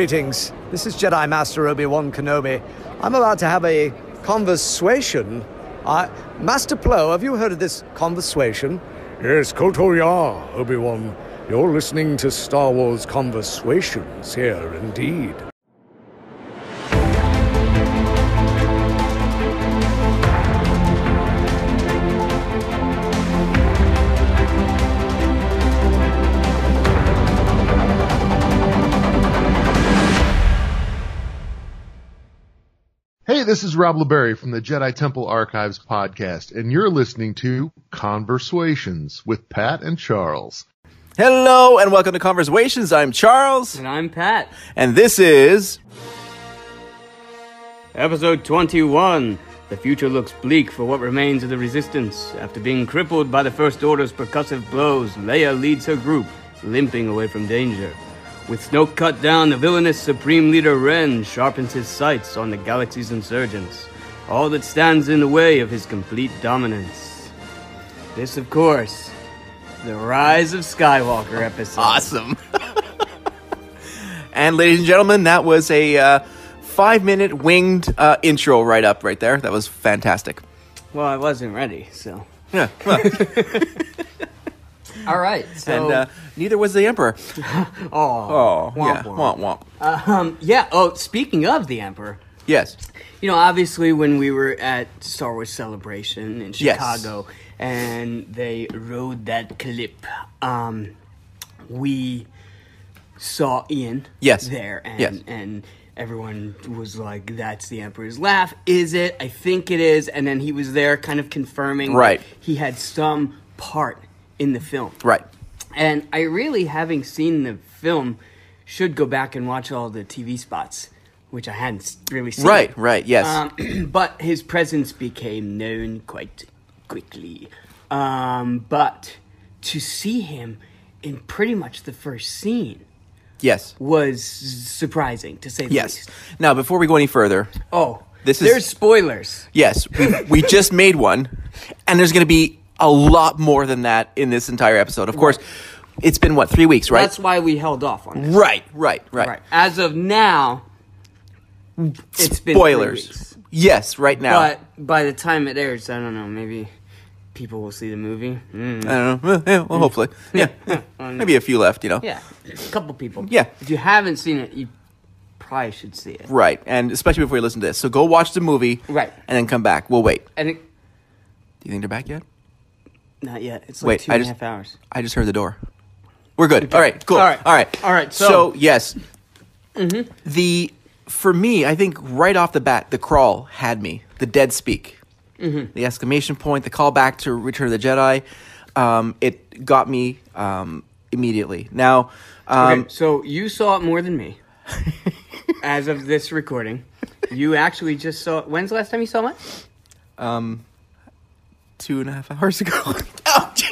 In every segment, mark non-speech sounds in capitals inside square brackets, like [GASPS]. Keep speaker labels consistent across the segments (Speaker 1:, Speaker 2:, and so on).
Speaker 1: Greetings. This is Jedi Master Obi Wan Kenobi. I'm about to have a conversation. I, Master Plo, have you heard of this conversation?
Speaker 2: Yes, Kotor Ya, Obi Wan. You're listening to Star Wars Conversations here, indeed.
Speaker 3: Hey, this is Rob LeBerry from the Jedi Temple Archives podcast, and you're listening to Conversations with Pat and Charles.
Speaker 4: Hello and welcome to Conversations. I'm Charles,
Speaker 5: And I'm Pat.
Speaker 4: and this is
Speaker 5: Episode 21. The future looks bleak for what remains of the Resistance. After being crippled by the First Order's percussive blows, Leia leads her group, limping away from danger. With Snoke cut down, the villainous Supreme Leader Ren sharpens his sights on the galaxy's insurgents, all that stands in the way of his complete dominance. This, of course, the Rise of Skywalker episode.
Speaker 4: awesome. [LAUGHS] and ladies and gentlemen, that was a uh, five-minute winged uh, intro right up right there. That was fantastic.
Speaker 5: Well, I wasn't ready, so.
Speaker 4: Yeah, well,
Speaker 6: All right. So
Speaker 4: and uh, neither was the Emperor. Oh, yeah,
Speaker 5: womp
Speaker 4: womp womp.
Speaker 5: Um, yeah. Oh, speaking of the Emperor,
Speaker 4: Yes,
Speaker 5: you know, obviously when we were at Star Wars Celebration in
Speaker 4: Yes.
Speaker 5: Chicago, and they rode that clip, um, we saw Ian.
Speaker 4: Yes.
Speaker 5: There and
Speaker 4: Yes.
Speaker 5: and. Everyone was like, "That's the Emperor's laugh." Is it? I think it is. And then he was there, kind of confirming, that
Speaker 4: Right.
Speaker 5: He had some part in the film,
Speaker 4: right.
Speaker 5: and I really, having seen the film, should go back and watch all the TV spots, which I hadn't s- really seen.
Speaker 4: Right, right, yes.
Speaker 5: Um, [CLEARS THROAT] but his presence became known quite quickly. Um, but to see him in pretty much the first scene
Speaker 4: Yes,
Speaker 5: was surprising, to say the
Speaker 4: yes.
Speaker 5: least.
Speaker 4: Now, before we go any further,
Speaker 5: Oh,
Speaker 4: This is-
Speaker 5: there's spoilers.
Speaker 4: yes, we, we just made one, and there's going to be a lot more than that in this entire episode. Of course, it's been what three weeks, right?
Speaker 5: That's why we held off on it.
Speaker 4: right, right, right.
Speaker 5: Right. As of now, it's been three
Speaker 4: Spoilers.
Speaker 5: weeks.
Speaker 4: Yes, right now.
Speaker 5: But by the time it airs, I don't know. Maybe people will see the movie.
Speaker 4: I don't
Speaker 5: Mm.
Speaker 4: know. Well, yeah, well hopefully. Yeah.
Speaker 5: [LAUGHS]
Speaker 4: yeah. Maybe a few left, you know?
Speaker 5: Yeah, a couple people.
Speaker 4: Yeah.
Speaker 5: If you haven't seen it, you probably should see it.
Speaker 4: Right. And especially before you listen to this. So go watch the movie.
Speaker 5: Right.
Speaker 4: And then come back. We'll wait.
Speaker 5: And it,
Speaker 4: Do you think they're back yet?
Speaker 5: not yet. It's
Speaker 4: Wait,
Speaker 5: like two
Speaker 4: I
Speaker 5: and a half
Speaker 4: just-
Speaker 5: hours.
Speaker 4: I just heard the door. We're good. All right. Cool.
Speaker 5: All right.
Speaker 4: All right.
Speaker 5: All right,
Speaker 4: So,
Speaker 5: so- Mm-hmm.
Speaker 4: yes. The, for me, I think right off the bat, the crawl had me. The dead speak.
Speaker 5: Mm-hmm.
Speaker 4: The exclamation point, the callback to Return of the Jedi. Um, it got me um, immediately. Now, um,
Speaker 5: okay, so you saw it more than me. [LAUGHS] As of this recording,
Speaker 4: [LAUGHS]
Speaker 5: you actually just saw. it. When's the last time you saw it?
Speaker 4: two and a half hours ago. [LAUGHS] Oh, Ouch.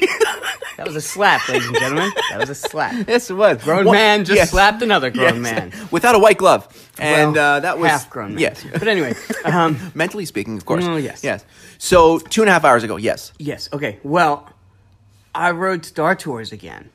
Speaker 5: That was a slap, ladies and gentlemen. That was a slap.
Speaker 4: Yes, it was.
Speaker 5: [LAUGHS] Grown
Speaker 4: Wha-
Speaker 5: man just
Speaker 4: yes.
Speaker 5: slapped another grown
Speaker 4: Yes.
Speaker 5: man.
Speaker 4: without a white glove, [LAUGHS] and
Speaker 5: Well,
Speaker 4: uh, that was
Speaker 5: half grown. Man.
Speaker 4: Yes,
Speaker 5: But
Speaker 4: [LAUGHS]
Speaker 5: anyway, um,
Speaker 4: mentally speaking, of course.
Speaker 5: Oh, yes.
Speaker 4: yes. So two and a half hours ago, yes,
Speaker 5: yes. Okay. Well, I rode Star Tours again.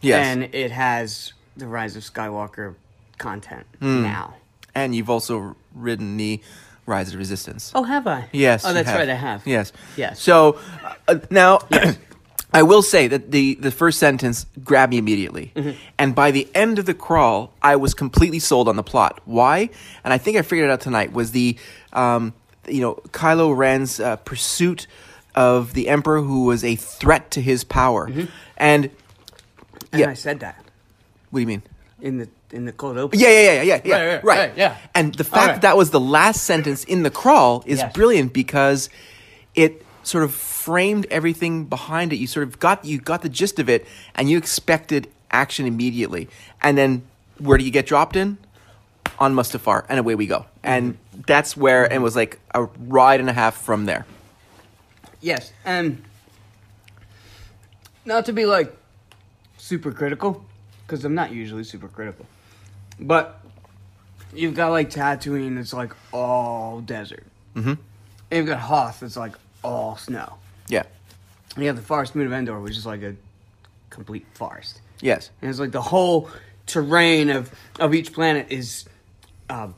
Speaker 4: yes, and,
Speaker 5: and it has the Rise of Skywalker content
Speaker 4: Hmm.
Speaker 5: now.
Speaker 4: you've also ridden the Rise of the Resistance.
Speaker 5: Oh, have I?
Speaker 4: Yes.
Speaker 5: Oh,
Speaker 4: you
Speaker 5: that's
Speaker 4: have.
Speaker 5: right. I have.
Speaker 4: Yes.
Speaker 5: Yes.
Speaker 4: So uh, now, [CLEARS THROAT] I will say that the the first sentence grabbed me immediately,
Speaker 5: Mm-hmm.
Speaker 4: and by the end of the crawl, I was completely sold on the plot. Why? And I think I figured it out tonight. Was the um, you know Kylo Ren's uh, pursuit of the Emperor, who was a threat to his power,
Speaker 5: Mm-hmm.
Speaker 4: and
Speaker 5: and
Speaker 4: yeah.
Speaker 5: I said that
Speaker 4: what do you mean?
Speaker 5: in the in the cold open.
Speaker 4: Yeah, yeah, yeah, yeah, yeah,
Speaker 5: Right,
Speaker 4: right,
Speaker 5: right, right, yeah.
Speaker 4: And the fact
Speaker 5: right.
Speaker 4: that that was the last sentence in the crawl is
Speaker 5: Yes.
Speaker 4: brilliant because it sort of framed everything behind it. You sort of got you got the gist of it, and you expected action immediately. And then where do you get dropped in? On Mustafar, and away we go. And that's where and it was like a ride and a half from there.
Speaker 5: Yes. And not to be like super critical, because I'm not usually super critical, but you've got like Tatooine that's like all desert. Mm-hmm. And you've got Hoth that's like all snow.
Speaker 4: Yeah.
Speaker 5: And you have the forest moon of Endor, which is like a complete forest.
Speaker 4: Yes.
Speaker 5: And it's like the whole terrain of, of each planet is uh,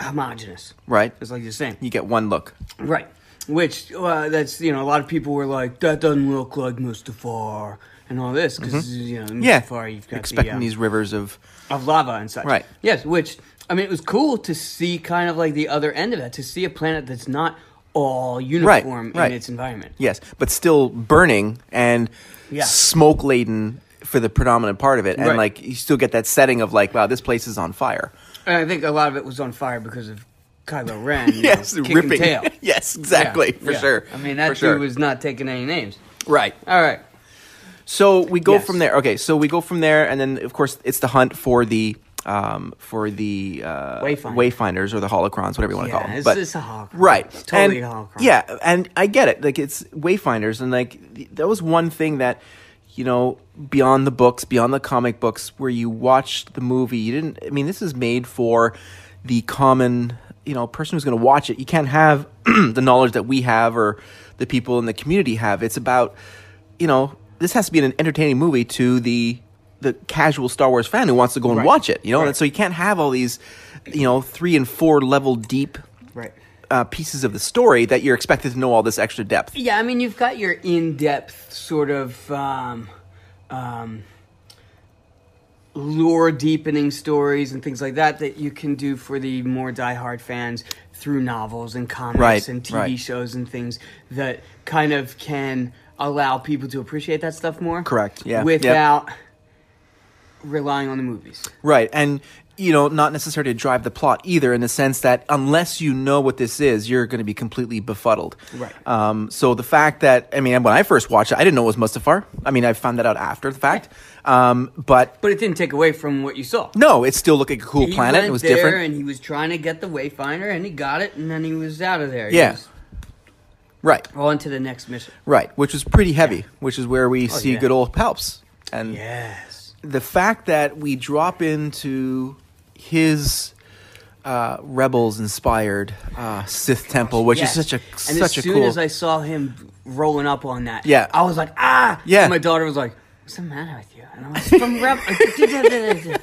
Speaker 5: homogenous.
Speaker 4: Right.
Speaker 5: It's like you're saying.
Speaker 4: You get one look.
Speaker 5: Right. Which uh, that's you know a lot of people were like that doesn't look like Mustafar and all this because you know in
Speaker 4: Mm-hmm. Yeah.
Speaker 5: Mustafar you've got
Speaker 4: expecting
Speaker 5: the, um,
Speaker 4: these rivers of.
Speaker 5: of lava and such.
Speaker 4: Right.
Speaker 5: Yes. Which I mean it was cool to see kind of like the other end of that to see a planet that's not all uniform
Speaker 4: right.
Speaker 5: in its environment.
Speaker 4: Yes, but still burning and
Speaker 5: Yeah.
Speaker 4: smoke laden for the predominant part of it, and
Speaker 5: Right.
Speaker 4: like you still get that setting of like, wow, this place is on fire.
Speaker 5: And I think a lot of it was on fire because of
Speaker 4: [LAUGHS]
Speaker 5: Kylo Ren. you
Speaker 4: yes,
Speaker 5: know, kicking
Speaker 4: ripping. [LAUGHS]
Speaker 5: tail.
Speaker 4: yes, exactly
Speaker 5: Yeah,
Speaker 4: for
Speaker 5: yeah.
Speaker 4: sure.
Speaker 5: I mean that
Speaker 4: for
Speaker 5: dude
Speaker 4: sure.
Speaker 5: was not taking any names.
Speaker 4: right.
Speaker 5: All right.
Speaker 4: So we go
Speaker 5: Yes.
Speaker 4: from there. Okay, so we go from there, and then of course it's the hunt for the um, for the uh,
Speaker 5: Wayfinder.
Speaker 4: wayfinders or the holocrons, whatever you want to
Speaker 5: Yeah,
Speaker 4: call them.
Speaker 5: it's-
Speaker 4: But-
Speaker 5: it's a holocron.
Speaker 4: right?
Speaker 5: It's totally
Speaker 4: and,
Speaker 5: a holocron.
Speaker 4: Yeah, and I get it. Like it's wayfinders, and like th- that was one thing that you know beyond the books, beyond the comic books, where you watched the movie, you didn't. I mean, this is made for the common you know person who's going to watch it. You can't have [CLEARS THROAT] the knowledge that we have or the people in the community have. It's about you know, this has to be an entertaining movie to the the casual Star Wars fan who wants to go and
Speaker 5: Right.
Speaker 4: watch it. You know,
Speaker 5: Right.
Speaker 4: and so you can't have all these, you know, three and four level deep
Speaker 5: Right.
Speaker 4: uh, pieces of the story that you're expected to know all this extra depth.
Speaker 5: Yeah, I mean, you've got your in-depth sort of um, um, lore deepening stories and things like that that you can do for the more die-hard fans through novels and comics
Speaker 4: Right,
Speaker 5: and TV
Speaker 4: right.
Speaker 5: shows and things that kind of can allow people to appreciate that stuff more.
Speaker 4: Correct, yeah, yep.
Speaker 5: Without relying on the movies.
Speaker 4: Right. And, you know, not necessarily to drive the plot either, in the sense that unless you know what this is, you're going to be completely befuddled.
Speaker 5: Right.
Speaker 4: Um, so the fact that, I mean, when I first watched it, I didn't know it was Mustafar. I mean, I found that out after the fact. Um, but
Speaker 5: But it didn't take away from what you saw.
Speaker 4: no, it still looked like a cool
Speaker 5: He
Speaker 4: planet.
Speaker 5: went
Speaker 4: It was
Speaker 5: there
Speaker 4: different.
Speaker 5: and he was trying to get the Wayfinder, and he got it, and then he was out of there. He
Speaker 4: Yeah.
Speaker 5: was
Speaker 4: right.
Speaker 5: on to the next mission.
Speaker 4: Right, which was pretty heavy, which is where we see
Speaker 5: Oh, yeah.
Speaker 4: good old Palps. And
Speaker 5: Yes.
Speaker 4: the fact that we drop into his uh, rebels inspired uh, Sith temple, which is
Speaker 5: Yes.
Speaker 4: such a
Speaker 5: and
Speaker 4: such
Speaker 5: as
Speaker 4: a
Speaker 5: soon
Speaker 4: cool
Speaker 5: as I saw him rolling up on that,
Speaker 4: Yeah.
Speaker 5: I was like, ah,
Speaker 4: Yeah.
Speaker 5: And my daughter was like, what's the matter with you? And I was from Rebel.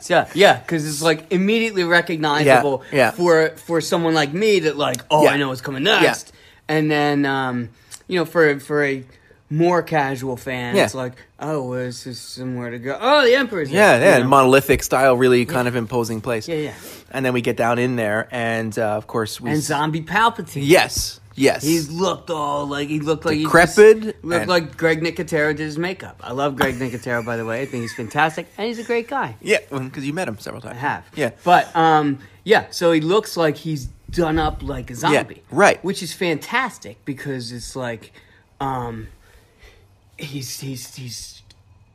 Speaker 5: [LAUGHS] Yeah, yeah, because it's like immediately recognizable
Speaker 4: yeah.
Speaker 5: for for someone like me that like, oh,
Speaker 4: Yeah.
Speaker 5: I know what's coming next, and then um, you know, for for a more casual fan,
Speaker 4: Yeah.
Speaker 5: it's like, oh, well, this is somewhere to go. Oh, the Emperor's here,
Speaker 4: yeah,
Speaker 5: you
Speaker 4: yeah,
Speaker 5: know?
Speaker 4: monolithic style, really kind of imposing place.
Speaker 5: Yeah, yeah.
Speaker 4: And then we get down in there, and uh, of course we
Speaker 5: and
Speaker 4: s-
Speaker 5: zombie Palpatine.
Speaker 4: yes, yes,
Speaker 5: He looked all like he looked like he
Speaker 4: Decrepit
Speaker 5: just looked
Speaker 4: and-
Speaker 5: like Greg Nicotero did his makeup. I love Greg Nicotero by the way. I think he's fantastic and he's a great guy.
Speaker 4: yeah, because you met him several times.
Speaker 5: I have.
Speaker 4: yeah,
Speaker 5: But um yeah, so he looks like he's done up like a zombie.
Speaker 4: right.
Speaker 5: Which is fantastic because it's like um he's he's he's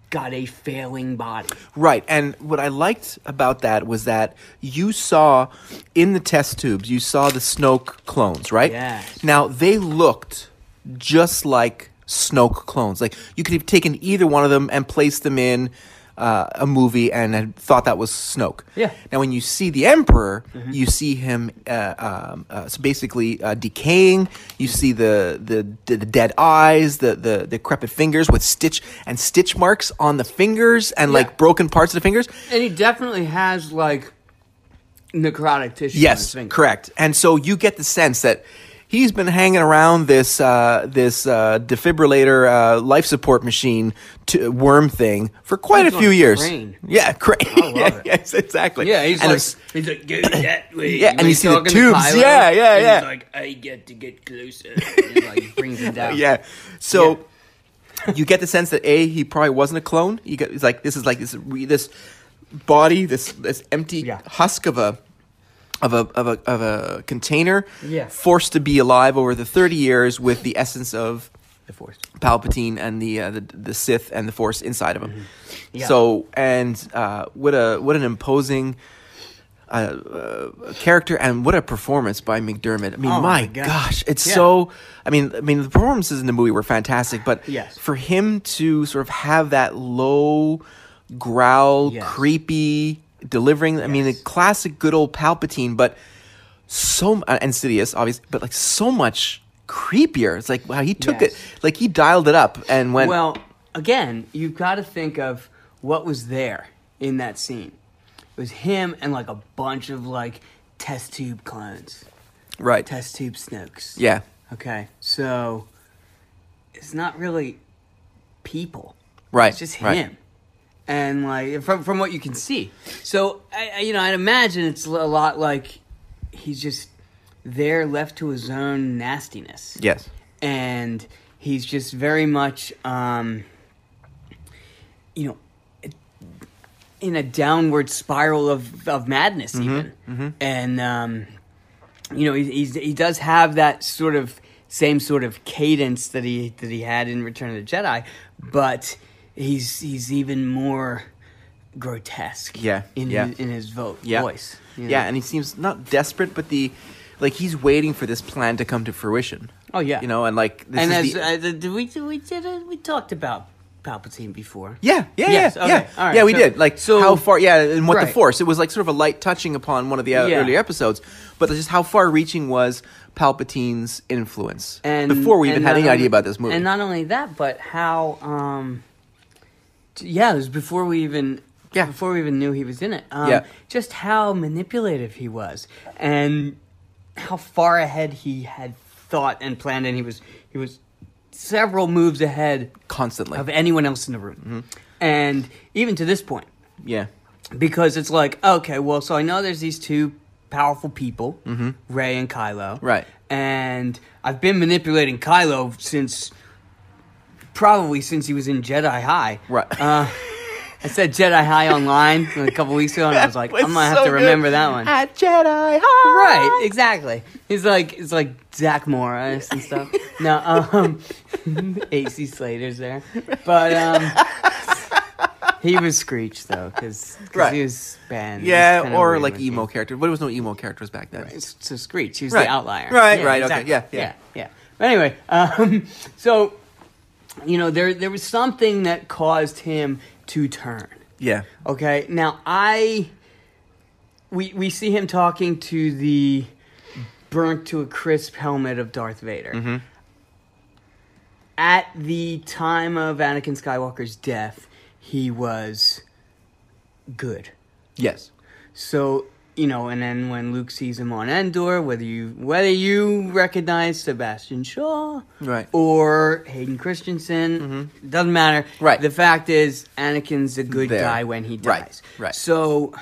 Speaker 5: got a failing body.
Speaker 4: Right. And what I liked about that was that you saw in the test tubes, you saw the Snoke clones, right?
Speaker 5: Yes.
Speaker 4: Now, they looked just like Snoke clones. Like, you could have taken either one of them and placed them in uh, a movie and had thought that was Snoke.
Speaker 5: Yeah. Mm-hmm.
Speaker 4: Now, when you see the Emperor, you see him uh, um, uh, so basically uh, decaying. You see the, the the dead eyes, the the decrepit fingers with stitch and stitch marks on the fingers, and
Speaker 5: Yeah.
Speaker 4: like broken parts of the fingers.
Speaker 5: And he definitely has like necrotic tissue on his
Speaker 4: Yes,
Speaker 5: finger.
Speaker 4: correct. And so you get the sense that he's been hanging around this uh, this uh, defibrillator uh, life support machine to, worm thing for quite
Speaker 5: He's
Speaker 4: a
Speaker 5: on
Speaker 4: few
Speaker 5: a
Speaker 4: years.
Speaker 5: crane. Oh,
Speaker 4: Yeah, [LAUGHS] crane.
Speaker 5: love it.
Speaker 4: yes, exactly.
Speaker 5: Yeah, he's
Speaker 4: And
Speaker 5: like,
Speaker 4: it's-
Speaker 5: he's like, go
Speaker 4: [CLEARS THROAT]
Speaker 5: that way.
Speaker 4: Yeah,
Speaker 5: When
Speaker 4: and you
Speaker 5: he's
Speaker 4: see the
Speaker 5: talking to
Speaker 4: tubes.
Speaker 5: Kylo,
Speaker 4: Yeah, yeah,
Speaker 5: he's
Speaker 4: yeah.
Speaker 5: like, I get to get closer. And he, like brings him down.
Speaker 4: yeah. So you get the sense that a he probably wasn't a clone. You get it's like this is like this re- this body this this empty
Speaker 5: Yeah.
Speaker 4: husk of a of a of a of a container
Speaker 5: Yeah.
Speaker 4: forced to be alive over the thirty years with the essence of
Speaker 5: The force.
Speaker 4: Palpatine and the uh, the, the Sith and the Force inside of him.
Speaker 5: Yeah.
Speaker 4: So and uh, what a what an imposing. Uh, uh, character and what a performance by McDermott. I mean,
Speaker 5: Oh
Speaker 4: my
Speaker 5: my God.
Speaker 4: gosh, it's
Speaker 5: Yeah.
Speaker 4: so. I mean, I mean, the performances in the movie were fantastic, but
Speaker 5: Yes.
Speaker 4: for him to sort of have that low growl,
Speaker 5: Yes.
Speaker 4: creepy delivering. I mean, the
Speaker 5: Yes.
Speaker 4: classic good old Palpatine, but so uh, and Sidious, obviously, but like so much creepier. It's like wow, he took
Speaker 5: Yes.
Speaker 4: it, like he dialed it up and went.
Speaker 5: Well, again, you've got to think of what was there. in that scene. It was him and like a bunch of like test tube clones,
Speaker 4: Right.
Speaker 5: test tube Snokes.
Speaker 4: Yeah.
Speaker 5: Okay, so it's not really people.
Speaker 4: Right,
Speaker 5: It's just
Speaker 4: right.
Speaker 5: him. And like from from what you can see, so I, I- you know I'd imagine it's a lot like he's just there left to his own nastiness.
Speaker 4: Yes.
Speaker 5: and he's just very much, um, you know, in a downward spiral of of madness,
Speaker 4: Mm-hmm,
Speaker 5: even. And um, you know, he, he's, he does have that sort of same sort of cadence that he that he had in Return of the Jedi, but he's he's even more grotesque.
Speaker 4: Yeah,
Speaker 5: in
Speaker 4: yeah.
Speaker 5: His, in his vo-
Speaker 4: Yeah.
Speaker 5: voice. you know?
Speaker 4: Yeah, and he seems not desperate, but the like he's waiting for this plan to come to fruition.
Speaker 5: Oh, yeah.
Speaker 4: You know, and like this
Speaker 5: and as
Speaker 4: is the,
Speaker 5: uh, the, the- we we did uh, we talked about Palpatine before.
Speaker 4: Yeah, yeah,
Speaker 5: Yes,
Speaker 4: yeah,
Speaker 5: okay,
Speaker 4: yeah.
Speaker 5: all right,
Speaker 4: yeah, we
Speaker 5: so-
Speaker 4: did. Like
Speaker 5: so-
Speaker 4: how far? Yeah, and what the
Speaker 5: Right.
Speaker 4: force? It was like sort of a light touching upon one of the uh,
Speaker 5: Yeah.
Speaker 4: earlier episodes, but just how far-reaching was Palpatine's influence
Speaker 5: and
Speaker 4: before we even
Speaker 5: and
Speaker 4: had
Speaker 5: not
Speaker 4: any
Speaker 5: only-
Speaker 4: idea about this movie?
Speaker 5: And not only that, but how, um, t- yeah, it was before we even,
Speaker 4: Yeah.
Speaker 5: before we even knew he was in it. Um,
Speaker 4: Yeah.
Speaker 5: just how manipulative he was, and how far ahead he had thought and planned, and he was he was several moves ahead
Speaker 4: Constantly. Mm-hmm.
Speaker 5: of anyone else in the room, and even to this point
Speaker 4: yeah,
Speaker 5: because it's like okay, well, so I know there's these two powerful people, Ray and Kylo,
Speaker 4: Mm-hmm. Right.
Speaker 5: And I've been manipulating Kylo since probably since he was in Jedi High,
Speaker 4: Right.
Speaker 5: Uh, I said Jedi High online a couple weeks ago, and
Speaker 4: [LAUGHS]
Speaker 5: I was like, I'm gonna have to remember that one.
Speaker 4: At Jedi High.
Speaker 5: Right, exactly. He's like it's like Zach Morris and stuff.
Speaker 4: [LAUGHS]
Speaker 5: no, um, [LAUGHS] AC Slater's there, but um, he was Screech though, because
Speaker 4: Right.
Speaker 5: he was banned. It was
Speaker 4: Yeah,
Speaker 5: kinda
Speaker 4: or
Speaker 5: weird
Speaker 4: like
Speaker 5: when he-
Speaker 4: emo character. But there was no emo characters back then.
Speaker 5: So Screech, he was
Speaker 4: Right.
Speaker 5: the outlier.
Speaker 4: Right, right, okay, yeah, yeah.
Speaker 5: yeah, yeah. But anyway, um, [LAUGHS] so you know there there was something that caused him to turn.
Speaker 4: Yeah.
Speaker 5: Okay. Now I we we see him talking to the burnt to a crisp helmet of Darth Vader. At the time of Anakin Skywalker's death, he was good.
Speaker 4: Yes.
Speaker 5: So, you know, and then when Luke sees him on Endor, whether you whether you recognize Sebastian Shaw
Speaker 4: Right. Mm-hmm.
Speaker 5: or Hayden Christensen, doesn't matter.
Speaker 4: Right.
Speaker 5: The fact is Anakin's a good
Speaker 4: There.
Speaker 5: guy when he
Speaker 4: Right,
Speaker 5: dies.
Speaker 4: right.
Speaker 5: So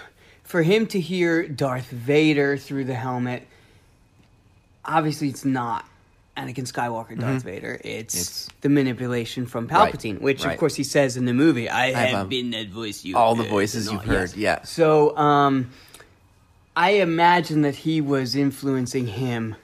Speaker 5: for him to hear Darth Vader through the helmet, obviously it's not Anakin Skywalker, Darth Vader. It's,
Speaker 4: Mm-hmm. It's-
Speaker 5: the manipulation from Palpatine, which
Speaker 4: right.
Speaker 5: of course he says in the movie, "I have,
Speaker 4: um,
Speaker 5: been that voice you
Speaker 4: all the
Speaker 5: heard,"
Speaker 4: voices
Speaker 5: and
Speaker 4: you've
Speaker 5: all-
Speaker 4: heard, yeah.
Speaker 5: So, um, I imagine that he was influencing him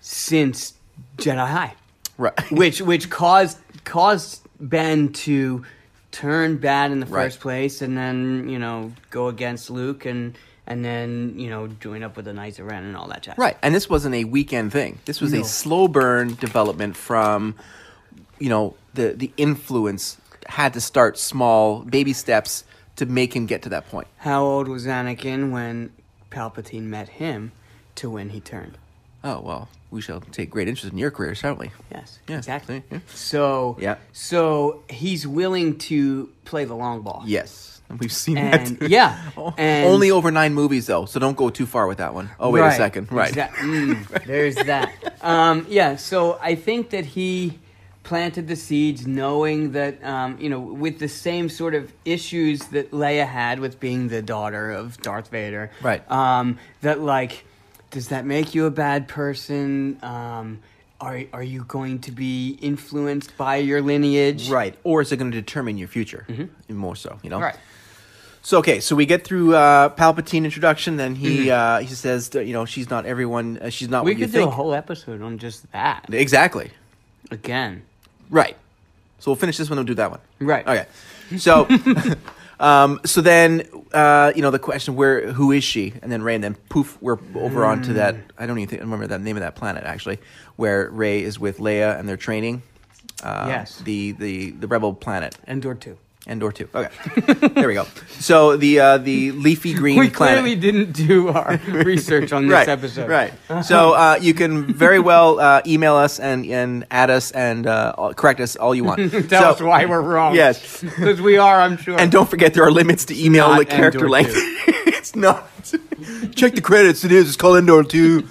Speaker 5: since Jedi High,
Speaker 4: Right. [LAUGHS]
Speaker 5: which which caused caused Ben to turn bad in the
Speaker 4: Right.
Speaker 5: first place, and then you know go against Luke, and and then you know join up with the Knights of Ren and all that jazz.
Speaker 4: Right. And this wasn't a weekend thing. This was a
Speaker 5: No.
Speaker 4: slow burn development from, you know, the, the influence had to start small, baby steps to make him get to that point.
Speaker 5: How old was Anakin when Palpatine met him to when he turned?
Speaker 4: Oh, well, we shall take great interest in your career, shall we?
Speaker 5: Yes,
Speaker 4: Yeah,
Speaker 5: exactly.
Speaker 4: yeah.
Speaker 5: So,
Speaker 4: Yeah.
Speaker 5: so he's willing to play the long ball.
Speaker 4: Yes. [LAUGHS] And we've seen
Speaker 5: And-
Speaker 4: that.
Speaker 5: yeah,
Speaker 4: [LAUGHS] O-
Speaker 5: and-
Speaker 4: Only over nine movies, though, so don't go too far with that one. Oh, wait a
Speaker 5: Right,
Speaker 4: second. Right.
Speaker 5: exa- mm, there's
Speaker 4: [LAUGHS]
Speaker 5: that. Um, yeah. So I think that he planted the seeds, knowing that um, you know, with the same sort of issues that Leia had with being the daughter of Darth Vader.
Speaker 4: Right.
Speaker 5: Um, that like, does that make you a bad person? Um, are are you going to be influenced by your lineage?
Speaker 4: Right. Or is it going to determine your future? Mm-hmm. More so, you know?
Speaker 5: Right.
Speaker 4: So okay, so we get through uh, Palpatine introduction. Then he uh, he says, that, you know, she's not everyone. Uh, she's not
Speaker 5: Mm-hmm. We
Speaker 4: what you
Speaker 5: could do a
Speaker 4: think.
Speaker 5: whole episode on just that.
Speaker 4: exactly.
Speaker 5: Again.
Speaker 4: Right. So we'll finish this one and do that one.
Speaker 5: Right.
Speaker 4: Okay. So, [LAUGHS] um, so then uh, you know the question where who is she? And then Ray, and then poof, we're
Speaker 5: Mm.
Speaker 4: over onto that. I don't even think, I remember that name of that planet actually, where Ray is with Leia and they're training. Uh,
Speaker 5: Yes.
Speaker 4: The the the rebel planet.
Speaker 5: Endor 2.
Speaker 4: and door two. Okay, [LAUGHS] there we go. So the uh, the leafy green
Speaker 5: We
Speaker 4: planet.
Speaker 5: clearly didn't do
Speaker 4: [LAUGHS]
Speaker 5: our research on this
Speaker 4: right,
Speaker 5: episode.
Speaker 4: Right. So uh, you can
Speaker 5: [LAUGHS]
Speaker 4: very well uh, email us and, and add us and uh, all- correct us all you want.
Speaker 5: [LAUGHS] Tell
Speaker 4: So-
Speaker 5: us why we're wrong. [LAUGHS]
Speaker 4: Yes.
Speaker 5: Because we are, I'm sure.
Speaker 4: And don't forget there are limits to email
Speaker 5: not
Speaker 4: the character
Speaker 5: Endor
Speaker 4: length.
Speaker 5: two.
Speaker 4: [LAUGHS] it's not. Check the credits. It is. It's called Endor
Speaker 5: [LAUGHS]
Speaker 4: 2.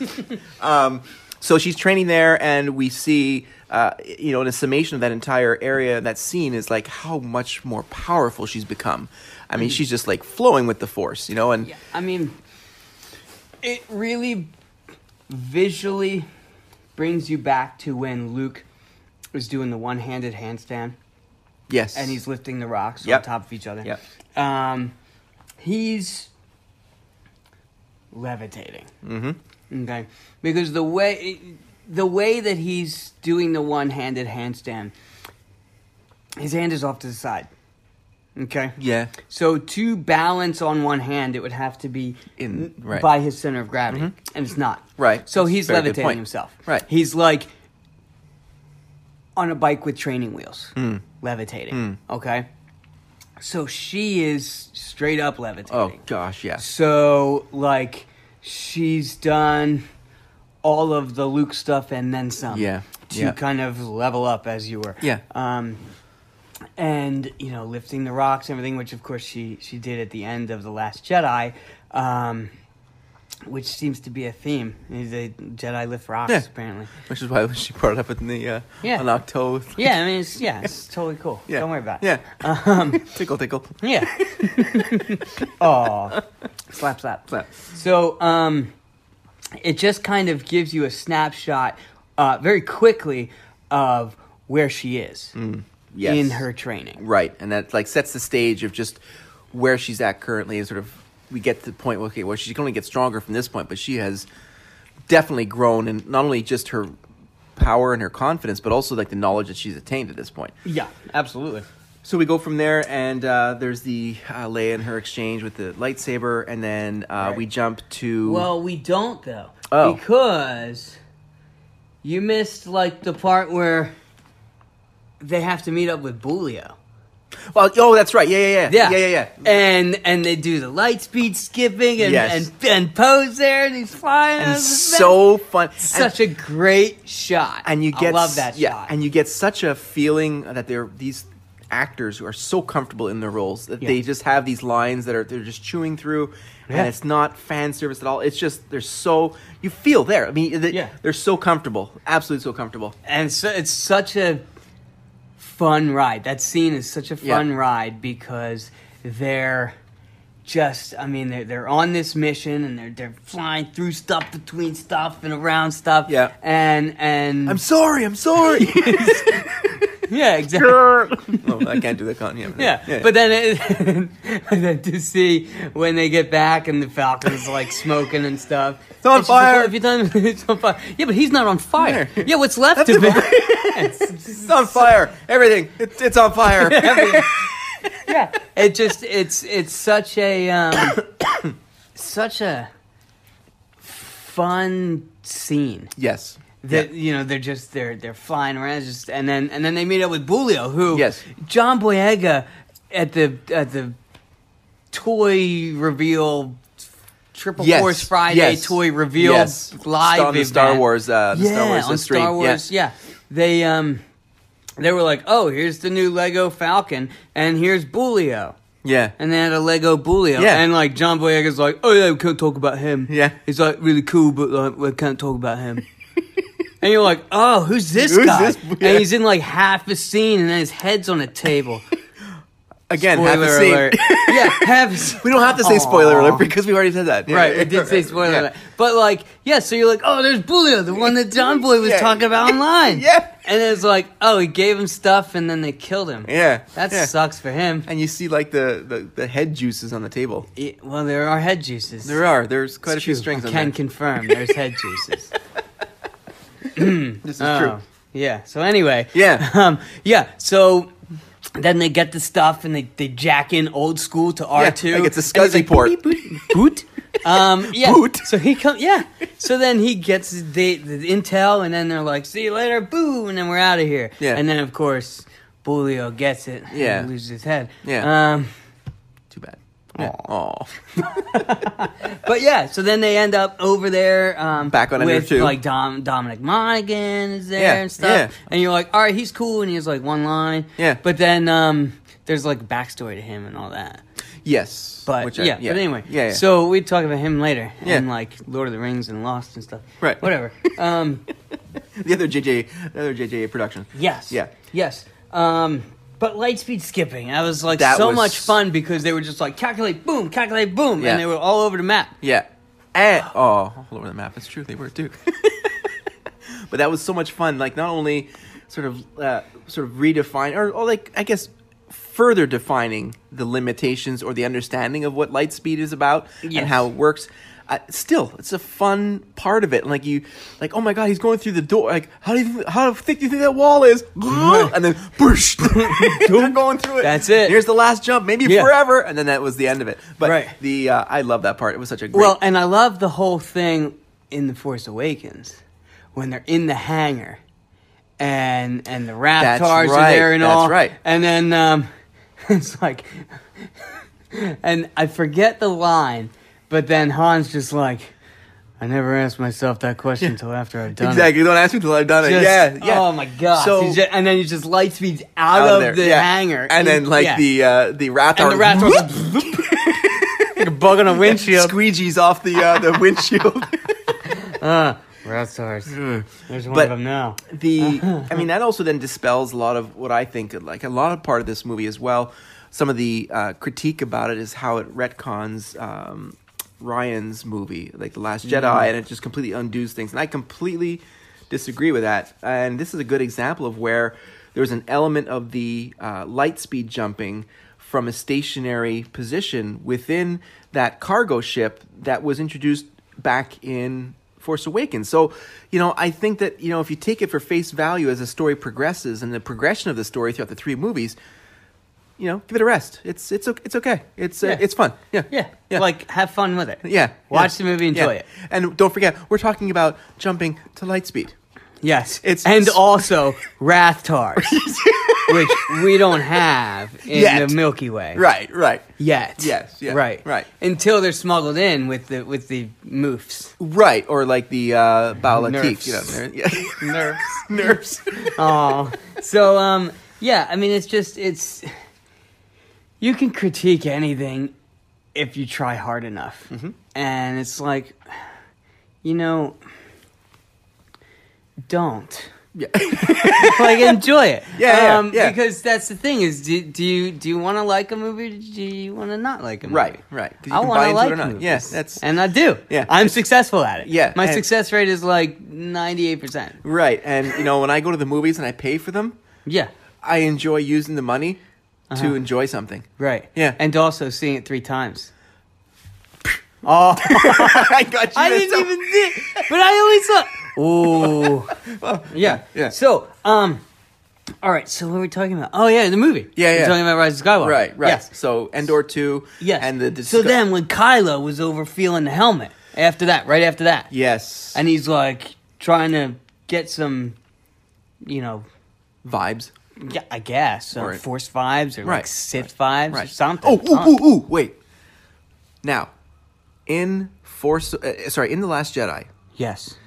Speaker 4: um, so she's training there, and we see, uh, you know, in a summation of that entire area, that scene is like how much more powerful she's become. I mean, she's just like flowing with the force, you know, and
Speaker 5: Mm. Yeah, I mean, it really visually brings you back to when Luke was doing the one-handed handstand
Speaker 4: yes.
Speaker 5: and he's lifting the rocks
Speaker 4: Yep.
Speaker 5: on top of each other.
Speaker 4: Yep.
Speaker 5: Um, he's levitating. Mm-hmm. Okay, because the way the way that he's doing the one-handed handstand, his hand is off to the side. Okay.
Speaker 4: Yeah.
Speaker 5: So to balance on one hand, it would have to be
Speaker 4: In- right. Mm-hmm.
Speaker 5: by his center of gravity, and it's not.
Speaker 4: Right.
Speaker 5: So
Speaker 4: That's
Speaker 5: he's
Speaker 4: a very good
Speaker 5: levitating
Speaker 4: point.
Speaker 5: himself.
Speaker 4: Right.
Speaker 5: He's like on a bike with training wheels,
Speaker 4: Hmm.
Speaker 5: levitating. Okay. So she is straight up
Speaker 4: Oh,
Speaker 5: levitating.
Speaker 4: gosh, yes.
Speaker 5: So like she's done all of the Luke stuff and then some.
Speaker 4: Yeah,
Speaker 5: To
Speaker 4: yeah.
Speaker 5: kind of level up as you were.
Speaker 4: Yeah.
Speaker 5: Um and you know lifting the rocks and everything which of course she she did at the end of the last Jedi. Um which seems to be a theme. The Jedi lift rocks
Speaker 4: Yeah.
Speaker 5: apparently.
Speaker 4: Which is why she brought it up in the uh,
Speaker 5: Yeah.
Speaker 4: on Octo.
Speaker 5: Yeah, I mean it's yeah, it's totally cool.
Speaker 4: Yeah.
Speaker 5: Don't worry about it. Um,
Speaker 4: Yeah. [LAUGHS] tickle, tickle.
Speaker 5: [LAUGHS] Yeah. oh, slap, slap,
Speaker 4: Slap.
Speaker 5: So, um, it just kind of gives you a snapshot, uh, very quickly of where she is
Speaker 4: Mm. yes.
Speaker 5: in her training.
Speaker 4: Right, and that like sets the stage of just where she's at currently, and sort of we get to the point. Okay, well, she's going to get stronger from this point, but she has definitely grown, and not only just her power and her confidence, but also like the knowledge that she's attained at this point.
Speaker 5: Yeah, absolutely.
Speaker 4: So we go from there, and uh, there's the uh, Leia and her exchange with the lightsaber, and then uh, we jump to
Speaker 5: Well, we don't though,
Speaker 4: Oh.
Speaker 5: because you missed like the part where they have to meet up with Bulio.
Speaker 4: well, oh, that's right, yeah, yeah, yeah,
Speaker 5: Yeah,
Speaker 4: yeah, yeah, yeah.
Speaker 5: And and they do the light speed skipping and
Speaker 4: Yes.
Speaker 5: and, and pose there, and he's flying.
Speaker 4: And
Speaker 5: It was
Speaker 4: so fun,
Speaker 5: such a great shot.
Speaker 4: and you
Speaker 5: I
Speaker 4: get
Speaker 5: love that
Speaker 4: yeah,
Speaker 5: shot.
Speaker 4: and you get such a feeling that they're these actors who are so comfortable in their roles that they
Speaker 5: Yeah.
Speaker 4: just have these lines that are they're just chewing through,
Speaker 5: Yeah.
Speaker 4: and it's not fan service at all. It's just they're so you feel there. I mean, they,
Speaker 5: Yeah.
Speaker 4: they're so comfortable, absolutely so comfortable.
Speaker 5: and so it's such a fun ride. That scene is such a
Speaker 4: Yeah.
Speaker 5: fun ride because they're just I mean they're they're on this mission and they're they're flying through stuff between stuff and around stuff.
Speaker 4: Yeah.
Speaker 5: And and
Speaker 4: I'm sorry, I'm sorry.
Speaker 5: [LAUGHS]
Speaker 4: [LAUGHS]
Speaker 5: yeah, exactly.
Speaker 4: oh, I can't do that. Con- yeah,
Speaker 5: Yeah. but then, it, [LAUGHS] but then to see when they get back and the Falcon's like smoking and stuff. It's
Speaker 4: on
Speaker 5: just like,
Speaker 4: fire.
Speaker 5: well, if you done, [LAUGHS] it's on fire. Yeah, but he's not on fire.
Speaker 4: There.
Speaker 5: Yeah, what's left of him? [LAUGHS]
Speaker 4: it's on fire. Everything, it, it's on fire.
Speaker 5: [LAUGHS]
Speaker 4: Everything.
Speaker 5: yeah, [LAUGHS] it just it's it's such a um, [COUGHS] such a fun scene
Speaker 4: yes.
Speaker 5: that you know they're just they're they're flying around it's just and then and then they meet up with Bulio who
Speaker 4: Yes.
Speaker 5: John Boyega at the at the toy reveal triple
Speaker 4: Yes,
Speaker 5: force Friday
Speaker 4: yes,
Speaker 5: toy reveal
Speaker 4: yes.
Speaker 5: live
Speaker 4: on the Star
Speaker 5: event.
Speaker 4: Wars, uh, the
Speaker 5: yeah,
Speaker 4: Star Wars
Speaker 5: on
Speaker 4: uh, stream.
Speaker 5: Star Wars yeah. they um they were like oh here's the new Lego Falcon and here's Bulio
Speaker 4: yeah, yeah.
Speaker 5: and they had a Lego Bulio.
Speaker 4: Yeah.
Speaker 5: And like John Boyega's like, oh yeah, we can't talk about him.
Speaker 4: Yeah.
Speaker 5: He's like really cool, but like we can't talk
Speaker 4: [LAUGHS]
Speaker 5: about him. and you're like, oh, who's this
Speaker 4: Who's
Speaker 5: guy?
Speaker 4: this- yeah.
Speaker 5: And he's in like half a scene, and then his head's on a table.
Speaker 4: [LAUGHS] Again,
Speaker 5: Spoiler
Speaker 4: have a scene. [LAUGHS]
Speaker 5: alert. yeah, half. a scene.
Speaker 4: We don't have to say spoiler
Speaker 5: Aw.
Speaker 4: alert because we already said that. Yeah.
Speaker 5: Right, it did say spoiler.
Speaker 4: Yeah.
Speaker 5: alert. But like, yeah, so you're like, oh, there's Bulio, the one that John Boy was
Speaker 4: Yeah.
Speaker 5: talking about
Speaker 4: [LAUGHS]
Speaker 5: online.
Speaker 4: Yeah.
Speaker 5: And it's like, oh, he gave him stuff, and then they killed him.
Speaker 4: Yeah,
Speaker 5: That
Speaker 4: yeah.
Speaker 5: sucks for him.
Speaker 4: And you see like the, the, the head juices on the table.
Speaker 5: Yeah, well, there are head juices.
Speaker 4: There are. There's quite a few
Speaker 5: True.
Speaker 4: strings
Speaker 5: I
Speaker 4: on
Speaker 5: can
Speaker 4: there. [LAUGHS]
Speaker 5: confirm there's head juices.
Speaker 4: This is
Speaker 5: Oh,
Speaker 4: true.
Speaker 5: Yeah. So anyway.
Speaker 4: Yeah.
Speaker 5: [LAUGHS] Um, yeah. So then they get the stuff and they, they jack in old school to R two.
Speaker 4: like it's a
Speaker 5: And he's
Speaker 4: SCSI port.
Speaker 5: boop, boop, boot. [LAUGHS] Um, yeah.
Speaker 4: Boot.
Speaker 5: So he come. Yeah. So then he gets the, the intel and then they're like, "See you later, boom," and then we're out of here.
Speaker 4: Yeah.
Speaker 5: And then of course Bulio gets it.
Speaker 4: Yeah.
Speaker 5: And loses his head.
Speaker 4: Yeah.
Speaker 5: Um,
Speaker 4: Too bad. Yeah. Aw.
Speaker 5: but yeah, so then they end up over there. Um,
Speaker 4: Back on
Speaker 5: with,
Speaker 4: Ender two.
Speaker 5: Like Dom, Dominic Monaghan is there
Speaker 4: Yeah,
Speaker 5: and stuff.
Speaker 4: yeah.
Speaker 5: And you're like, all right, he's cool. And he has like one line.
Speaker 4: Yeah.
Speaker 5: But then um, there's like backstory to him and all that.
Speaker 4: Yes.
Speaker 5: But
Speaker 4: Which I-
Speaker 5: yeah, but anyway.
Speaker 4: Yeah, yeah.
Speaker 5: So we talk about him later.
Speaker 4: Yeah.
Speaker 5: And like Lord of the Rings and Lost and stuff.
Speaker 4: Right. [LAUGHS]
Speaker 5: Whatever. Um,
Speaker 4: the other JJ, the other JJ production.
Speaker 5: yes.
Speaker 4: Yeah.
Speaker 5: Yes. Um, but Lightspeed skipping, that was like
Speaker 4: That
Speaker 5: so
Speaker 4: was-
Speaker 5: much fun because they were just like calculate, boom, calculate, boom,
Speaker 4: Yeah.
Speaker 5: and they were all over the map.
Speaker 4: Yeah. And oh, all over the map. It's true. They were
Speaker 5: [LAUGHS]
Speaker 4: too. but that was so much fun. Like not only sort of uh, sort of redefine or, or like I guess further defining the limitations or the understanding of what light speed is about
Speaker 5: Yes.
Speaker 4: and how it works. Uh, still, it's a fun part of it. Like you, like oh my god, he's going through the door. Like how do you think, how thick do you think that wall
Speaker 5: [LAUGHS]
Speaker 4: is? And then boosh, [LAUGHS] you're going through it.
Speaker 5: That's it.
Speaker 4: Here's the last jump, maybe
Speaker 5: Yeah.
Speaker 4: forever. And then that was the end of it. But
Speaker 5: Right.
Speaker 4: the uh, I love that part. It was such a great
Speaker 5: Well, and I love the whole thing in The Force Awakens when they're in the hangar and and the Raptors are
Speaker 4: right,
Speaker 5: there and
Speaker 4: that's
Speaker 5: all.
Speaker 4: right.
Speaker 5: And then um, [LAUGHS] it's like, [LAUGHS] and I forget the line, but then Han's just like, I never asked myself
Speaker 4: [LAUGHS]
Speaker 5: that question until after I've done it.
Speaker 4: Exactly. Don't ask me till I've done it.
Speaker 5: Just-
Speaker 4: yeah. Yeah.
Speaker 5: Oh my god.
Speaker 4: So
Speaker 5: and then he just light speeds out,
Speaker 4: out
Speaker 5: of,
Speaker 4: there,
Speaker 5: the
Speaker 4: yeah.
Speaker 5: hangar,
Speaker 4: and then like
Speaker 5: yeah.
Speaker 4: the uh, the rat
Speaker 5: and
Speaker 4: [LAUGHS]
Speaker 5: the Raptors [LAUGHS] like a bug on a windshield.
Speaker 4: squeegees off the uh, the [LAUGHS] windshield.
Speaker 5: [LAUGHS] Raptors. There's one
Speaker 4: But-
Speaker 5: of them now.
Speaker 4: the I mean that also then dispels a lot of what I think like a lot of part of this movie as well. Some of the uh, critique about it is how it retcons um, Ryan's movie, like The Last Jedi, and it just completely undoes things. And I completely disagree with that. And this is a good example of where there's an element of the uh, light speed jumping from a stationary position within that cargo ship that was introduced back in Force Awakens. So, you know, I think that, you know, if you take it for face value as the story progresses and the progression of the story throughout the three movies, you know, give it a rest. It's it's o- it's okay. It's uh,
Speaker 5: Yeah.
Speaker 4: it's fun. Yeah.
Speaker 5: Yeah. Like, have fun with it.
Speaker 4: yeah.
Speaker 5: Watch
Speaker 4: yeah,
Speaker 5: the movie, enjoy
Speaker 4: yeah.
Speaker 5: it.
Speaker 4: And don't forget, we're talking about jumping to light speed.
Speaker 5: Yes.
Speaker 4: It's-
Speaker 5: and
Speaker 4: it's- [LAUGHS]
Speaker 5: also Wrath Tars, which we don't have in
Speaker 4: Yet.
Speaker 5: the Milky Way.
Speaker 4: Right, right.
Speaker 5: Yet.
Speaker 4: Yes, yeah,
Speaker 5: Right.
Speaker 4: right.
Speaker 5: Until they're smuggled in with the with the moofs.
Speaker 4: Right, or like the uh Bala
Speaker 5: Nerfs.
Speaker 4: you know, ner- [LAUGHS] yeah.
Speaker 5: Nerfs.
Speaker 4: nerves.
Speaker 5: Oh. So um yeah, I mean it's just it's you can critique anything if you try hard enough.
Speaker 4: Mm-hmm.
Speaker 5: And it's like you know don't.
Speaker 4: Yeah.
Speaker 5: like enjoy it.
Speaker 4: [LAUGHS]
Speaker 5: Um,
Speaker 4: Yeah, yeah, yeah.
Speaker 5: Because that's the thing is, do, do you do you want to like a movie? Or do you want to not like a movie?
Speaker 4: Right, right. 'Cause you
Speaker 5: I
Speaker 4: can
Speaker 5: want
Speaker 4: buy
Speaker 5: to
Speaker 4: into it or
Speaker 5: like
Speaker 4: not.
Speaker 5: movies.
Speaker 4: Yeah, that's-
Speaker 5: and I do.
Speaker 4: Yeah.
Speaker 5: I'm successful at it.
Speaker 4: Yeah,
Speaker 5: my
Speaker 4: and-
Speaker 5: success rate is like ninety eight percent.
Speaker 4: right. And you know, when I go to the movies and I pay for them,
Speaker 5: Yeah,
Speaker 4: I enjoy using the money
Speaker 5: Uh-huh.
Speaker 4: to enjoy
Speaker 5: [LAUGHS]
Speaker 4: something.
Speaker 5: right.
Speaker 4: Yeah.
Speaker 5: and also seeing it three times.
Speaker 4: [LAUGHS] I got you.
Speaker 5: I
Speaker 4: That's
Speaker 5: didn't
Speaker 4: so-
Speaker 5: even think, [LAUGHS] but I always thought.
Speaker 4: [LAUGHS]
Speaker 5: Oh, yeah,
Speaker 4: yeah.
Speaker 5: So, um, all right. So what were we talking about? Oh yeah, the movie.
Speaker 4: Yeah,
Speaker 5: we're
Speaker 4: yeah.
Speaker 5: talking about Rise of Skywalker.
Speaker 4: Right, right.
Speaker 5: Yes.
Speaker 4: So Endor two.
Speaker 5: Yes.
Speaker 4: And the
Speaker 5: so
Speaker 4: discuss-
Speaker 5: then when Kylo was over feeling the helmet after that, right after that,
Speaker 4: Yes.
Speaker 5: and he's like trying to get some, you know,
Speaker 4: vibes.
Speaker 5: yeah, I guess uh,
Speaker 4: Right.
Speaker 5: force vibes or like
Speaker 4: Right,
Speaker 5: Sith vibes or
Speaker 4: Right.
Speaker 5: something.
Speaker 4: Oh, ooh, ooh, ooh. Wait. Now, in Force, uh, sorry, in the Last Jedi,
Speaker 5: yes,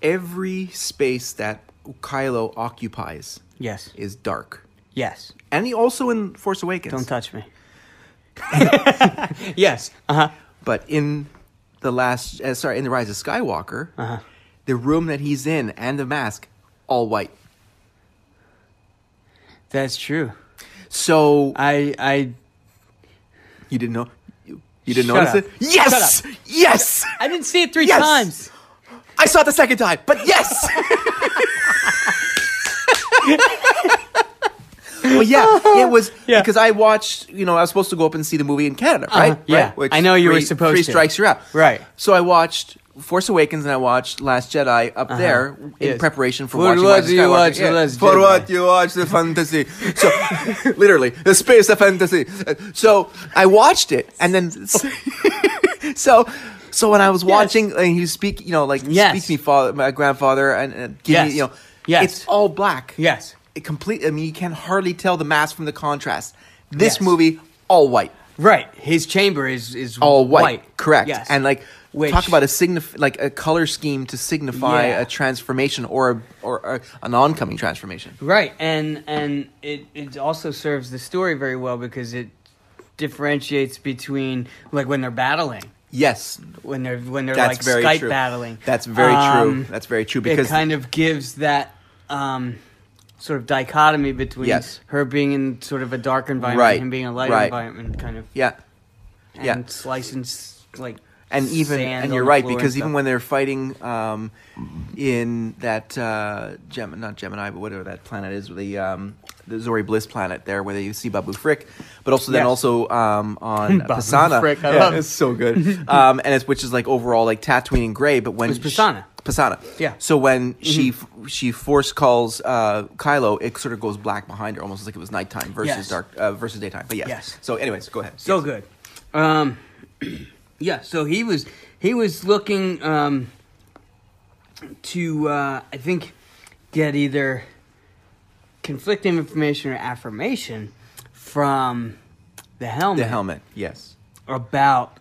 Speaker 4: every space that Kylo occupies
Speaker 5: yes,
Speaker 4: is dark,
Speaker 5: yes.
Speaker 4: and he also in Force Awakens.
Speaker 5: Don't touch me. [LAUGHS] yes, uh huh.
Speaker 4: But in the last, uh, sorry, in the Rise of Skywalker,
Speaker 5: Uh-huh.
Speaker 4: the room that he's in and the mask, all white.
Speaker 5: That's true.
Speaker 4: So uh,
Speaker 5: I I
Speaker 4: you didn't know. You, you didn't
Speaker 5: Shut
Speaker 4: notice
Speaker 5: up.
Speaker 4: it?
Speaker 5: Shut
Speaker 4: Yes! Yes!
Speaker 5: I didn't see it three
Speaker 4: Yes!
Speaker 5: times.
Speaker 4: I saw it the second time, but yes.
Speaker 5: [LAUGHS]
Speaker 4: well, yeah, it was
Speaker 5: Yeah. Uh-huh,
Speaker 4: because I watched. You know, I was supposed to go up and see the movie in Canada, right?
Speaker 5: yeah.
Speaker 4: Right,
Speaker 5: I know you were
Speaker 4: three-
Speaker 5: supposed
Speaker 4: three
Speaker 5: to.
Speaker 4: strikes you're out,
Speaker 5: Right.
Speaker 4: So I watched Force Awakens and I watched Last Jedi up there in
Speaker 5: Uh-huh. Yes.
Speaker 4: preparation for
Speaker 5: For
Speaker 4: watching
Speaker 5: what
Speaker 4: Rise of
Speaker 5: do you
Speaker 4: Skywalker.
Speaker 5: watch the Last
Speaker 4: For
Speaker 5: Jedi?
Speaker 4: what you watch the fantasy? So, [LAUGHS] literally, the space of fantasy. So I watched it, and then [LAUGHS]
Speaker 5: [LAUGHS]
Speaker 4: so. So when I was watching, and he speak, you know, like
Speaker 5: Yes.
Speaker 4: speak to me, father, my grandfather, and, and give
Speaker 5: Yes.
Speaker 4: me, you know,
Speaker 5: Yes.
Speaker 4: it's all black.
Speaker 5: Yes.
Speaker 4: it complete. I mean, you can hardly tell the mask from the contrast. This
Speaker 5: Yes.
Speaker 4: movie, all white,
Speaker 5: Right. His chamber is is
Speaker 4: all white, correct?
Speaker 5: Yes.
Speaker 4: And like,
Speaker 5: Which-
Speaker 4: talk about a signif- like a color scheme to signify
Speaker 5: Yeah.
Speaker 4: a transformation or a, or a, an oncoming transformation.
Speaker 5: Right, and and it it also serves the story very well because it differentiates between like when they're battling,
Speaker 4: Yes,
Speaker 5: when they're when they're
Speaker 4: that's
Speaker 5: like
Speaker 4: very
Speaker 5: Skype
Speaker 4: true.
Speaker 5: battling.
Speaker 4: That's very true.
Speaker 5: Um,
Speaker 4: That's very true
Speaker 5: it
Speaker 4: because
Speaker 5: kind of gives that um, sort of dichotomy between
Speaker 4: Yes.
Speaker 5: her being in sort of a dark environment
Speaker 4: Right,
Speaker 5: and him being in a light
Speaker 4: right.
Speaker 5: environment, kind of
Speaker 4: yeah,
Speaker 5: and
Speaker 4: yeah.
Speaker 5: slicing s- like
Speaker 4: and even and
Speaker 5: sand on
Speaker 4: you're
Speaker 5: the
Speaker 4: right
Speaker 5: floor and
Speaker 4: because even
Speaker 5: stuff.
Speaker 4: when they're fighting um, in that uh, Gem- not Gemini but whatever that planet is the um, the Zori Bliss planet there where you see Babu Frick, but also then
Speaker 5: Yes.
Speaker 4: also um, on
Speaker 5: [LAUGHS] Babu
Speaker 4: Pisana,
Speaker 5: Frick, I
Speaker 4: yeah,
Speaker 5: love it.
Speaker 4: it's so
Speaker 5: [LAUGHS]
Speaker 4: good, um, and it's which is like overall like Tatooine and gray, but when
Speaker 5: It's
Speaker 4: sh-
Speaker 5: Pisana.
Speaker 4: Pisana,
Speaker 5: Yeah. Mm-hmm.
Speaker 4: So when she f- she force calls uh, Kylo, it sort of goes black behind her, almost like it was nighttime versus
Speaker 5: Yes.
Speaker 4: dark uh, versus daytime. But yes.
Speaker 5: Yes.
Speaker 4: So, anyways, go ahead.
Speaker 5: so good. Um, [CLEARS THROAT] yeah, so he was he was looking um, to uh, I think get either conflicting information or affirmation from the helmet,
Speaker 4: the helmet,
Speaker 5: [LAUGHS]
Speaker 4: yes.
Speaker 5: about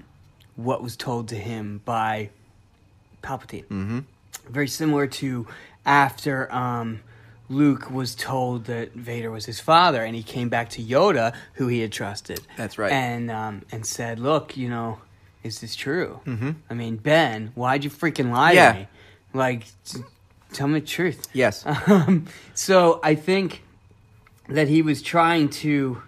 Speaker 5: what was told to him by Palpatine. Mm-hmm. Very similar to after um, Luke was told that Vader was his father, and he came back to Yoda, who he had trusted.
Speaker 4: That's right.
Speaker 5: And um, and said, "Look, you know, is this true? Mm-hmm. I mean, Ben, why'd you freaking lie
Speaker 4: Yeah.
Speaker 5: to me? Like, t- tell me the truth."
Speaker 4: Yes.
Speaker 5: Um, so I think that he was trying to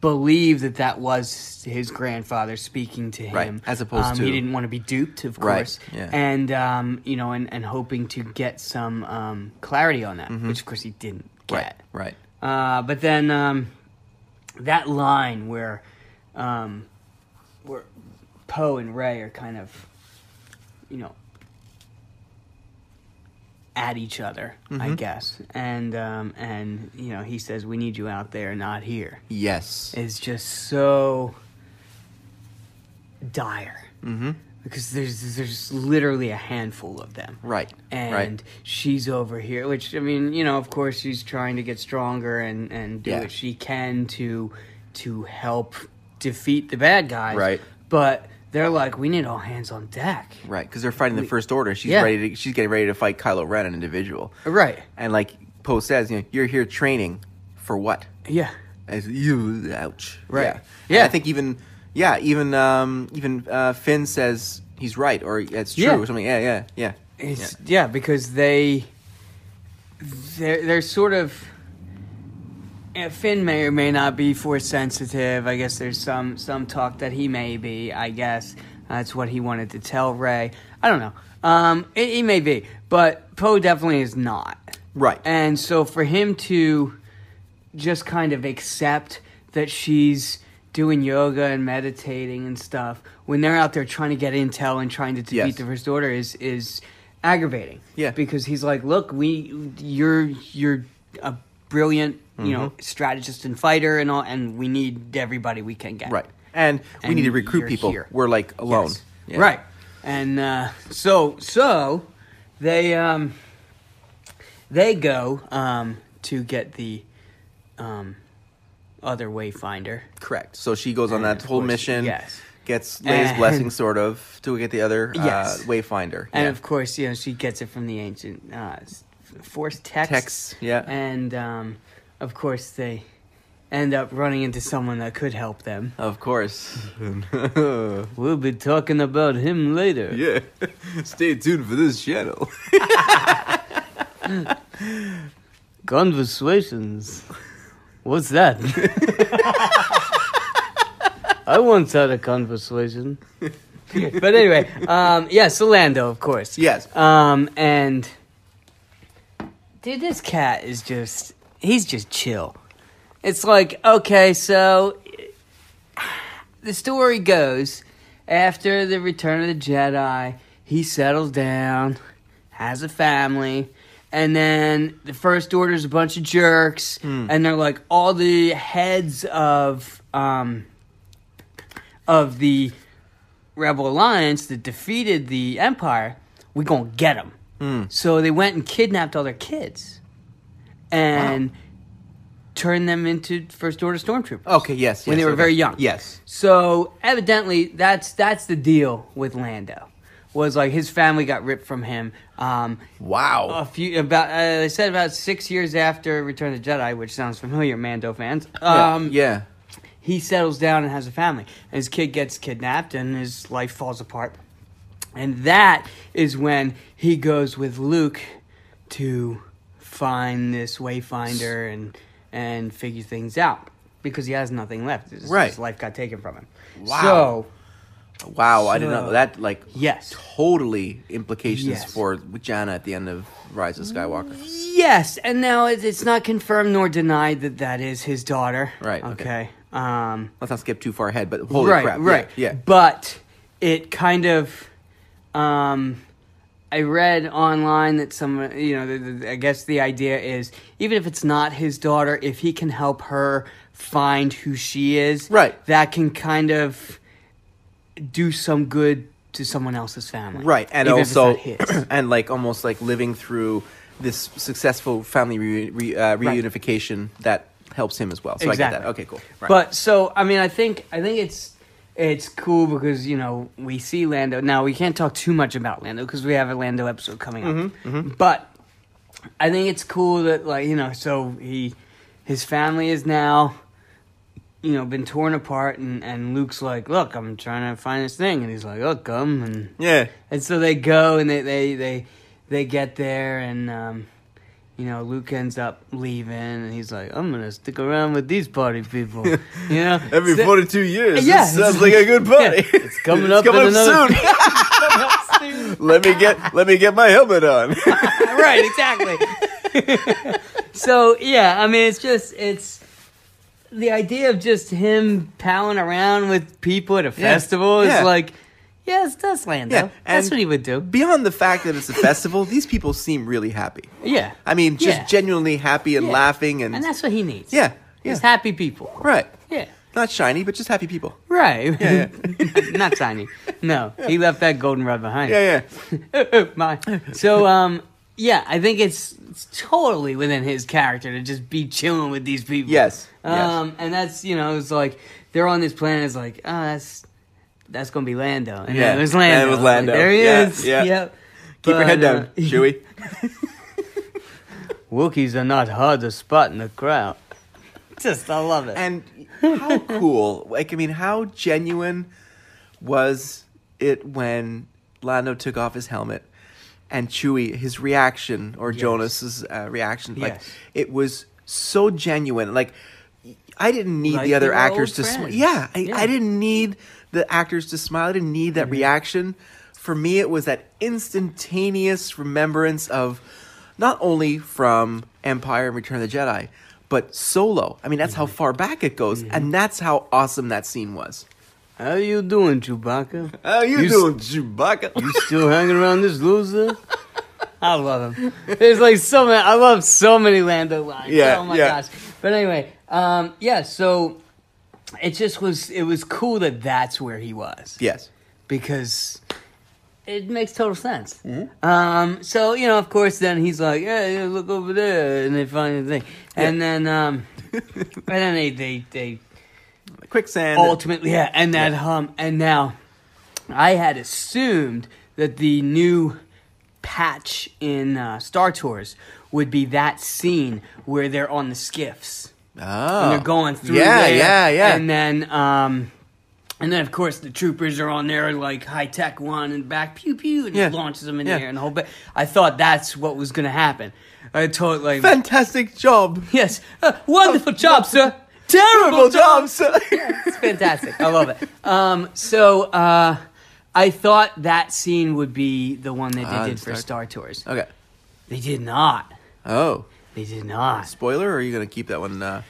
Speaker 5: believe that that was his grandfather speaking to him,
Speaker 4: Right, as opposed
Speaker 5: Um,
Speaker 4: to-
Speaker 5: he didn't want to be duped, of
Speaker 4: Right,
Speaker 5: course,
Speaker 4: yeah.
Speaker 5: and um, you know, and, and hoping to get some um, clarity on that, which of course he didn't
Speaker 4: Mm-hmm. Right.
Speaker 5: get.
Speaker 4: Right.
Speaker 5: Uh, but then um, that line where um, where Poe and Ray are kind of, you know, at each other, I guess, and um, and you know he says we need you out there, not here,
Speaker 4: Yes.
Speaker 5: is just so dire mm-hmm. because there's there's literally a handful of them,
Speaker 4: Right.
Speaker 5: and
Speaker 4: right.
Speaker 5: she's over here which i mean you know of course she's trying to get stronger and and do
Speaker 4: Yeah.
Speaker 5: what she can to to help defeat the bad guys
Speaker 4: Right.
Speaker 5: but they're like we need all hands on deck
Speaker 4: Right. Because they're fighting the first order. She's
Speaker 5: Yeah.
Speaker 4: ready to she's getting ready to fight Kylo Ren, an individual.
Speaker 5: right
Speaker 4: And like Poe says, you know, you're here training for what?
Speaker 5: yeah
Speaker 4: As you ouch.
Speaker 5: Right.
Speaker 4: Yeah.
Speaker 5: Yeah.
Speaker 4: And I think even yeah, even um even uh, Finn says he's right or it's true
Speaker 5: Yeah.
Speaker 4: or something. Yeah, yeah, yeah.
Speaker 5: it's yeah, because they they're, they're sort of yeah, Finn may or may not be force sensitive. I guess there's some some talk that he may be. I guess that's what he wanted to tell Ray. I don't know. Um, it, he may be, but Poe definitely is not.
Speaker 4: Right.
Speaker 5: And so for him to just kind of accept that she's doing yoga and meditating and stuff when they're out there trying to get intel and trying to defeat
Speaker 4: Yes.
Speaker 5: the first order is is aggravating.
Speaker 4: Yeah.
Speaker 5: Because he's like, look, we you're you're a brilliant, you know,
Speaker 4: Mm-hmm.
Speaker 5: strategist and fighter and all and we need everybody we can get.
Speaker 4: Right. And, we
Speaker 5: And
Speaker 4: need to recruit
Speaker 5: you're
Speaker 4: people.
Speaker 5: here.
Speaker 4: We're like alone.
Speaker 5: Yes.
Speaker 4: Yeah.
Speaker 5: Right. And uh, so so they um they go um to get the um other wayfinder.
Speaker 4: Correct. So she goes on
Speaker 5: And
Speaker 4: that
Speaker 5: of
Speaker 4: whole
Speaker 5: course-
Speaker 4: mission.
Speaker 5: yes.
Speaker 4: Gets Leia's
Speaker 5: And-
Speaker 4: blessing, sort of, to get the other uh,
Speaker 5: Yes.
Speaker 4: Wayfinder.
Speaker 5: And
Speaker 4: Yeah.
Speaker 5: of course, you know, she gets it from the ancient uh, s- force text.
Speaker 4: Texts, yeah.
Speaker 5: And um, of course, they end up running into someone that could help them.
Speaker 4: Of course.
Speaker 5: We'll be talking about him
Speaker 4: [LAUGHS]
Speaker 5: later.
Speaker 4: Yeah. Stay tuned for this channel.
Speaker 5: Conversations. What's that? I once had a conversation. but anyway, um, yeah, so Lando, of course.
Speaker 4: Yes.
Speaker 5: Um, and dude, this cat is just—he's just chill. It's like okay, so the story goes after the Return of the Jedi, he settles down, has a family, and then the First Order's a bunch of jerks, and they're like all the heads of um of the Rebel Alliance that defeated the
Speaker 4: Hmm.
Speaker 5: Empire, we gonna get them. So they went and kidnapped all their kids, and turn them into first order stormtroopers.
Speaker 4: Okay, yes,
Speaker 5: when
Speaker 4: yes,
Speaker 5: they were
Speaker 4: okay.
Speaker 5: very young.
Speaker 4: Yes.
Speaker 5: So evidently, that's that's the deal with Lando. Was like his family got ripped from him. Um,
Speaker 4: Wow.
Speaker 5: A few about uh, they said about six years after Return of the Jedi, which sounds familiar, Mando fans.
Speaker 4: Yeah,
Speaker 5: Um,
Speaker 4: yeah.
Speaker 5: he settles down and has a family. And his kid gets kidnapped and his life falls apart. And that is when he goes with Luke to find this wayfinder and and figure things out because he has nothing left. His,
Speaker 4: Right.
Speaker 5: his life got taken from him.
Speaker 4: Wow.
Speaker 5: So,
Speaker 4: Wow, I did not know
Speaker 5: So-
Speaker 4: that. Like,
Speaker 5: Yes.
Speaker 4: totally implications
Speaker 5: Yes. Mm.
Speaker 4: for Janna at the end of Rise of Skywalker.
Speaker 5: yes, and now it's, it's not confirmed nor denied that that is his daughter.
Speaker 4: Right, okay.
Speaker 5: Okay. Um
Speaker 4: Let's not skip too far ahead, but holy
Speaker 5: right,
Speaker 4: crap! yeah,
Speaker 5: Right.
Speaker 4: Yeah.
Speaker 5: But it kind of, um, I read online that some, you know, the, the, I guess the idea is even if it's not his daughter, if he can help her find who she is,
Speaker 4: Right.
Speaker 5: that can kind of do some good to someone else's family,
Speaker 4: right, and
Speaker 5: even if it's
Speaker 4: also,
Speaker 5: not his.
Speaker 4: [CLEARS THROAT] and like almost like living through this successful family reu- re- uh, reunification that helps him as well. So I get that. Okay, cool. Right.
Speaker 5: But so I mean, I think I think it's it's cool because you know we see Lando now. We can't talk too much about Lando because we have a Lando episode coming up.
Speaker 4: Mm-hmm,
Speaker 5: But I think it's cool that like you know, so he his family is now you know been torn apart, and and Luke's like, look, I'm trying to find this thing, and he's like, oh, come and
Speaker 4: yeah,
Speaker 5: and so they go and they they they, they get there and um, you know Luke ends up leaving and he's like I'm gonna stick around with these party
Speaker 4: [LAUGHS]
Speaker 5: people. you know So-
Speaker 4: two years,
Speaker 5: Yeah, this sounds it's- like a good
Speaker 4: party.
Speaker 5: yeah,
Speaker 4: [LAUGHS]
Speaker 5: it's coming It's up coming in up another- [LAUGHS]
Speaker 4: soon. let me get let me get my helmet on. [LAUGHS]
Speaker 5: right exactly. [LAUGHS] so yeah, I mean it's just it's. The idea of just him palling around with people at a festival is
Speaker 4: Yeah.
Speaker 5: like, yes, that's Lando.
Speaker 4: Yeah,
Speaker 5: That's
Speaker 4: and-
Speaker 5: what he would do.
Speaker 4: Beyond the fact that it's a festival, these people seem really happy.
Speaker 5: Yeah.
Speaker 4: I mean, just
Speaker 5: Yeah.
Speaker 4: genuinely happy and
Speaker 5: Yeah.
Speaker 4: laughing and,
Speaker 5: And that's what he needs.
Speaker 4: yeah, yeah,
Speaker 5: He's happy people.
Speaker 4: right.
Speaker 5: Yeah.
Speaker 4: Not shiny, but just happy people.
Speaker 5: Right.
Speaker 4: Yeah,
Speaker 5: [LAUGHS] Not tiny. No, he left that golden rod behind.
Speaker 4: Yeah,
Speaker 5: yeah. [LAUGHS] My. So, um, yeah, I think it's, it's totally within his character to just be chilling with these people.
Speaker 4: Yes, yes.
Speaker 5: Um, and that's you know it's like they're on this planet. It's like oh that's that's gonna be Lando. And
Speaker 4: Yeah,
Speaker 5: yeah, there's
Speaker 4: and it
Speaker 5: Lando.
Speaker 4: was
Speaker 5: Like,
Speaker 4: Lando.
Speaker 5: there he
Speaker 4: Yeah,
Speaker 5: is.
Speaker 4: yeah.
Speaker 5: Yep.
Speaker 4: Keep your head
Speaker 5: But, uh, [LAUGHS]
Speaker 4: down, Chewie.
Speaker 5: Wookiees are not hard to spot in the crowd. [LAUGHS] Just I love it.
Speaker 4: And how cool, like, I mean, how genuine was it when Lando took off his helmet and Chewie, his reaction, or Jonas's uh, reaction, like,
Speaker 5: Yes.
Speaker 4: it was so genuine. Like, I didn't need
Speaker 5: Like
Speaker 4: the other
Speaker 5: they were old
Speaker 4: actors to smile.
Speaker 5: friends.
Speaker 4: Yeah, I,
Speaker 5: Yeah. Mm-hmm.
Speaker 4: I didn't need the actors to smile. I didn't need that reaction. For me, it was that instantaneous remembrance of not only from Empire and Return of the Jedi, but Solo. I mean, that's
Speaker 5: Mm-hmm.
Speaker 4: how far back it goes, and that's how awesome that scene was.
Speaker 5: How you doing, Chewbacca?
Speaker 4: How you,
Speaker 5: You s-
Speaker 4: doing, Chewbacca?
Speaker 5: You still hanging around this loser? I love him. There's like so many. I love so many Lando lines.
Speaker 4: Yeah,
Speaker 5: Oh my
Speaker 4: yeah.
Speaker 5: gosh. But anyway, um, yeah. So it just was. It was cool that that's where he was
Speaker 4: yes.
Speaker 5: because it makes total sense.
Speaker 4: Mm-hmm.
Speaker 5: Um, so you know, of course, then he's like, "Yeah, yeah look over there," and they find the thing, and
Speaker 4: [LAUGHS]
Speaker 5: then um, and then they they they
Speaker 4: Quicksand.
Speaker 5: ultimately yeah and that hum and now i had assumed that the new patch in uh, star tours would be that scene where they're on the skiffs
Speaker 4: oh.
Speaker 5: and they're going through
Speaker 4: Yeah,
Speaker 5: there,
Speaker 4: yeah, yeah.
Speaker 5: and then um and then of course the troopers are on there like high tech one and back pew pew and
Speaker 4: Yeah.
Speaker 5: he launches them in
Speaker 4: Yeah.
Speaker 5: the air and the whole bit i thought that's what was gonna happen i totally like
Speaker 4: Fantastic job.
Speaker 5: yes uh, wonderful job sir
Speaker 4: Terrible
Speaker 5: terrible job
Speaker 4: job,
Speaker 5: [LAUGHS]
Speaker 4: sir.
Speaker 5: it's fantastic. I love it. Um, so uh, I thought that scene would be the one that they
Speaker 4: Ah,
Speaker 5: did
Speaker 4: Star-
Speaker 5: for Star Tours.
Speaker 4: okay.
Speaker 5: They did not.
Speaker 4: Oh.
Speaker 5: They did not.
Speaker 4: Spoiler, or are you going to keep that one? Uh...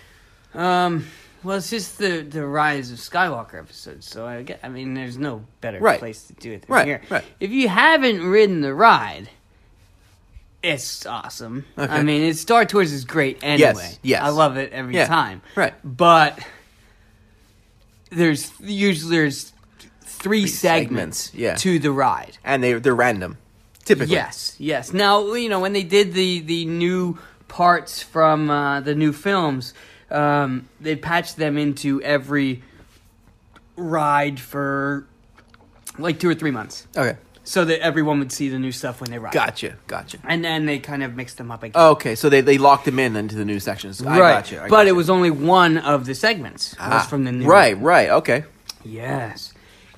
Speaker 5: Um, well, it's just the the Rise of Skywalker episode. So I get. I mean, there's no better
Speaker 4: Right.
Speaker 5: place to do it than
Speaker 4: Right,
Speaker 5: here.
Speaker 4: right.
Speaker 5: If you haven't ridden the ride. It's awesome.
Speaker 4: Okay.
Speaker 5: I mean, it's, Star Tours is great anyway.
Speaker 4: yes.
Speaker 5: I love it every
Speaker 4: Yeah,
Speaker 5: time.
Speaker 4: right.
Speaker 5: But there's usually there's three, segments,
Speaker 4: segments, yeah.
Speaker 5: to the ride.
Speaker 4: And they, they're random, typically.
Speaker 5: Yes, yes. Now you know when they did the the new parts from uh, the new films. Um, they patched them into every ride for like two or three months,
Speaker 4: Okay.
Speaker 5: so that everyone would see the new stuff when they ride.
Speaker 4: Gotcha. Gotcha.
Speaker 5: And then they kind of mixed them up again.
Speaker 4: Okay, so they, they locked him in into the new sections. I gotcha. I
Speaker 5: Oh, but
Speaker 4: gotcha.
Speaker 5: it was only one of the segments.
Speaker 4: Ah,
Speaker 5: was from the new
Speaker 4: Right, right. Okay.
Speaker 5: Yes.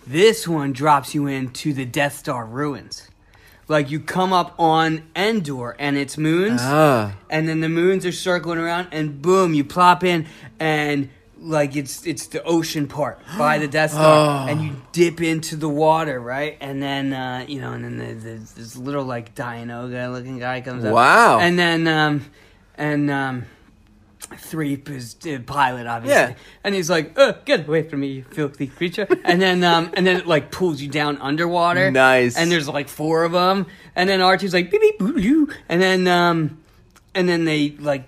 Speaker 5: This one drops you into the Death Star ruins. Like you come up on Endor and its moons,
Speaker 4: Ah.
Speaker 5: and then the moons are circling around, and boom, you plop in, and like it's it's the ocean part by the
Speaker 4: [GASPS]
Speaker 5: Death Star, and you dip into the water, right? And then uh, you know, and then the, the, this little like Dianoga looking guy comes up.
Speaker 4: Wow.
Speaker 5: And then um, and um, Threep is uh, pilot, obviously.
Speaker 4: Yeah.
Speaker 5: And he's like, "Uh, get away from me, you filthy creature. And then, um, and then it like pulls you down underwater.
Speaker 4: Nice.
Speaker 5: And there's like four of them. And then R2's like, beep, beep, boo, you. And then, um, and then they like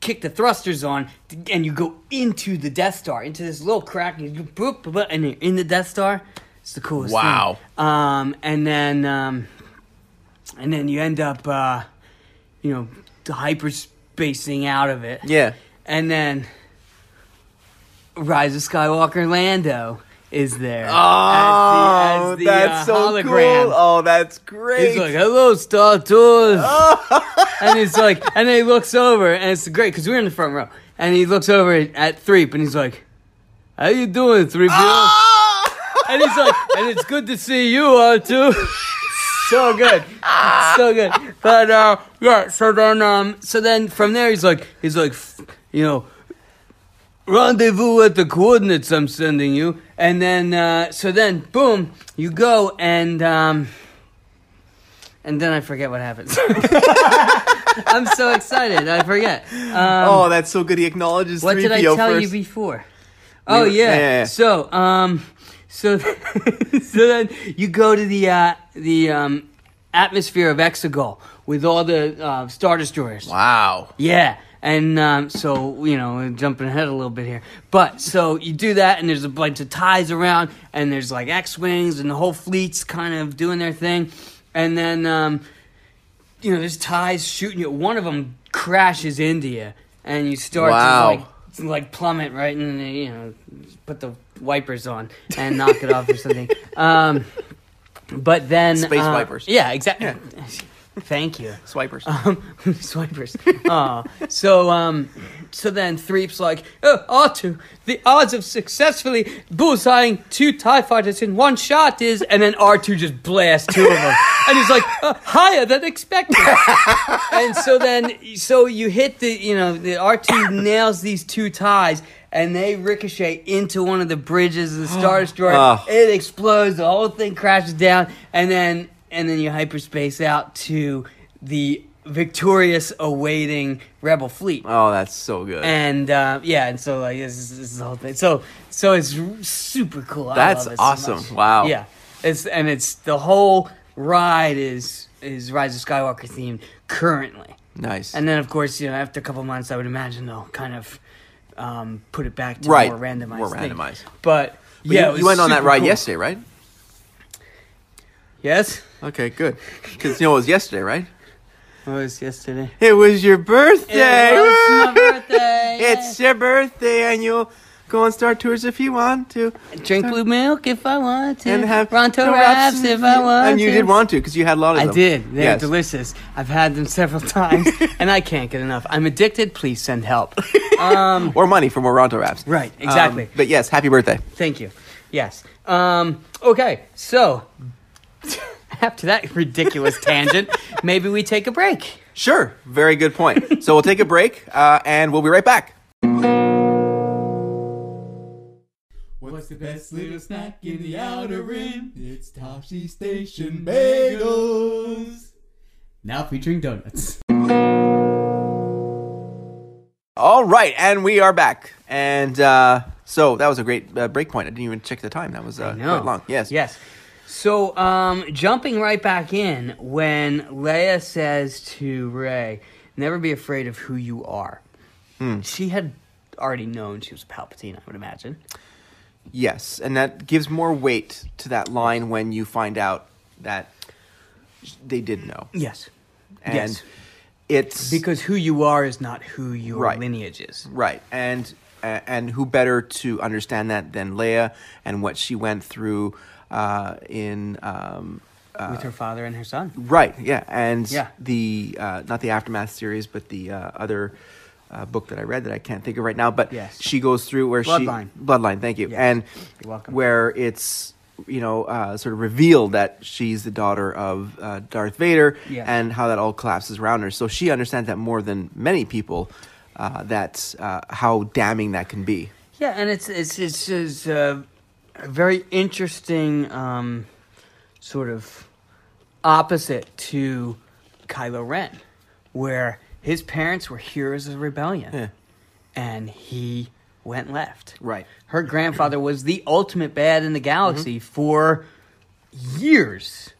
Speaker 5: kick the thrusters on t- and you go into the Death Star, into this little crack and you boop, boop, boop, and you're in the Death Star. It's the coolest thing.
Speaker 4: Wow.
Speaker 5: Um, and then, um, and then you end up, uh, you know, hyperspacing out of it.
Speaker 4: Yeah.
Speaker 5: And then Rise of Skywalker Lando is there.
Speaker 4: Oh,
Speaker 5: as the- as the,
Speaker 4: that's
Speaker 5: uh,
Speaker 4: so
Speaker 5: hologram.
Speaker 4: cool. Oh, that's
Speaker 5: He's
Speaker 4: great.
Speaker 5: like, "Hello, Star Tours," and he's like, and then he looks over, and it's great because we're in the front row, and he looks over at, at Threep, and he's like, "How you doing, Threep?" And he's like, "And it's good to see you, R two. [LAUGHS] so good, so good." But uh, yeah, so then, um, so then from there, he's like, he's like, "F- you know, rendezvous at the coordinates I'm sending you, and then, uh, so then, boom, you go and. um... And then I forget what happens. [LAUGHS] I'm so excited. I forget. Um,
Speaker 4: oh, that's so good. He acknowledges
Speaker 5: what
Speaker 4: 3PO
Speaker 5: did I tell
Speaker 4: first.
Speaker 5: you before? Oh
Speaker 4: were-
Speaker 5: yeah.
Speaker 4: yeah, yeah, yeah.
Speaker 5: So um, so [LAUGHS] so then you go to the uh, the um, atmosphere of Exegol with all the uh, star destroyers.
Speaker 4: wow.
Speaker 5: Yeah. And um, so, you know, jumping ahead a little bit here. But so you do that, and there's a bunch of ties around, and there's like X Wings, and the whole fleet's kind of doing their thing. And then, um, you know, there's ties shooting you. One of them crashes into you, and you start
Speaker 4: Wow.
Speaker 5: to like. Like plummet right, and you know, put the wipers on and knock it off or something. [LAUGHS] Um, but then
Speaker 4: Space
Speaker 5: uh,
Speaker 4: wipers.
Speaker 5: Yeah, exactly. Thank you.
Speaker 4: Swipers. [LAUGHS]
Speaker 5: Um, [LAUGHS] swipers. Aw. So um, so then Threep's like, oh, R2, the odds of successfully bullseyeing two TIE fighters in one shot is, and then R2 just blasts two of them. and he's like, uh, higher than expected. and so then, so you hit the, you know, the R2 nails these two ties. And they ricochet into one of the bridges of the Star Destroyer.
Speaker 4: Ah.
Speaker 5: It explodes. The whole thing crashes down, and then and then you hyperspace out to the victorious awaiting rebel fleet.
Speaker 4: oh, that's so good.
Speaker 5: And uh, yeah, and so like this is, this is the whole thing. So so it's r- super cool. I
Speaker 4: That's
Speaker 5: love it so
Speaker 4: awesome.
Speaker 5: much.
Speaker 4: Wow.
Speaker 5: Yeah, it's and it's the whole ride is is Rise of Skywalker themed currently.
Speaker 4: nice.
Speaker 5: And then, of course, you know, after a couple months, I would imagine they'll kind of um, put it back to
Speaker 4: Right.
Speaker 5: more randomized.
Speaker 4: More
Speaker 5: thing.
Speaker 4: randomized.
Speaker 5: But,
Speaker 4: But
Speaker 5: yeah, it
Speaker 4: you,
Speaker 5: was
Speaker 4: you went on that
Speaker 5: super
Speaker 4: ride
Speaker 5: cool.
Speaker 4: yesterday, right?
Speaker 5: Yes,
Speaker 4: Okay,
Speaker 5: [LAUGHS]
Speaker 4: good. Because you know it was yesterday, right?
Speaker 5: it was yesterday.
Speaker 4: It was your birthday.
Speaker 5: It
Speaker 4: [LAUGHS]
Speaker 5: was my
Speaker 4: Woo!
Speaker 5: birthday.
Speaker 4: It's your birthday, and you'll go on Star Tours if you want to,
Speaker 5: drink blue milk if I want to,
Speaker 4: and have
Speaker 5: Ronto
Speaker 4: the
Speaker 5: wraps if I want
Speaker 4: And you
Speaker 5: to.
Speaker 4: did want to because you had a lot of
Speaker 5: I
Speaker 4: them.
Speaker 5: did. They're
Speaker 4: Yes.
Speaker 5: delicious. I've had
Speaker 4: [LAUGHS]
Speaker 5: them several times, and I can't get enough. I'm addicted. Please send
Speaker 4: [LAUGHS]
Speaker 5: help. Um,
Speaker 4: Or money for more Ronto wraps.
Speaker 5: right,
Speaker 4: Um,
Speaker 5: exactly.
Speaker 4: but yes, happy birthday.
Speaker 5: Thank you. Yes. Um, okay, so [LAUGHS] after that ridiculous tangent, maybe we take a break.
Speaker 4: Sure. Very good point. [LAUGHS] so we'll take a break uh, and we'll be right back.
Speaker 7: What's the best little snack in the outer rim? It's Toshi Station Bagels. Now featuring donuts.
Speaker 4: All right. And we are back. And uh, so that was a great uh, break point. I didn't even check the time. That was uh,
Speaker 5: [LAUGHS] No.
Speaker 4: quite long. Yes.
Speaker 5: Yes. So, um, jumping right back in, when Leia says to Rey, never be afraid of who you are,
Speaker 4: Hmm.
Speaker 5: she had already known she was Palpatine, I would imagine.
Speaker 4: Yes. And that gives more weight to that line when you find out that they did know.
Speaker 5: Yes.
Speaker 4: And
Speaker 5: Yes.
Speaker 4: It's
Speaker 5: Because who you are is not who your
Speaker 4: Right.
Speaker 5: lineage is.
Speaker 4: Right, and a- and who better to understand that than Leia and what she went through uh, in um,
Speaker 5: with her father and her son.
Speaker 4: right, yeah, and
Speaker 5: Yeah.
Speaker 4: the uh, not the aftermath series, but the uh, other uh, book that I read that I can't think of right now. But
Speaker 5: Yes.
Speaker 4: she goes through where
Speaker 5: Bloodline.
Speaker 4: she bloodline, thank you,
Speaker 5: Yes.
Speaker 4: and
Speaker 5: You're welcome.
Speaker 4: where it's you know uh, sort of revealed that she's the daughter of uh, Darth Vader,
Speaker 5: Yeah.
Speaker 4: and how that all collapses around her. So she understands that more than many people. Uh, that's uh, how damning that can be.
Speaker 5: Yeah, and it's it's it's just uh, a very interesting um, sort of opposite to Kylo Ren, where his parents were heroes of rebellion,
Speaker 4: Yeah.
Speaker 5: and he went left.
Speaker 4: Right. Mm-hmm.
Speaker 5: Her grandfather was the ultimate bad in the galaxy for years,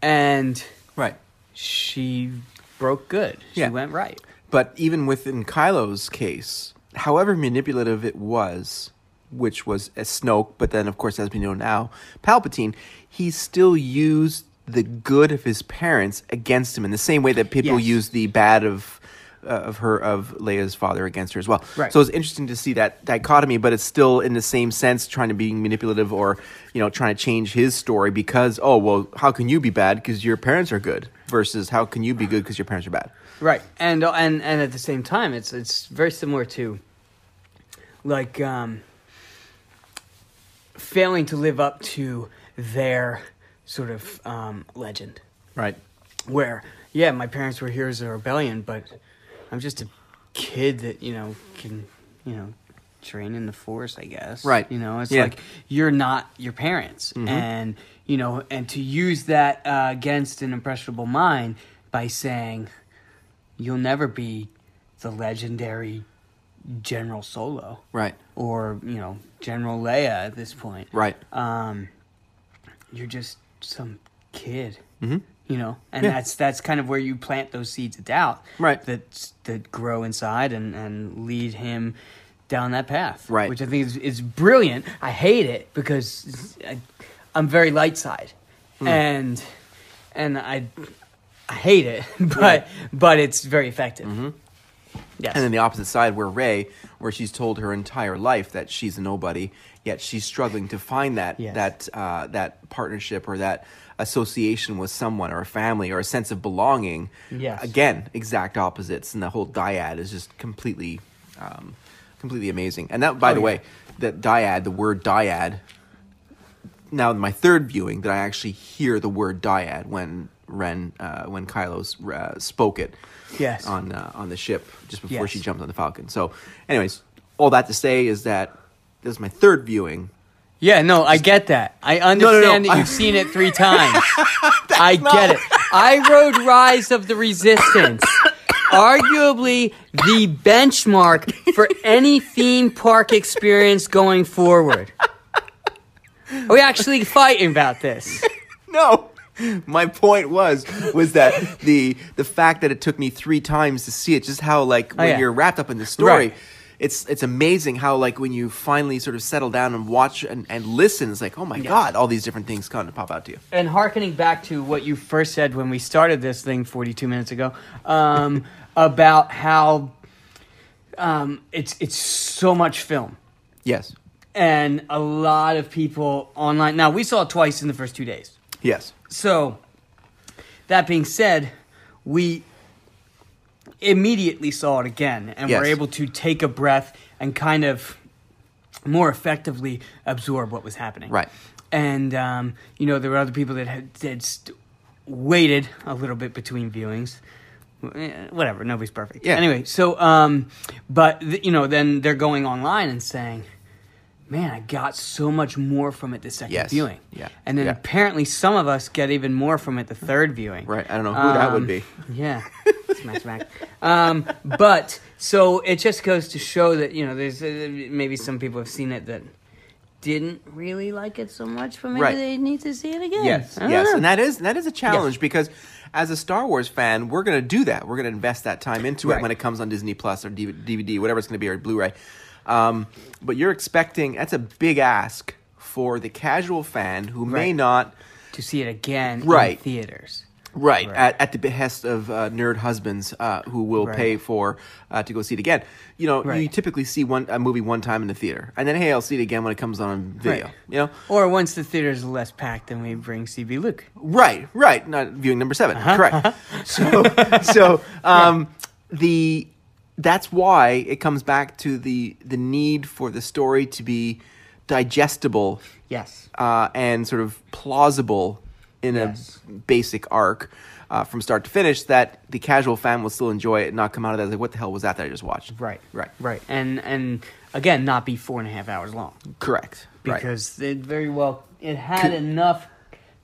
Speaker 5: and
Speaker 4: Right.
Speaker 5: she broke good. She
Speaker 4: Yeah.
Speaker 5: went right.
Speaker 4: But even within Kylo's case, however manipulative it was, which was a Snoke, but then of course as we know now, Palpatine, he still used the good of his parents against him in the same way that people
Speaker 5: Yes.
Speaker 4: use the bad of uh, of her of Leia's father against her as well.
Speaker 5: Right.
Speaker 4: So it's interesting to see that dichotomy, but it's still in the same sense trying to be manipulative or you know trying to change his story because oh well how can you be bad because your parents are good versus how can you be good because your parents are bad.
Speaker 5: right and and and at the same time it's it's very similar to like um failing to live up to their sort of um legend
Speaker 4: Right.
Speaker 5: where yeah my parents were heroes of rebellion but i'm just a kid that you know can you know train in the force i guess
Speaker 4: Right.
Speaker 5: you know it's
Speaker 4: Yeah. Mm-hmm.
Speaker 5: like you're not your parents and you know and to use that uh, against an impressionable mind by saying you'll never be the legendary general solo
Speaker 4: Right.
Speaker 5: or you know general leia at this point
Speaker 4: Right.
Speaker 5: um, you're just some kid,
Speaker 4: Mm-hmm.
Speaker 5: you know, and that's that's kind of where you plant those seeds of doubt,
Speaker 4: Right.
Speaker 5: That that grow inside and and lead him down that path,
Speaker 4: Right.
Speaker 5: Which I think is is brilliant. I hate it because I, I'm very light side,
Speaker 4: Mm.
Speaker 5: and and I I hate it, [LAUGHS] but but it's very effective. Yes.
Speaker 4: Mm-hmm. And then the opposite side, where Ray, where she's told her entire life that she's a nobody, yet she's struggling to find that
Speaker 5: Yes.
Speaker 4: that uh, that partnership or that association with someone or a family or a sense of belonging.
Speaker 5: Yes.
Speaker 4: Again, exact opposites, and the whole dyad is just completely, um, completely amazing. And that, by
Speaker 5: Oh,
Speaker 4: the way, that dyad, the word dyad. Now, in my third viewing, that I actually hear the word dyad when Ren, uh, when Kylo's uh, spoke it
Speaker 5: Yes.
Speaker 4: on uh, on the ship just before
Speaker 5: Yes.
Speaker 4: she jumped on the Falcon. So, anyways, all that to say is that this is my third viewing.
Speaker 5: Yeah, no, I get that. I understand that
Speaker 4: I-
Speaker 5: you've seen it three times. I get it. I rode Rise of the Resistance, arguably the benchmark for any theme park experience going forward. Are we actually fighting about this?
Speaker 4: No, [LAUGHS] my point was was
Speaker 5: [LAUGHS]
Speaker 4: that the the fact that it took me three times to see it, just how like when
Speaker 5: Oh, yeah.
Speaker 4: you're wrapped up in the story.
Speaker 5: Right.
Speaker 4: It's, it's amazing how like when you finally sort of settle down and watch and, and listen, it's like oh my god, all these different things kind of pop out to you.
Speaker 5: And harkening back to what you first said when we started this thing 42 minutes ago um, about how um, it's, it's so much film.
Speaker 4: Yes,
Speaker 5: and a lot of people online. Now we saw it twice in the first two days.
Speaker 4: yes,
Speaker 5: So that being said, we immediately saw it again, and
Speaker 4: Yes.
Speaker 5: were able to take a breath and kind of more effectively absorb what was happening.
Speaker 4: Right.
Speaker 5: And um, you know there were other people that had, that st- waited a little bit between viewings. Eh, Whatever, nobody's perfect.
Speaker 4: Yeah.
Speaker 5: Anyway, so um, but th- you know then they're going online and saying, "Man, I got so much more from it the second
Speaker 4: Yes.
Speaker 5: viewing."
Speaker 4: Yeah.
Speaker 5: And then
Speaker 4: Yeah.
Speaker 5: apparently some of us get even more from it the third viewing.
Speaker 4: right. I don't know who that would
Speaker 5: Um,
Speaker 4: be.
Speaker 5: Yeah. smack, smack. Um, but so it just goes to show that you know there's uh, maybe some people have seen it that didn't really like it so much, but maybe
Speaker 4: Right.
Speaker 5: they need to see it again.
Speaker 4: Yes,
Speaker 5: I don't
Speaker 4: yes,
Speaker 5: know.
Speaker 4: and that is that is a challenge because as a Star Wars fan, we're going to do that. We're going to invest that time into
Speaker 5: Right.
Speaker 4: it when it comes on Disney Plus or DV- DVD, whatever it's going to be, or Blu-ray. Um, but you're expecting that's a big ask for the casual fan who may
Speaker 5: Right.
Speaker 4: not
Speaker 5: to see it again in
Speaker 4: Right.
Speaker 5: theaters.
Speaker 4: Right, At, at the behest of uh, nerd husbands uh, who will pay for uh, to go see it again. You know, you
Speaker 5: Right.
Speaker 4: typically see one a movie one time in the theater, and then hey, I'll see it again when it comes on video.
Speaker 5: Right.
Speaker 4: You know,
Speaker 5: Or once the theater's less packed, then we bring CB Luke.
Speaker 4: Right, right. Not viewing number 7
Speaker 5: Uh-huh.
Speaker 4: Correct. [LAUGHS] So,
Speaker 5: [LAUGHS]
Speaker 4: so um, the that's why it comes back to the the need for the story to be digestible,
Speaker 5: Yes.
Speaker 4: uh, and sort of plausible in
Speaker 5: Yes.
Speaker 4: a basic arc uh, from start to finish. That the casual fan will still enjoy it and not come out of that like, what the hell was that that I just watched?
Speaker 5: Right.
Speaker 4: right,
Speaker 5: Right. And and again, not be four and a half hours long
Speaker 4: Correct. right.
Speaker 5: because it very well it had enough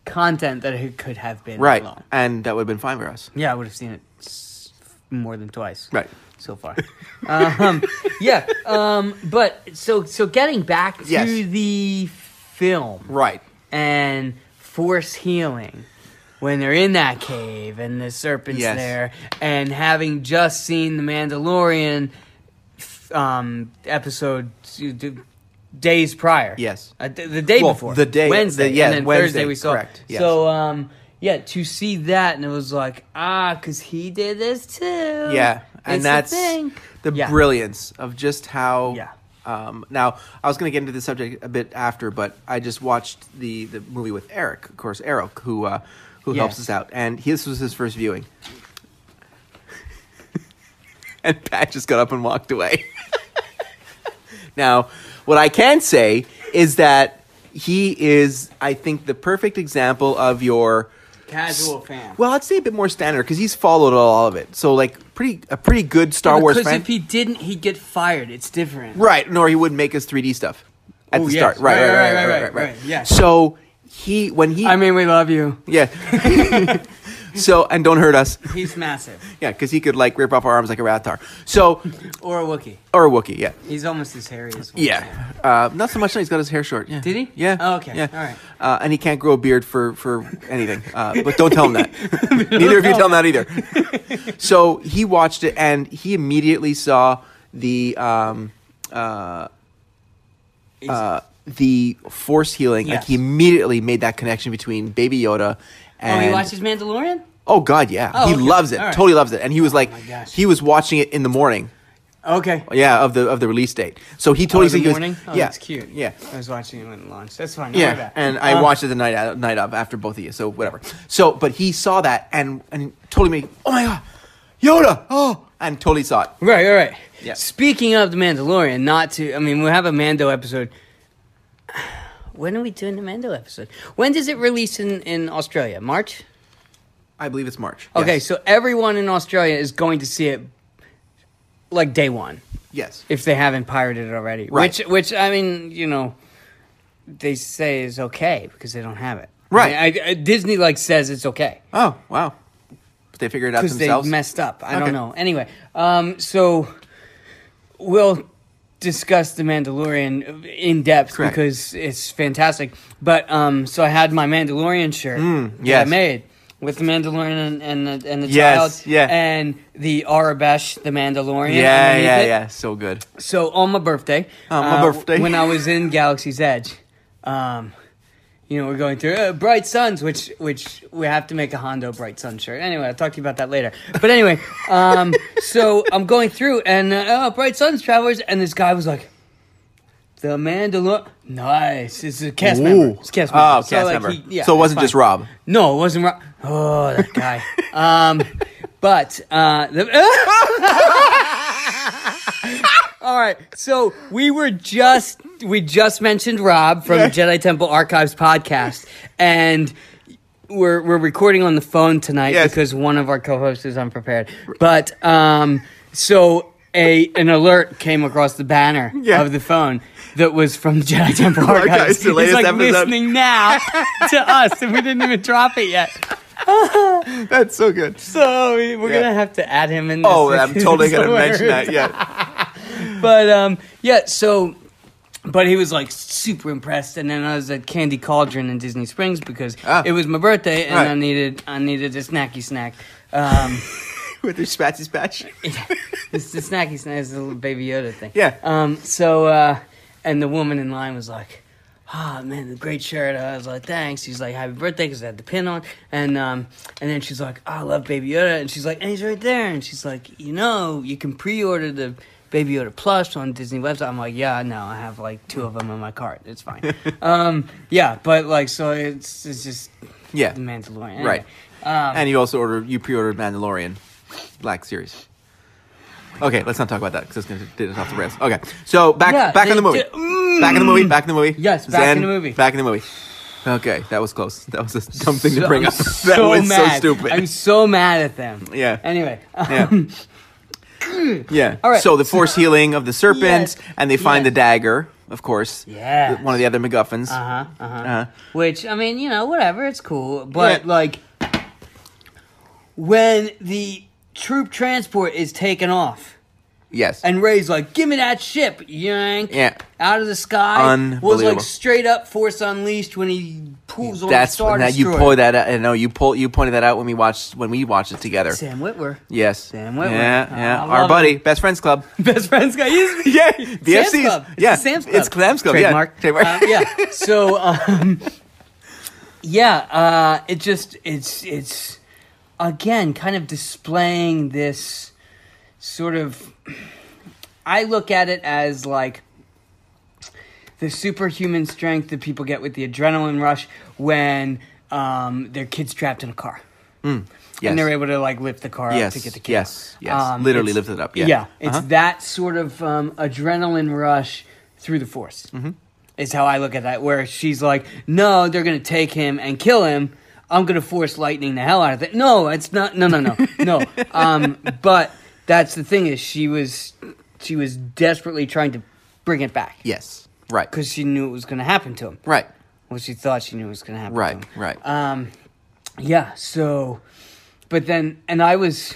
Speaker 5: content that it could have been
Speaker 4: Right,
Speaker 5: long.
Speaker 4: and that would have been fine for us.
Speaker 5: Yeah, I would have seen it s- more than twice.
Speaker 4: Right.
Speaker 5: So far. um, yeah. Um, but so so getting back to
Speaker 4: Yes.
Speaker 5: the film.
Speaker 4: Right.
Speaker 5: And force healing when they're in that cave and the serpent's
Speaker 4: Yes.
Speaker 5: there and having just seen the Mandalorian f- um, episode two- two- days prior.
Speaker 4: Yes.
Speaker 5: Uh, th- the day
Speaker 4: Well,
Speaker 5: before.
Speaker 4: the day-
Speaker 5: Wednesday.
Speaker 4: the- yeah,
Speaker 5: and then
Speaker 4: Wednesday,
Speaker 5: Thursday we saw.
Speaker 4: correct, yes.
Speaker 5: So um, yeah, to see that and it was like ah, because he did this too.
Speaker 4: Yeah, and
Speaker 5: It's
Speaker 4: that's
Speaker 5: the thing.
Speaker 4: the
Speaker 5: Yeah.
Speaker 4: brilliance of just how.
Speaker 5: Yeah.
Speaker 4: Um, now, I was going to get into the subject a bit after, but I just watched the the movie with Eric, of course, Eric, who uh, who helps
Speaker 5: Yes.
Speaker 4: us out, and his was his first viewing. [LAUGHS] and Pat just got up and walked away. [LAUGHS] Now, what I can say is that he is, I think, the perfect example of your
Speaker 5: Casual fan.
Speaker 4: Well, I'd say a bit more standard because he's followed all of it. So, like, pretty a pretty good Star Wars
Speaker 5: Because
Speaker 4: fan,
Speaker 5: if he didn't, he'd get fired. It's different.
Speaker 4: right? Nor he wouldn't make his 3D stuff at
Speaker 5: Oh,
Speaker 4: the
Speaker 5: yes.
Speaker 4: start, right?
Speaker 5: Right,
Speaker 4: Right, right, right,
Speaker 5: right,
Speaker 4: right, right.
Speaker 5: right, right, yeah.
Speaker 4: So he when he
Speaker 5: I mean, we love you.
Speaker 4: [LAUGHS]
Speaker 5: [LAUGHS]
Speaker 4: yeah. so and don't hurt us,
Speaker 5: He's massive.
Speaker 4: yeah, because he could like rip off our arms like a Rathar. So
Speaker 5: Or a Wookiee.
Speaker 4: or a Wookiee, yeah.
Speaker 5: He's almost as hairy as one.
Speaker 4: Yeah, uh, not so much. No, he's got his hair short. Yeah.
Speaker 5: Did he?
Speaker 4: Yeah.
Speaker 5: Oh, okay.
Speaker 4: Yeah.
Speaker 5: All right.
Speaker 4: Uh, and he can't grow a beard for for anything. Uh, but don't tell him
Speaker 5: [LAUGHS]
Speaker 4: that. Neither of you tell him that either. so he watched it and he immediately saw the um, uh, uh, the force healing. Like
Speaker 5: Yes.
Speaker 4: he immediately made that connection between Baby Yoda.
Speaker 5: Oh,
Speaker 4: And,
Speaker 5: he watches Mandalorian?
Speaker 4: Oh God, yeah,
Speaker 5: Oh,
Speaker 4: he
Speaker 5: okay.
Speaker 4: loves it.
Speaker 5: All right. Oh,
Speaker 4: Totally loves it, and he was like,
Speaker 5: my gosh.
Speaker 4: he was watching it in the morning.
Speaker 5: Okay.
Speaker 4: Oh, Yeah, of the of the release date. So he totally
Speaker 5: oh, the
Speaker 4: he was-
Speaker 5: morning? Oh,
Speaker 4: yeah,
Speaker 5: that's cute.
Speaker 4: Yeah,
Speaker 5: I was watching it when it launched. That's fine. don't worry
Speaker 4: yeah,
Speaker 5: about it.
Speaker 4: and I
Speaker 5: Um,
Speaker 4: watched it the night out, night of after both of you, so whatever. So, but he saw that and and totally me, oh my god, Yoda, oh, and totally saw it.
Speaker 5: Right, right, right.
Speaker 4: Yeah.
Speaker 5: Speaking of the Mandalorian, not to I mean, we'll have a Mando episode. When are we doing the Mando episode? When does it release in, in Australia? March?
Speaker 4: I believe it's March.
Speaker 5: Okay,
Speaker 4: Yes.
Speaker 5: so everyone in Australia is going to see it like day one.
Speaker 4: yes,
Speaker 5: if they haven't pirated it already.
Speaker 4: Right.
Speaker 5: Which, which I mean, you know, they say is okay because they don't have it.
Speaker 4: Right.
Speaker 5: I mean, I- I- Disney like says it's okay
Speaker 4: oh wow, but they figured it out
Speaker 5: because they
Speaker 4: themselves.
Speaker 5: messed up. I
Speaker 4: Okay.
Speaker 5: don't know. Anyway, um, so we'll discuss the Mandalorian in depth
Speaker 4: Correct.
Speaker 5: because it's fantastic. But um, so I had my Mandalorian shirt that
Speaker 4: Hmm, yes.
Speaker 5: I made. With the Mandalorian and, and the, and the
Speaker 4: Yes,
Speaker 5: child,
Speaker 4: yeah.
Speaker 5: and the Arabesh, the Mandalorian.
Speaker 4: yeah,
Speaker 5: underneath
Speaker 4: yeah,
Speaker 5: it.
Speaker 4: yeah, so good.
Speaker 5: So on my birthday, uh,
Speaker 4: On Oh, my birthday.
Speaker 5: when I was in Galaxy's Edge, um, you know, we're going through uh, Bright Suns, which which we have to make a Hondo Bright Sun shirt. Anyway, I'll talk to you about that later. But anyway, um, so I'm going through and uh, oh, Bright Suns Travelers, and this guy was like. The Mandalor, nice. It's a cast member. It's a cast
Speaker 4: Oh,
Speaker 5: member.
Speaker 4: cast member. So it
Speaker 5: it's
Speaker 4: wasn't just
Speaker 5: [LAUGHS]
Speaker 4: Rob.
Speaker 5: No, it wasn't Rob. Oh, that guy. um, but uh, the, [LAUGHS] All right. So we were just we just mentioned Rob from Jedi Temple Archives podcast, and we're we're recording on the phone tonight
Speaker 4: Yes.
Speaker 5: because one of our co-hosts is unprepared. But um, so a an alert came across the banner
Speaker 4: Yeah.
Speaker 5: of the phone that was from Jedi Temple
Speaker 4: Archives,
Speaker 5: Archives.
Speaker 4: the latest
Speaker 5: it's like
Speaker 4: episode. [LAUGHS]
Speaker 5: listening now to us, and we didn't even drop it yet.
Speaker 4: That's so good.
Speaker 5: So we- we're
Speaker 4: Yeah.
Speaker 5: gonna have to add him in. This
Speaker 4: Oh,
Speaker 5: [LAUGHS]
Speaker 4: I'm totally gonna
Speaker 5: somewhere.
Speaker 4: mention that.
Speaker 5: [LAUGHS]
Speaker 4: Yeah,
Speaker 5: but um, yeah. So, but he was like super impressed, and then I was at Candy Cauldron in Disney Springs because
Speaker 4: Ah.
Speaker 5: it was my birthday, and
Speaker 4: Right.
Speaker 5: I needed I needed a snacky snack. Um,
Speaker 4: [LAUGHS] with your spatsy spatch.
Speaker 5: it's the snacky snack is the little Baby Yoda thing.
Speaker 4: Yeah.
Speaker 5: Um. So, uh, and the woman in line was like. ah man, the great shirt. I was like, thanks. He's like, happy birthday, because I had the pin on. And um, and then she's like, I love Baby Yoda. And she's like, and he's right there. And she's like, you know, you can pre-order the Baby Yoda plush on Disney website. I'm like, yeah, no, I have like two of them in my cart. It's fine. um, yeah, but like, so it's it's just
Speaker 4: Yeah.
Speaker 5: the Mandalorian, Anyway, um,
Speaker 4: Right. and you also order you pre-ordered Mandalorian, Black Series. Okay, let's not talk about that because it's going to take us off the rails. Okay, so back
Speaker 5: Yeah,
Speaker 4: back in the
Speaker 5: they
Speaker 4: movie,
Speaker 5: did- Mm.
Speaker 4: back in the movie, back in the movie.
Speaker 5: Yes, back in the movie.
Speaker 4: back in the movie. Okay, that was close. That was a dumb thing to [LAUGHS] bring
Speaker 5: I'm
Speaker 4: up. that
Speaker 5: so
Speaker 4: was
Speaker 5: mad.
Speaker 4: so stupid.
Speaker 5: I'm so mad at them.
Speaker 4: Yeah.
Speaker 5: Anyway, [LAUGHS]
Speaker 4: yeah. yeah.
Speaker 5: All right.
Speaker 4: So the force healing of the serpent,
Speaker 5: Yes,
Speaker 4: and they find
Speaker 5: yes.
Speaker 4: the dagger, of course.
Speaker 5: Yeah.
Speaker 4: One of the other MacGuffins.
Speaker 5: Uh-huh, uh-huh.
Speaker 4: Uh,
Speaker 5: Which I mean, you know, whatever, it's cool. But
Speaker 4: Yeah.
Speaker 5: like when the troop transport is taken off
Speaker 4: yes.
Speaker 5: and Ray's like, Give me that ship, yank
Speaker 4: Yeah.
Speaker 5: out of the sky was like
Speaker 4: Unbelievable.
Speaker 5: straight up force unleashed when he pulls on
Speaker 4: that's
Speaker 5: the Star
Speaker 4: now you
Speaker 5: Destroyer.
Speaker 4: pulled that. Out, I know you pull you pointed that out when we watched when we watched it together.
Speaker 5: Sam Whitwer.
Speaker 4: Yes.
Speaker 5: Sam Whitwer.
Speaker 4: Yeah, yeah.
Speaker 5: I love
Speaker 4: Our buddy,
Speaker 5: it.
Speaker 4: best friends club.
Speaker 5: [LAUGHS] Best friends guy. He's
Speaker 4: Yeah,
Speaker 5: Sam's
Speaker 4: BFCs.
Speaker 5: Club. It's
Speaker 4: Yeah,
Speaker 5: the Sam's Club.
Speaker 4: it's Clams Club.
Speaker 5: Trademark.
Speaker 4: Yeah, [LAUGHS] trademark.
Speaker 5: Uh, yeah. So, um, yeah, uh, it just it's it's again kind of displaying this sort of. I look at it as like the superhuman strength that people get with the adrenaline rush when um, their kid's trapped in a car.
Speaker 4: Yes.
Speaker 5: And they're able to like lift the car up
Speaker 4: Yes,
Speaker 5: to get the kid.
Speaker 4: yes,
Speaker 5: out.
Speaker 4: yes. Literally
Speaker 5: it's-
Speaker 4: lifted up, yeah.
Speaker 5: it's
Speaker 4: Uh-huh.
Speaker 5: that sort of um, adrenaline rush through the force.
Speaker 4: Mm-hmm.
Speaker 5: Is how I look at that. Where she's like, "No, they're gonna take him and kill him. I'm gonna force lightning the hell out of it." No, it's not.
Speaker 4: [LAUGHS]
Speaker 5: No, no, no, no. Um, but that's the thing is she was she was desperately trying to bring it back.
Speaker 4: Yes. Right.
Speaker 5: because she knew it was gonna happen to him.
Speaker 4: Right.
Speaker 5: Well, she thought she knew it was gonna happen. to
Speaker 4: Right.
Speaker 5: him.
Speaker 4: Right.
Speaker 5: Um, yeah, so, but then, and I was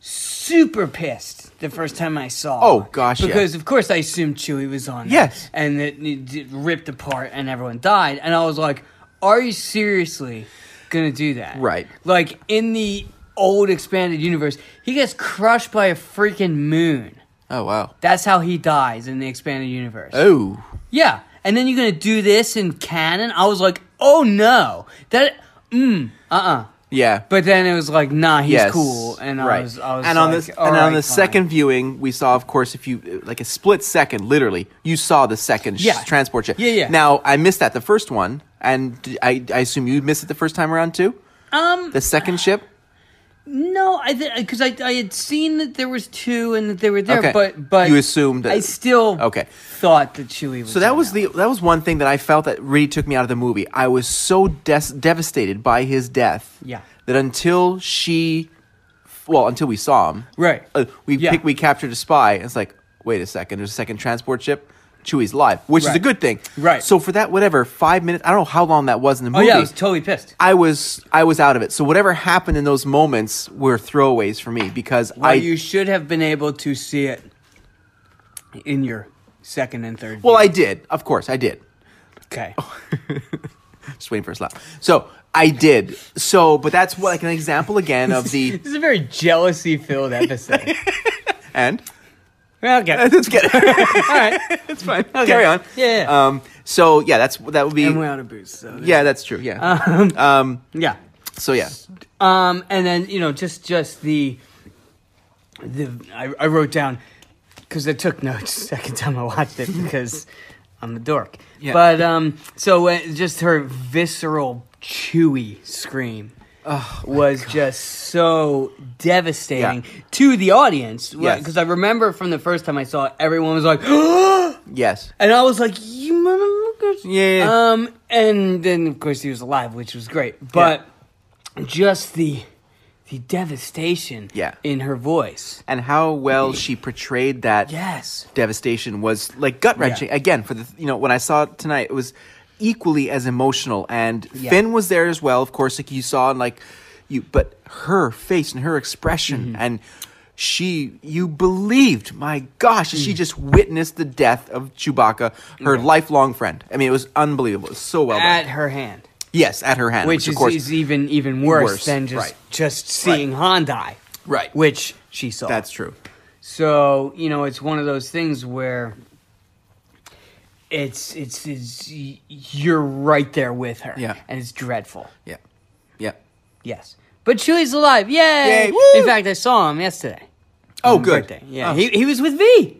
Speaker 5: super pissed the first time I saw.
Speaker 4: Oh, gosh, yeah.
Speaker 5: Because of course I assumed Chewie was on. it,
Speaker 4: Yes.
Speaker 5: and it, it ripped apart and everyone died, and I was like, "Are you seriously gonna do that?"
Speaker 4: Right.
Speaker 5: Like in the old expanded universe, he gets crushed by a freaking moon.
Speaker 4: oh wow.
Speaker 5: That's how he dies in the expanded universe.
Speaker 4: Oh.
Speaker 5: Yeah, and then you're gonna do this in canon. I was like, oh no, that mm, uh, uh
Speaker 4: Yeah.
Speaker 5: But then it was like, nah, he's
Speaker 4: yes.
Speaker 5: cool, and
Speaker 4: right.
Speaker 5: I was, I was,
Speaker 4: and on
Speaker 5: like,
Speaker 4: this and
Speaker 5: all
Speaker 4: on
Speaker 5: right,
Speaker 4: the
Speaker 5: fine.
Speaker 4: second viewing, we saw, of course, if you like a split second, literally, you saw the second sh-
Speaker 5: Yeah.
Speaker 4: transport ship.
Speaker 5: Yeah, yeah.
Speaker 4: Now I missed that the first one, and d- I, I assume you missed it the first time around too. Um. The second ship.
Speaker 5: no, I because I, I had seen that there was two and that they were there,
Speaker 4: Okay.
Speaker 5: but but
Speaker 4: You assumed that-
Speaker 5: I still
Speaker 4: Okay.
Speaker 5: thought that Chewie. Was
Speaker 4: So that
Speaker 5: in
Speaker 4: was the that was one thing that I felt that really took me out of the movie. I was so des- devastated by his death.
Speaker 5: Yeah.
Speaker 4: That until she, well, until we saw him,
Speaker 5: Right.
Speaker 4: Uh, we
Speaker 5: Yeah.
Speaker 4: pick, we captured a spy. And it's like, wait a second, there's a second transport ship. Chewie's live, which is a
Speaker 5: Right.
Speaker 4: good thing.
Speaker 5: Right.
Speaker 4: So for that, whatever five minutes, I don't know how long that was in the
Speaker 5: Oh
Speaker 4: movie.
Speaker 5: yeah, I was totally pissed.
Speaker 4: I was I was out of it. So whatever happened in those moments were throwaways for me because
Speaker 5: Well,
Speaker 4: I
Speaker 5: you should have been able to see it in your second and third.
Speaker 4: well
Speaker 5: view.
Speaker 4: I did of course I did
Speaker 5: okay. [LAUGHS]
Speaker 4: Just waiting for a slap. So I did. So, but that's what, like an example again of
Speaker 5: [LAUGHS]
Speaker 4: the
Speaker 5: This is a very jealousy filled episode.
Speaker 4: [LAUGHS] and
Speaker 5: okay.
Speaker 4: let's get it.
Speaker 5: All right.
Speaker 4: it's fine. Carry on.
Speaker 5: Yeah, yeah.
Speaker 4: Um. So yeah, that's that would be.
Speaker 5: And we're Uh. out of booze. So
Speaker 4: Yeah, that's true. Yeah.
Speaker 5: yeah.
Speaker 4: so yeah.
Speaker 5: Um, and then you know, just just the the I, I wrote down because I took notes second time I watched it because I'm a dork.
Speaker 4: Yeah.
Speaker 5: But um, so uh, just her visceral, chewy scream. was just so devastating
Speaker 4: Oh, Yeah.
Speaker 5: to the audience because
Speaker 4: Yes.
Speaker 5: I remember from the first time I saw it, everyone
Speaker 4: [GASPS]
Speaker 5: was like, [GASPS]
Speaker 4: Yes.
Speaker 5: And I was like, you motherfuckers.
Speaker 4: Yeah.
Speaker 5: Um, and then of course he was alive, which was great. But just the the devastation
Speaker 4: Yeah.
Speaker 5: in her voice.
Speaker 4: And how well she portrayed that.
Speaker 5: Yes.
Speaker 4: devastation was like gut wrenching
Speaker 5: Yeah.
Speaker 4: again for the you know when I saw it tonight it was equally as emotional and
Speaker 5: Yeah.
Speaker 4: Finn was there as well of course like you saw and like you but her face and her expression
Speaker 5: Mm-hmm.
Speaker 4: and she you believed my gosh
Speaker 5: Mm.
Speaker 4: she just witnessed the death of Chewbacca her lifelong friend I mean it was unbelievable it was so well
Speaker 5: At
Speaker 4: done
Speaker 5: her hand.
Speaker 4: yes at her hand
Speaker 5: Which,
Speaker 4: which,
Speaker 5: is,
Speaker 4: of course
Speaker 5: is even even worse,
Speaker 4: Worse,
Speaker 5: than just
Speaker 4: right.
Speaker 5: just seeing Han die.
Speaker 4: Right.
Speaker 5: Which she saw.
Speaker 4: that's true
Speaker 5: So, you know, it's one of those things where it's it's it's y- you're right there with her.
Speaker 4: Yeah.
Speaker 5: and it's dreadful.
Speaker 4: Yeah. Yeah.
Speaker 5: Yes, but Chewie's alive. Yay!
Speaker 4: Yay, woo!
Speaker 5: In fact, I saw him yesterday.
Speaker 4: Oh,
Speaker 5: on
Speaker 4: good.
Speaker 5: birthday. Yeah,
Speaker 4: Oh,
Speaker 5: he he was with V.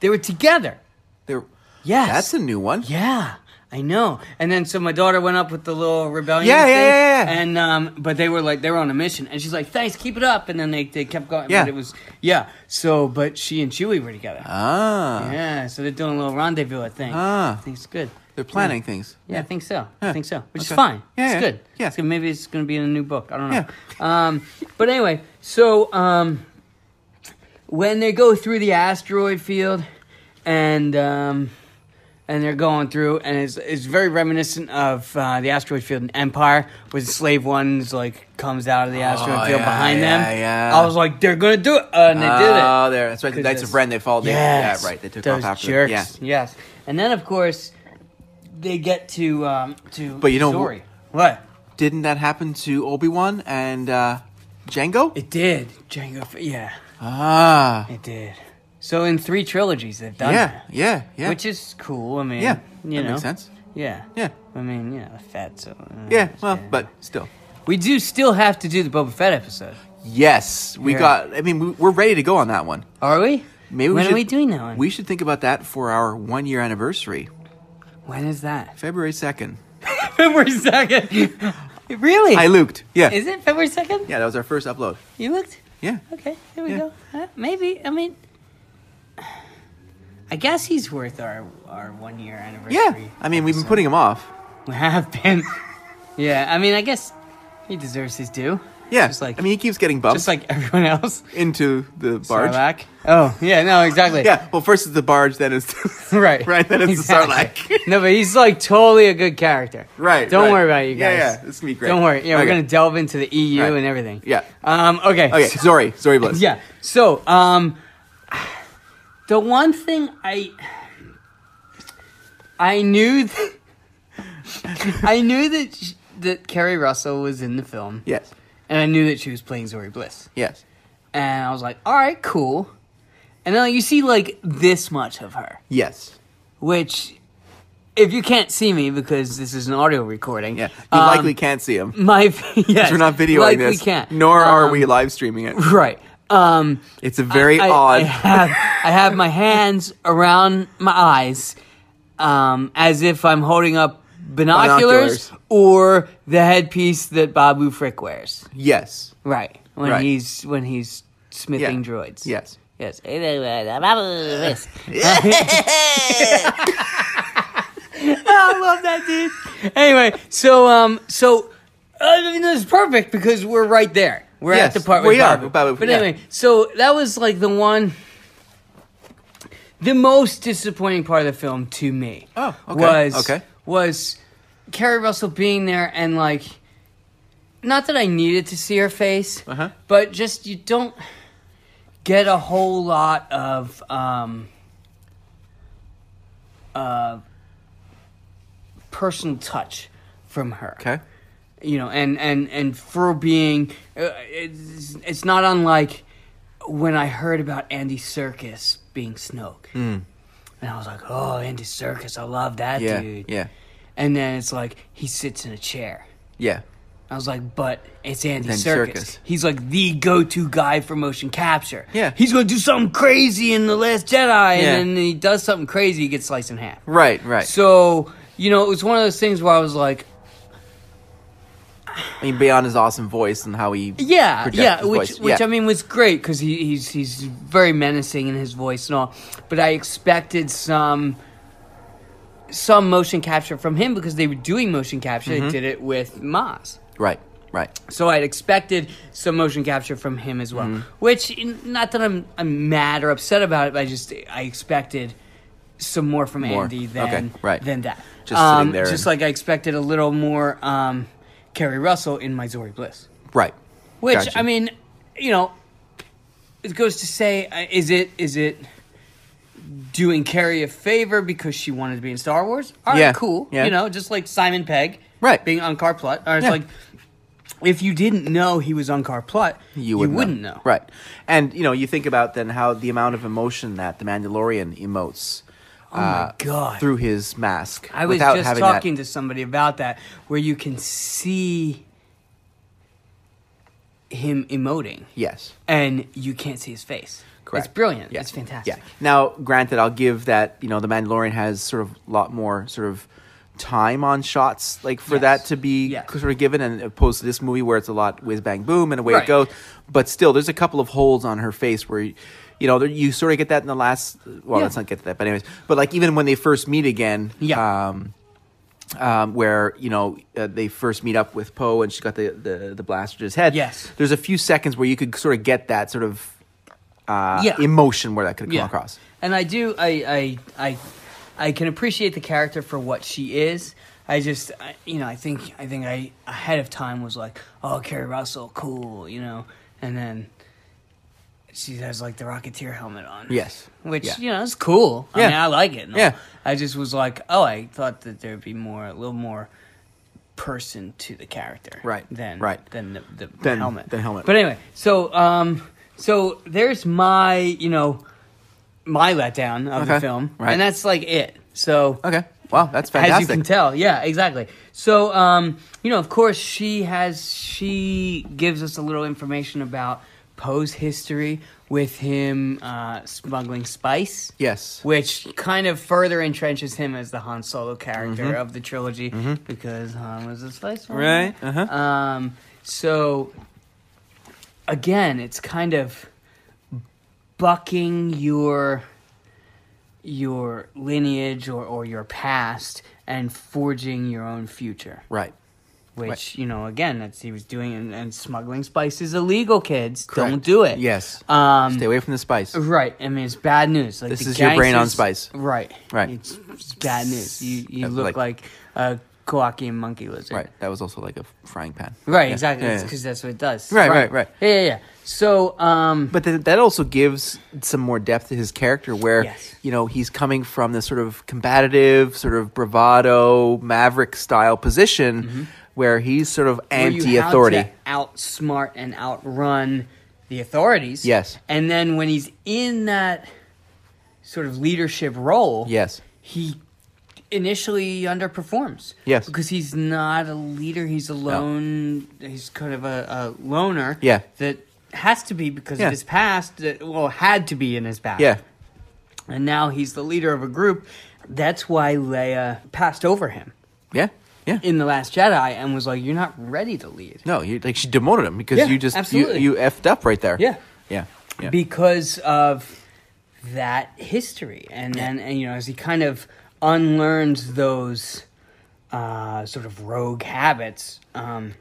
Speaker 5: They were together.
Speaker 4: there-
Speaker 5: Yes,
Speaker 4: That's a new one.
Speaker 5: Yeah, I know. And then so my daughter went up with the little rebellion.
Speaker 4: Yeah, yeah,
Speaker 5: thing,
Speaker 4: yeah, yeah.
Speaker 5: And um, but they were like they were on a mission, and she's like, "Thanks, keep it up." And then they, they kept going.
Speaker 4: Yeah.
Speaker 5: but it was yeah. So but she and Chewie were together.
Speaker 4: Ah.
Speaker 5: yeah, so they're doing a little rendezvous. I think.
Speaker 4: Ah.
Speaker 5: I think it's good.
Speaker 4: They're planning things.
Speaker 5: Yeah, I think so. I
Speaker 4: Yeah.
Speaker 5: think so, which
Speaker 4: Okay.
Speaker 5: is fine.
Speaker 4: Yeah,
Speaker 5: it's
Speaker 4: yeah.
Speaker 5: good.
Speaker 4: Yeah.
Speaker 5: It's good. Maybe it's going to be in a new book. I don't know. Um, but anyway, so um, when they go through the asteroid field, and um, and they're going through, and it's it's very reminiscent of uh, the asteroid field in Empire, where the slave ones like comes out of the asteroid
Speaker 4: Oh,
Speaker 5: field
Speaker 4: yeah,
Speaker 5: behind them.
Speaker 4: yeah, yeah.
Speaker 5: I was like, they're going to do it, uh, and they did it.
Speaker 4: Oh, there. That's right. The Knights of
Speaker 5: Goodness.
Speaker 4: Ren. They followed.
Speaker 5: Yes.
Speaker 4: Yeah. Right. They took
Speaker 5: Those
Speaker 4: off after.
Speaker 5: jerks.
Speaker 4: Yeah.
Speaker 5: Yes. And then of course they get to um to
Speaker 4: But you know-
Speaker 5: Zori. what
Speaker 4: Didn't that happen to Obi Wan and uh, Django?
Speaker 5: it did Django. F- Yeah,
Speaker 4: ah.
Speaker 5: it did. So in three trilogies they've done
Speaker 4: Yeah.
Speaker 5: that,
Speaker 4: Yeah. Yeah.
Speaker 5: which is cool. I mean,
Speaker 4: yeah.
Speaker 5: you
Speaker 4: that
Speaker 5: know,
Speaker 4: makes sense.
Speaker 5: Yeah,
Speaker 4: Yeah.
Speaker 5: I mean, yeah, fat. So uh,
Speaker 4: Yeah. Well, but still.
Speaker 5: we do still have to do the Boba Fett episode,
Speaker 4: Yes, we
Speaker 5: Yeah.
Speaker 4: got. I mean, we- we're ready to go on that one.
Speaker 5: are we?
Speaker 4: Maybe
Speaker 5: when
Speaker 4: we should,
Speaker 5: are we doing that one?
Speaker 4: We should think about that for our one year anniversary,
Speaker 5: when is that? [LAUGHS]
Speaker 4: February second. [LAUGHS]
Speaker 5: February second. really?
Speaker 4: I looked. Yeah.
Speaker 5: is it February second?
Speaker 4: yeah, that was our first upload.
Speaker 5: You looked.
Speaker 4: Yeah.
Speaker 5: Okay, there we
Speaker 4: Yeah.
Speaker 5: go. Uh, maybe. I mean, I guess he's worth our our one year anniversary.
Speaker 4: Yeah. I mean, we've been putting him off.
Speaker 5: We [LAUGHS] have been. Yeah, I mean, I guess he deserves his due.
Speaker 4: Yeah.
Speaker 5: Just like-
Speaker 4: I mean, he keeps getting bumped
Speaker 5: Just like everyone
Speaker 4: [LAUGHS]
Speaker 5: else.
Speaker 4: into the barge.
Speaker 5: Sarlacc. Oh, yeah, no, exactly.
Speaker 4: Yeah. Well, first it's the barge, then it's [LAUGHS] the,
Speaker 5: Right.
Speaker 4: Right. Then it's the
Speaker 5: Exactly.
Speaker 4: Sarlacc.
Speaker 5: no, but he's like totally a good character.
Speaker 4: Right,
Speaker 5: Don't
Speaker 4: right.
Speaker 5: worry about it, you
Speaker 4: Yeah,
Speaker 5: guys.
Speaker 4: yeah, it's gonna be great.
Speaker 5: Don't worry. Yeah,
Speaker 4: Okay.
Speaker 5: we're going to delve into the EU
Speaker 4: Right.
Speaker 5: and everything.
Speaker 4: Yeah.
Speaker 5: Um, okay.
Speaker 4: [LAUGHS] okay. Sorry. Sorry, Bliss.
Speaker 5: Yeah. So, um, the one thing I I knew [LAUGHS] th- I knew that sh that Carrie Russell was in the film.
Speaker 4: Yes.
Speaker 5: And I knew that she was playing Zori Bliss.
Speaker 4: Yes.
Speaker 5: And I was like, all right, cool. And then like, you see like this much of her,
Speaker 4: Yes.
Speaker 5: which if you can't see me because this is an audio recording,
Speaker 4: Yeah. You
Speaker 5: um,
Speaker 4: likely can't see him.
Speaker 5: my [LAUGHS] yes,
Speaker 4: We're not videoing
Speaker 5: like
Speaker 4: this.
Speaker 5: We can't.
Speaker 4: Nor are
Speaker 5: Um,
Speaker 4: we live streaming
Speaker 5: [LAUGHS]
Speaker 4: it.
Speaker 5: right. Um,
Speaker 4: It's a very
Speaker 5: I-
Speaker 4: odd.
Speaker 5: I have, I
Speaker 4: [LAUGHS]
Speaker 5: have my hands around my eyes, um, as if I'm holding up binoculars,
Speaker 4: Binoculars.
Speaker 5: or the headpiece that Babu Frick wears.
Speaker 4: [LAUGHS] yes.
Speaker 5: Right when
Speaker 4: Right.
Speaker 5: he's when he's smithing
Speaker 4: Yeah.
Speaker 5: droids.
Speaker 4: Yes.
Speaker 5: Yes. uh, Babu
Speaker 4: [LAUGHS]
Speaker 5: Frick. [LAUGHS] I love that dude. Anyway, so um, so I mean, that's perfect because we're right there. We're
Speaker 4: Yes,
Speaker 5: at the part
Speaker 4: we
Speaker 5: with
Speaker 4: are,
Speaker 5: Babu.
Speaker 4: with Babu,
Speaker 5: But
Speaker 4: yeah.
Speaker 5: anyway, so that was like the one, the most disappointing part of the film to me.
Speaker 4: Oh, okay,
Speaker 5: Was
Speaker 4: okay.
Speaker 5: was Carrie Russell being there and like, not that I needed to see her face,
Speaker 4: Uh-huh.
Speaker 5: but just you don't get a whole lot of um, uh, personal touch from her
Speaker 4: Okay.
Speaker 5: you know and and and for being uh, it's, it's not unlike when i heard about andy circus being snoke
Speaker 4: Hmm.
Speaker 5: and i was like oh andy circus i love that
Speaker 4: Yeah.
Speaker 5: dude
Speaker 4: Yeah.
Speaker 5: and then it's like he sits in a chair
Speaker 4: Yeah.
Speaker 5: i was like but it's andy
Speaker 4: Andy
Speaker 5: circus
Speaker 4: Serkis.
Speaker 5: he's like the go-to guy for motion capture
Speaker 4: Yeah.
Speaker 5: he's gonna do something crazy in the last jedi
Speaker 4: Yeah.
Speaker 5: and then he does something crazy he gets sliced in half
Speaker 4: Right. Right.
Speaker 5: so you know it was one of those things where i was like
Speaker 4: I mean, beyond his awesome voice and how he
Speaker 5: Yeah,
Speaker 4: projects
Speaker 5: yeah,
Speaker 4: his
Speaker 5: which
Speaker 4: voice.
Speaker 5: which
Speaker 4: Yeah.
Speaker 5: I mean was great because he, he's he's very menacing in his voice and all, but I expected some some motion capture from him because they were doing motion capture.
Speaker 4: Mm-hmm.
Speaker 5: They did it with Maz,
Speaker 4: right, right,
Speaker 5: so I'd expected some motion capture from him as well.
Speaker 4: Mm-hmm.
Speaker 5: Which n- not that I'm I'm mad or upset about it, but I just I expected some more from
Speaker 4: More.
Speaker 5: Andy than
Speaker 4: Okay, right.
Speaker 5: than that.
Speaker 4: Just sitting
Speaker 5: um,
Speaker 4: there
Speaker 5: just
Speaker 4: and-
Speaker 5: like I expected a little more um, Carrie Russell in my Zori Bliss.
Speaker 4: right.
Speaker 5: Which
Speaker 4: Gotcha.
Speaker 5: I mean, you know, it goes to say, uh, is it is it doing Carrie a favor because she wanted to be in Star Wars? All right,
Speaker 4: Yeah,
Speaker 5: cool.
Speaker 4: yeah.
Speaker 5: You know, just like Simon Pegg,
Speaker 4: Right.
Speaker 5: Being on Car Plutt, or it's
Speaker 4: Yeah.
Speaker 5: like if you didn't know he was on Car Plutt,
Speaker 4: you wouldn't,
Speaker 5: know.
Speaker 4: right? And you know, you think about then how the amount of emotion that the Mandalorian emotes uh,
Speaker 5: Oh God.
Speaker 4: through his mask
Speaker 5: I was
Speaker 4: without
Speaker 5: just
Speaker 4: having
Speaker 5: talking
Speaker 4: that.
Speaker 5: to somebody about that, where you can see him emoting,
Speaker 4: Yes.
Speaker 5: and you can't see his face.
Speaker 4: Correct.
Speaker 5: It's brilliant.
Speaker 4: Yeah.
Speaker 5: It's fantastic.
Speaker 4: Yeah. Now, granted, I'll give that you know the Mandalorian has sort of a lot more sort of time on shots like for
Speaker 5: Yes.
Speaker 4: that to be
Speaker 5: Yeah.
Speaker 4: sort of given, and opposed to this movie where it's a lot whiz bang boom and away
Speaker 5: Right.
Speaker 4: it goes. But still, there's a couple of holes on her face where. You, you know, there- you sort of get that in the last. Well,
Speaker 5: Yeah.
Speaker 4: let's not get to that. But anyways, but like even when they first meet again,
Speaker 5: Yeah.
Speaker 4: um, um, where you know uh, they first meet up with Poe and she's got the, the the blaster to his head.
Speaker 5: Yes.
Speaker 4: there's a few seconds where you could sort of get that sort of uh,
Speaker 5: Yeah.
Speaker 4: emotion where that could come across.
Speaker 5: And I do I I I I can appreciate the character for what she is. I just I, you know, I think I think I ahead of time was like, "Oh, Carrie Russell, cool," you know. And then she has like the Rocketeer helmet on.
Speaker 4: Yes.
Speaker 5: Which,
Speaker 4: Yeah.
Speaker 5: you know, it's cool. I
Speaker 4: Yeah.
Speaker 5: mean, I like it. and all.
Speaker 4: Yeah.
Speaker 5: I just was like, "Oh, I thought that there'd be more a little more person to the character."
Speaker 4: Right.
Speaker 5: Than
Speaker 4: Right.
Speaker 5: than the, the
Speaker 4: Than-
Speaker 5: helmet.
Speaker 4: than helmet.
Speaker 5: But anyway, so um so there's my, you know, my letdown of the
Speaker 4: Okay.
Speaker 5: film,
Speaker 4: Right.
Speaker 5: and that's like it. So
Speaker 4: Okay. Wow, that's
Speaker 5: as you
Speaker 4: fantastic.
Speaker 5: can tell, yeah, exactly. So um, you know, of course, she has she gives us a little information about Poe's history with him uh, smuggling spice.
Speaker 4: Yes.
Speaker 5: Which kind of further entrenches him as the Han Solo character of the trilogy because Han was a spice one.
Speaker 4: Mm-hmm. Right, uh-huh.
Speaker 5: Um, so again, it's kind of bucking your your lineage or, or your past and forging your own future.
Speaker 4: Right.
Speaker 5: Which,
Speaker 4: Right.
Speaker 5: you know, again, that's he was doing and, and smuggling spice is illegal, kids. Don't
Speaker 4: Correct.
Speaker 5: do it.
Speaker 4: Yes.
Speaker 5: Um
Speaker 4: Stay away from the spice.
Speaker 5: Right. I mean, it's bad news. Like
Speaker 4: This
Speaker 5: the
Speaker 4: is your brain on
Speaker 5: gangsters-
Speaker 4: spice.
Speaker 5: Right.
Speaker 4: Right.
Speaker 5: It's, it's bad news. You you
Speaker 4: Uh, like-
Speaker 5: look like, a Kowakian monkey lizard.
Speaker 4: Right. That was also like a frying pan.
Speaker 5: Right.
Speaker 4: Yeah.
Speaker 5: Exactly.
Speaker 4: Yeah,
Speaker 5: Because
Speaker 4: yeah.
Speaker 5: that's what it does.
Speaker 4: Right, right, right.
Speaker 5: Yeah. Yeah. yeah. So, um,
Speaker 4: But th- that also gives some more depth to his character, where
Speaker 5: Yes.
Speaker 4: you know he's coming from this sort of combative, sort of bravado, maverick style position, where he's sort of
Speaker 5: Mm-hmm. where you have
Speaker 4: anti-authority.
Speaker 5: to outsmart and outrun the authorities.
Speaker 4: Yes.
Speaker 5: And then when he's in that sort of leadership role,
Speaker 4: Yes.
Speaker 5: he initially underperforms.
Speaker 4: Yes.
Speaker 5: Because he's not a leader. He's a lone. He's kind of a, a loner.
Speaker 4: Yeah.
Speaker 5: That has to be because
Speaker 4: Yeah.
Speaker 5: of his past. That, well, had to be in his past.
Speaker 4: Yeah.
Speaker 5: And now he's the leader of a group. That's why Leia passed over him
Speaker 4: Yeah. Yeah.
Speaker 5: in the Last Jedi and was like, "You're not ready to lead."
Speaker 4: no, you like she demoted him because
Speaker 5: Yeah,
Speaker 4: you just you,
Speaker 5: absolutely.
Speaker 4: you effed up right there.
Speaker 5: Yeah.
Speaker 4: Yeah. Yeah.
Speaker 5: because of that history and then and, you know as he kind of unlearns those uh, sort of rogue habits um,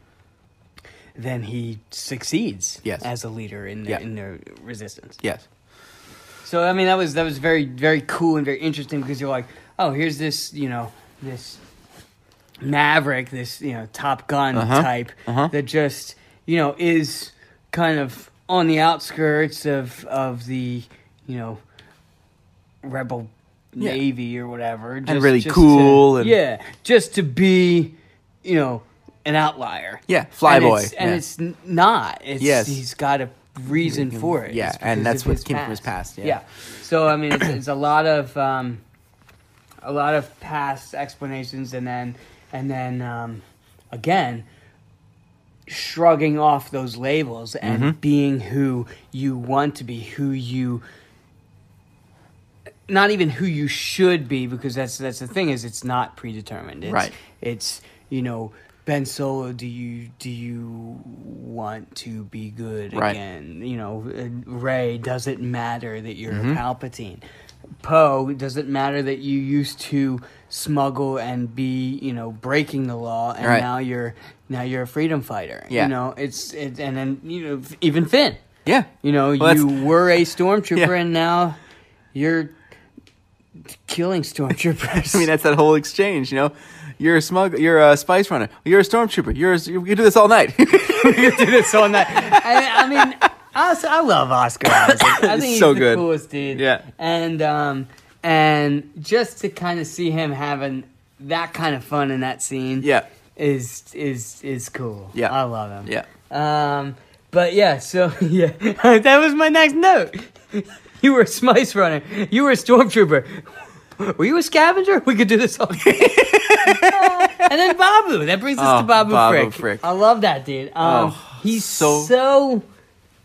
Speaker 5: then he succeeds
Speaker 4: Yes.
Speaker 5: as a leader in the,
Speaker 4: Yeah.
Speaker 5: in the resistance
Speaker 4: yes.
Speaker 5: so i mean that was that was very very cool and very interesting because you're like oh here's this you know this maverick this you know top gun
Speaker 4: Uh-huh.
Speaker 5: type that just you know is kind of on the outskirts of of the you know rebel
Speaker 4: Yeah.
Speaker 5: navy or whatever just,
Speaker 4: really
Speaker 5: just
Speaker 4: cool
Speaker 5: to,
Speaker 4: and-
Speaker 5: yeah just to be you know an outlier
Speaker 4: Yeah, fly
Speaker 5: and
Speaker 4: boy,
Speaker 5: it's, and
Speaker 4: yeah.
Speaker 5: it's n- not it's
Speaker 4: Yes.
Speaker 5: he's got a reason for it
Speaker 4: Yeah,
Speaker 5: It's
Speaker 4: and
Speaker 5: because
Speaker 4: that's
Speaker 5: of
Speaker 4: what
Speaker 5: his
Speaker 4: came from his past, yeah.
Speaker 5: so i mean it's, it's a lot of um a lot of past explanations and then and then um, again shrugging off those labels and
Speaker 4: Mm-hmm.
Speaker 5: being who you want to be who you not even who you should be because that's that's the thing is it's not predetermined it's,
Speaker 4: Right.
Speaker 5: it's you know Ben Solo, do you do you want to be good
Speaker 4: Right.
Speaker 5: again? You know, Ray, does it matter that you're
Speaker 4: Mm-hmm.
Speaker 5: Palpatine? Poe, does it matter that you used to smuggle and be you know breaking the law, and
Speaker 4: Right.
Speaker 5: now you're now you're a freedom fighter?
Speaker 4: Yeah.
Speaker 5: You know, it's it, and then you know even Finn.
Speaker 4: Yeah.
Speaker 5: You know,
Speaker 4: Well, that's-
Speaker 5: you were a stormtrooper,
Speaker 4: [LAUGHS] Yeah.
Speaker 5: and now you're killing
Speaker 4: [LAUGHS]
Speaker 5: stormtroopers.
Speaker 4: I mean, that's that whole exchange. You know, you're a smug, you're a spice runner, you're a stormtrooper, you're a, you do this all night. [LAUGHS]
Speaker 5: do this all night. I, I mean, I, also- I love
Speaker 4: [COUGHS]
Speaker 5: Oscar Isaac. I think
Speaker 4: He's
Speaker 5: he's
Speaker 4: so
Speaker 5: the
Speaker 4: good.
Speaker 5: coolest dude.
Speaker 4: Yeah.
Speaker 5: and um, and just to kind of see him having that kind of fun in that scene.
Speaker 4: Yeah.
Speaker 5: is is is cool.
Speaker 4: Yeah.
Speaker 5: I love him.
Speaker 4: yeah.
Speaker 5: Um, but yeah, so [LAUGHS] yeah, [LAUGHS] that was my next note. You were a Smice Runner. You were a Stormtrooper. [LAUGHS] Were you a scavenger? We could do this
Speaker 4: [LAUGHS]
Speaker 5: all day. and then Babu. That brings us
Speaker 4: Oh,
Speaker 5: to Babu,
Speaker 4: Babu
Speaker 5: Frick.
Speaker 4: Frick.
Speaker 5: I love that dude. Um,
Speaker 4: Oh,
Speaker 5: he's so,
Speaker 4: so-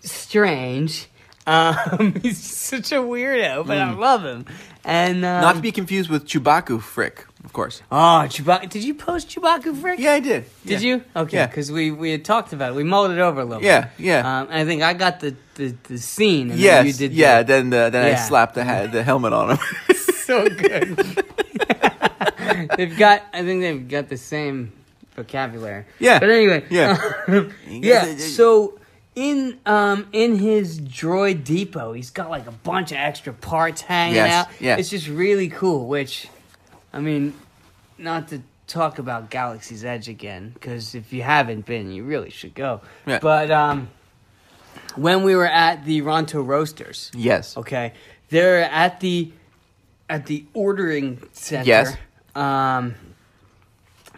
Speaker 5: strange. Mm. Um, [LAUGHS] he's such a weirdo, but I love him. And um,
Speaker 4: Not to be confused with Chewbacca Frick, of course.
Speaker 5: oh, Chewbacca! Did you post Chewbacca Frick?
Speaker 4: Yeah, I did.
Speaker 5: Did
Speaker 4: Yeah.
Speaker 5: you? Okay,
Speaker 4: Yeah.
Speaker 5: because we we had talked about it. We mulled it over a little.
Speaker 4: Yeah,
Speaker 5: bit.
Speaker 4: yeah.
Speaker 5: Um, I think I got the the, the scene. And
Speaker 4: Yes.
Speaker 5: then you did.
Speaker 4: yeah.
Speaker 5: the-
Speaker 4: Then the, then
Speaker 5: Yeah.
Speaker 4: I slapped the ha- the helmet on him. [LAUGHS]
Speaker 5: so good. [LAUGHS] they've got. I think they've got the same vocabulary.
Speaker 4: Yeah.
Speaker 5: But anyway.
Speaker 4: Yeah.
Speaker 5: um, [LAUGHS] yeah. So in um in his droid depot, he's got like a bunch of extra parts hanging
Speaker 4: Yes,
Speaker 5: out.
Speaker 4: yes.
Speaker 5: It's just really cool. Which, I mean, not to talk about Galaxy's Edge again, because if you haven't been, you really should go.
Speaker 4: Yeah.
Speaker 5: But um. When we were at the Ronto Roasters,
Speaker 4: yes.
Speaker 5: Okay, they're at the at the ordering center.
Speaker 4: Yes.
Speaker 5: Um,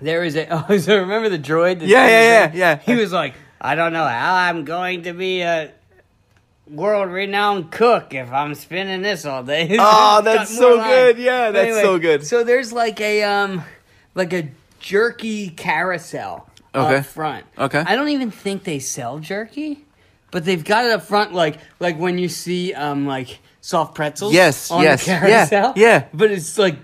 Speaker 5: there is a. [LAUGHS] Oh, so remember the droid? that-
Speaker 4: Yeah, yeah, yeah, yeah.
Speaker 5: He was like, I don't know how I'm going to be a world renowned cook if I'm spinning this all day.
Speaker 4: [LAUGHS] Oh,
Speaker 5: [LAUGHS] Got
Speaker 4: that's
Speaker 5: more
Speaker 4: so
Speaker 5: lines.
Speaker 4: good. Yeah,
Speaker 5: But
Speaker 4: that's so good.
Speaker 5: So there's like a um, like a jerky carousel uh,
Speaker 4: Okay.
Speaker 5: up front.
Speaker 4: Okay.
Speaker 5: I don't even think they sell jerky, but they've got it up front, like like when you see um like soft pretzels.
Speaker 4: Yes,
Speaker 5: on
Speaker 4: yes,
Speaker 5: the
Speaker 4: yeah,
Speaker 5: carousel.
Speaker 4: yeah.
Speaker 5: But it's like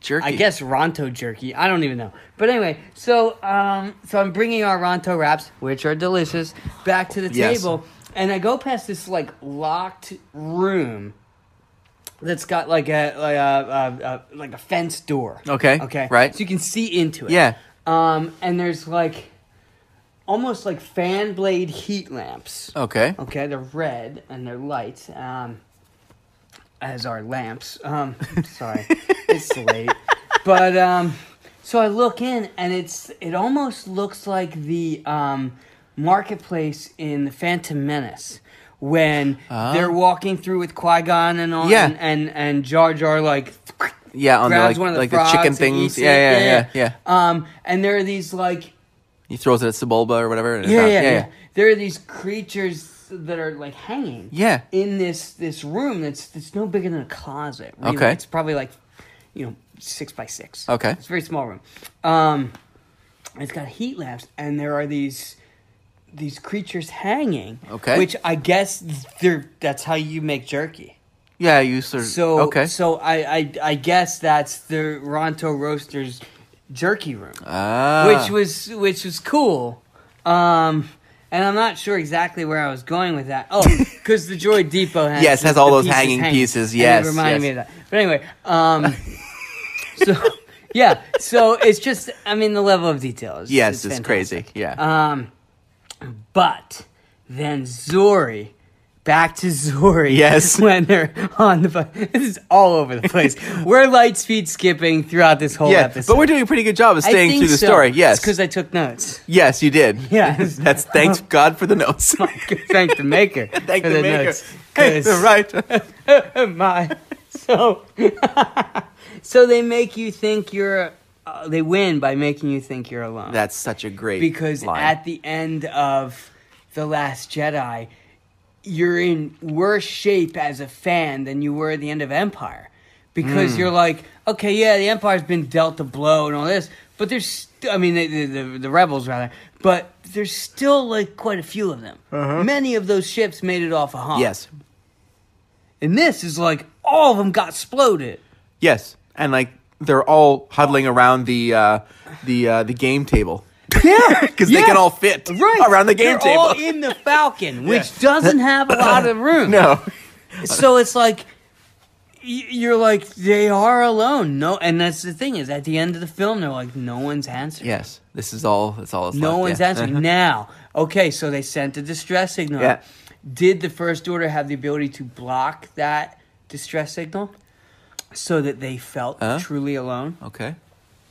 Speaker 4: Jerky.
Speaker 5: I guess Ronto jerky. I don't even know. But anyway, so um, so I'm bringing our Ronto wraps, which are delicious, back to the
Speaker 4: Yes.
Speaker 5: table, and I go past this like locked room that's got like a like a, a, a like a fence door.
Speaker 4: Okay,
Speaker 5: Okay.
Speaker 4: right.
Speaker 5: So you can see into it.
Speaker 4: Yeah.
Speaker 5: Um, and there's like almost like fan blade heat lamps.
Speaker 4: Okay.
Speaker 5: Okay, they're red and they're lights. Um, as are lamps. Um, [LAUGHS] sorry, it's late. But um, so I look in, and it's it almost looks like the um, marketplace in the Phantom Menace when they're walking through with Qui Gon and all,
Speaker 4: Ah. Yeah.
Speaker 5: and, and and Jar Jar like.
Speaker 4: Yeah, on the, like-
Speaker 5: grabs one of the
Speaker 4: like the chicken
Speaker 5: frogs and
Speaker 4: things.
Speaker 5: eats it.
Speaker 4: Yeah, yeah, yeah,
Speaker 5: Um, and there are these like
Speaker 4: He throws it at Sebulba or whatever. and it's
Speaker 5: yeah,
Speaker 4: out.
Speaker 5: yeah, yeah, There are these creatures that are like hanging.
Speaker 4: Yeah.
Speaker 5: In this this room that's that's no bigger than a closet. really.
Speaker 4: Okay.
Speaker 5: It's probably like, you know, six by six.
Speaker 4: Okay.
Speaker 5: It's a very small room. Um, it's got heat lamps, and there are these these creatures hanging.
Speaker 4: Okay.
Speaker 5: Which I guess they're that's how you make jerky.
Speaker 4: Yeah, you sort of.
Speaker 5: So
Speaker 4: okay.
Speaker 5: So I I, I guess that's the Ronto Roasters jerky room
Speaker 4: ah,
Speaker 5: which was which was cool. Um, and I'm not sure exactly where I was going with that.
Speaker 4: [LAUGHS]
Speaker 5: Oh, because the Droid Depot has
Speaker 4: Yes, has
Speaker 5: the
Speaker 4: all those hanging pieces,
Speaker 5: And it
Speaker 4: yes, yes.
Speaker 5: reminded me of that. But anyway,
Speaker 4: [LAUGHS]
Speaker 5: um, so yeah, so it's just I mean the level of detail is
Speaker 4: yes, it's,
Speaker 5: fantastic.
Speaker 4: crazy. Yeah.
Speaker 5: Um, but then Zori, back to Zori.
Speaker 4: [LAUGHS] Yes.
Speaker 5: [LAUGHS] when they're on the bu- this is all over the
Speaker 4: [LAUGHS]
Speaker 5: place. we're light speed skipping throughout this whole
Speaker 4: yeah,
Speaker 5: episode.
Speaker 4: but we're doing a pretty good job of
Speaker 5: I
Speaker 4: staying
Speaker 5: think
Speaker 4: through the
Speaker 5: so.
Speaker 4: story.
Speaker 5: It's
Speaker 4: Yes,
Speaker 5: because I took notes. [LAUGHS]
Speaker 4: yes, you did.
Speaker 5: Yes.
Speaker 4: [LAUGHS] that's thanks God for the
Speaker 5: [LAUGHS]
Speaker 4: notes.
Speaker 5: Oh Thank the maker.
Speaker 4: [LAUGHS] Thank
Speaker 5: for
Speaker 4: the maker.
Speaker 5: [LAUGHS] notes.
Speaker 4: [LAUGHS] Hey,
Speaker 5: 'Cause-
Speaker 4: you're right.
Speaker 5: my. So, [LAUGHS] so they make you think you're. Uh, they win by making you think you're alone.
Speaker 4: That's such a great
Speaker 5: because
Speaker 4: line.
Speaker 5: at the end of the Last Jedi, you're in worse shape as a fan than you were at the end of Empire,
Speaker 4: Hmm.
Speaker 5: because you're like, okay, yeah, the Empire's been dealt a blow and all this, but there's, st- I mean, the, the, the, the rebels rather, but there's still like quite a few of them. Many of those ships made it off a hump.
Speaker 4: Uh-huh. yes,
Speaker 5: And this is like all of them got exploded.
Speaker 4: yes, and like they're all huddling around the uh, the uh, the game table.
Speaker 5: Yeah,
Speaker 4: [LAUGHS] because they can all fit around the game
Speaker 5: They're
Speaker 4: table.
Speaker 5: All in the Falcon, which doesn't have a lot of
Speaker 4: [LAUGHS]
Speaker 5: room.
Speaker 4: no,
Speaker 5: so it's like y- you're like they are alone. No, and that's the thing is at the end of the film they're like no one's answering.
Speaker 4: yes, this is all. That's all. That's
Speaker 5: no
Speaker 4: left,
Speaker 5: one's
Speaker 4: yeah. Uh-huh.
Speaker 5: answering now. Okay, so they sent a distress signal.
Speaker 4: Yeah.
Speaker 5: Did the first order have the ability to block that distress signal so that they felt
Speaker 4: Huh?
Speaker 5: truly alone?
Speaker 4: [LAUGHS] Okay,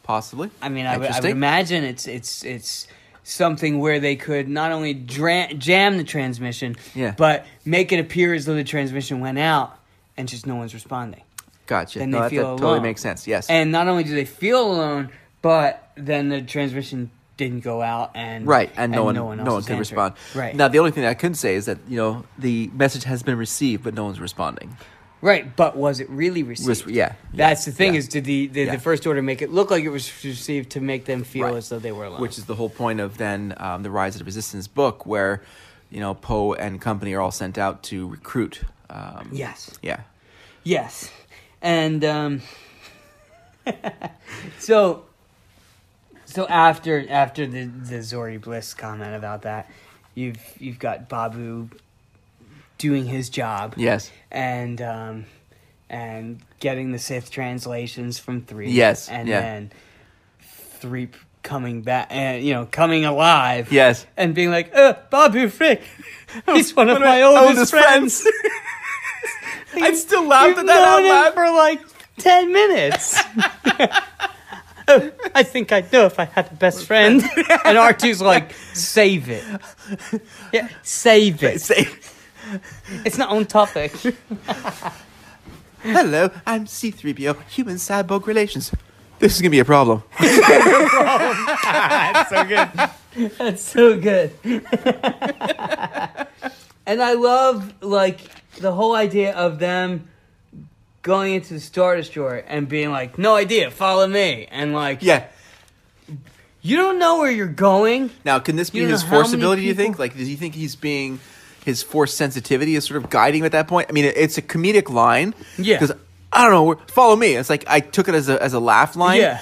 Speaker 4: possibly.
Speaker 5: I mean, I would, I would
Speaker 4: Interesting.
Speaker 5: imagine it's it's it's something where they could not only dra- jam the transmission,
Speaker 4: Yeah.
Speaker 5: but make it appear as though the transmission went out and just no one's responding.
Speaker 4: Gotcha.
Speaker 5: Then
Speaker 4: no,
Speaker 5: they
Speaker 4: that,
Speaker 5: feel
Speaker 4: that
Speaker 5: alone.
Speaker 4: totally makes sense. Yes.
Speaker 5: And not only do they feel alone, but then the transmission didn't go out, and
Speaker 4: Right, and, no one,
Speaker 5: else
Speaker 4: no one
Speaker 5: is
Speaker 4: can
Speaker 5: answering.
Speaker 4: respond.
Speaker 5: Right
Speaker 4: now, the only thing I could say is that you know the message has been received, but no one's responding.
Speaker 5: Right, but was it really received?
Speaker 4: yeah, yeah,
Speaker 5: That's the thing
Speaker 4: yeah.
Speaker 5: is, did the did
Speaker 4: Yeah.
Speaker 5: the first order make it look like it was received to make them feel
Speaker 4: Right.
Speaker 5: as though they were alive?
Speaker 4: which is the whole point of then um, the Rise of the Resistance book, where you know Poe and company are all sent out to recruit. Um,
Speaker 5: yes,
Speaker 4: yeah,
Speaker 5: yes, and um, [LAUGHS] so so after after the the Zori Bliss comment about that, you've you've got Babu doing his job.
Speaker 4: yes,
Speaker 5: and um, and getting the Sith translations from three.
Speaker 4: Yes,
Speaker 5: and
Speaker 4: yeah.
Speaker 5: then three coming back and you know coming alive.
Speaker 4: yes.
Speaker 5: and being like, uh, Babu Frick, [LAUGHS] he's one of my oldest, friends. [LAUGHS]
Speaker 4: I still laughed at
Speaker 5: You've
Speaker 4: that out
Speaker 5: known him
Speaker 4: loud.
Speaker 5: for like ten minutes. [LAUGHS] Oh, I think I'd know if I had a best friend. [LAUGHS] and R2's like, save it. Yeah, save it.
Speaker 4: Say,
Speaker 5: It's not on topic.
Speaker 4: hello, I'm C3PO, human cyborg relations. This is gonna be a
Speaker 5: [LAUGHS]
Speaker 4: problem.
Speaker 5: [LAUGHS] That's so [LAUGHS] good. and I love like the whole idea of them going into the Star Destroyer and being like, "No idea, follow me," and like,
Speaker 4: Yeah.
Speaker 5: you don't know where you're going."
Speaker 4: Now, can this be
Speaker 5: You don't
Speaker 4: his
Speaker 5: know how
Speaker 4: force
Speaker 5: many
Speaker 4: ability? Do you
Speaker 5: people-
Speaker 4: think? Like, does he think he's being his force sensitivity is sort of guiding him at that point? I mean, it- it's a comedic line.
Speaker 5: Yeah.
Speaker 4: Because I don't know. we're- Follow me. It's like I took it as a as a laugh line.
Speaker 5: Yeah,